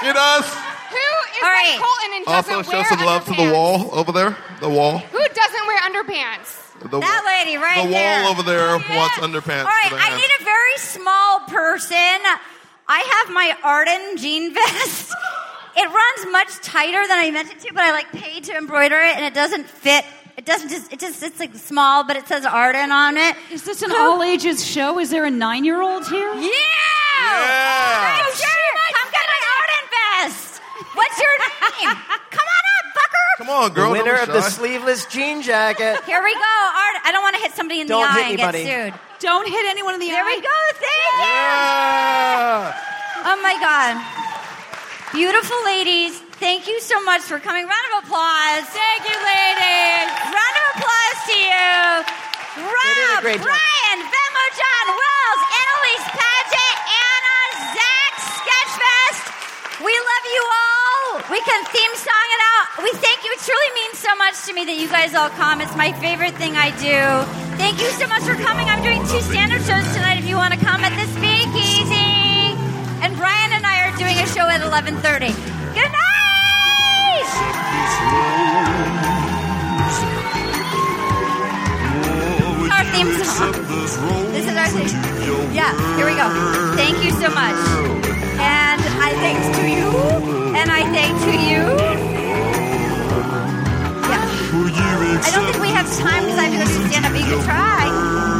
Speaker 18: She does.
Speaker 17: Who is like Colton and doesn't
Speaker 18: Also, show
Speaker 17: wear
Speaker 18: some love to the wall over there. The wall.
Speaker 17: Who doesn't wear underpants?
Speaker 18: The,
Speaker 2: That lady right
Speaker 18: the
Speaker 2: there. Oh,
Speaker 18: wall over there wants underpants.
Speaker 2: All right,
Speaker 18: for the
Speaker 2: I
Speaker 18: hand.
Speaker 2: need a very small person. I have my Arden jean vest. It runs much tighter than I meant it to, but I like paid to embroider it, and it doesn't fit. It doesn't just. It just. It's like small, but it says Arden on it. Is
Speaker 23: this an all ages show? Is there a nine year old here?
Speaker 2: Yeah. Hey, Jared, come get my Arden vest. What's your name? come on up, fucker.
Speaker 18: Come on, girl.
Speaker 5: The winner
Speaker 18: don't
Speaker 5: of
Speaker 18: be
Speaker 5: the
Speaker 18: shy.
Speaker 5: sleeveless jean jacket.
Speaker 2: Here we go, Arden. I don't want to hit somebody in the
Speaker 5: Don't hit
Speaker 2: eye and get
Speaker 5: anybody.
Speaker 2: sued. Don't hit anyone in the there eye. There we go. Thank you. Oh my God. Beautiful ladies, thank you so much for coming. Round of applause. Thank you, ladies. Round of applause to you. Rob,
Speaker 13: great job.
Speaker 2: Brian, Venmo John, Wells, Annalise Paget, Anna, Zach, Sketchfest. We love you all. We can theme song it out. We thank you. It truly means so much to me that you guys all come. It's my favorite thing I do. Thank you so much for coming. I'm doing two stand-up shows tonight if you want to come at the Speakeasy. And Brian and I are doing a show at 11:30. Good night. Our theme song. This is our theme. Yeah, here we go. Thank you so much. And I thanks to you. And I thank to you. Yeah. I don't think we have time because I've got to stand up. You can try.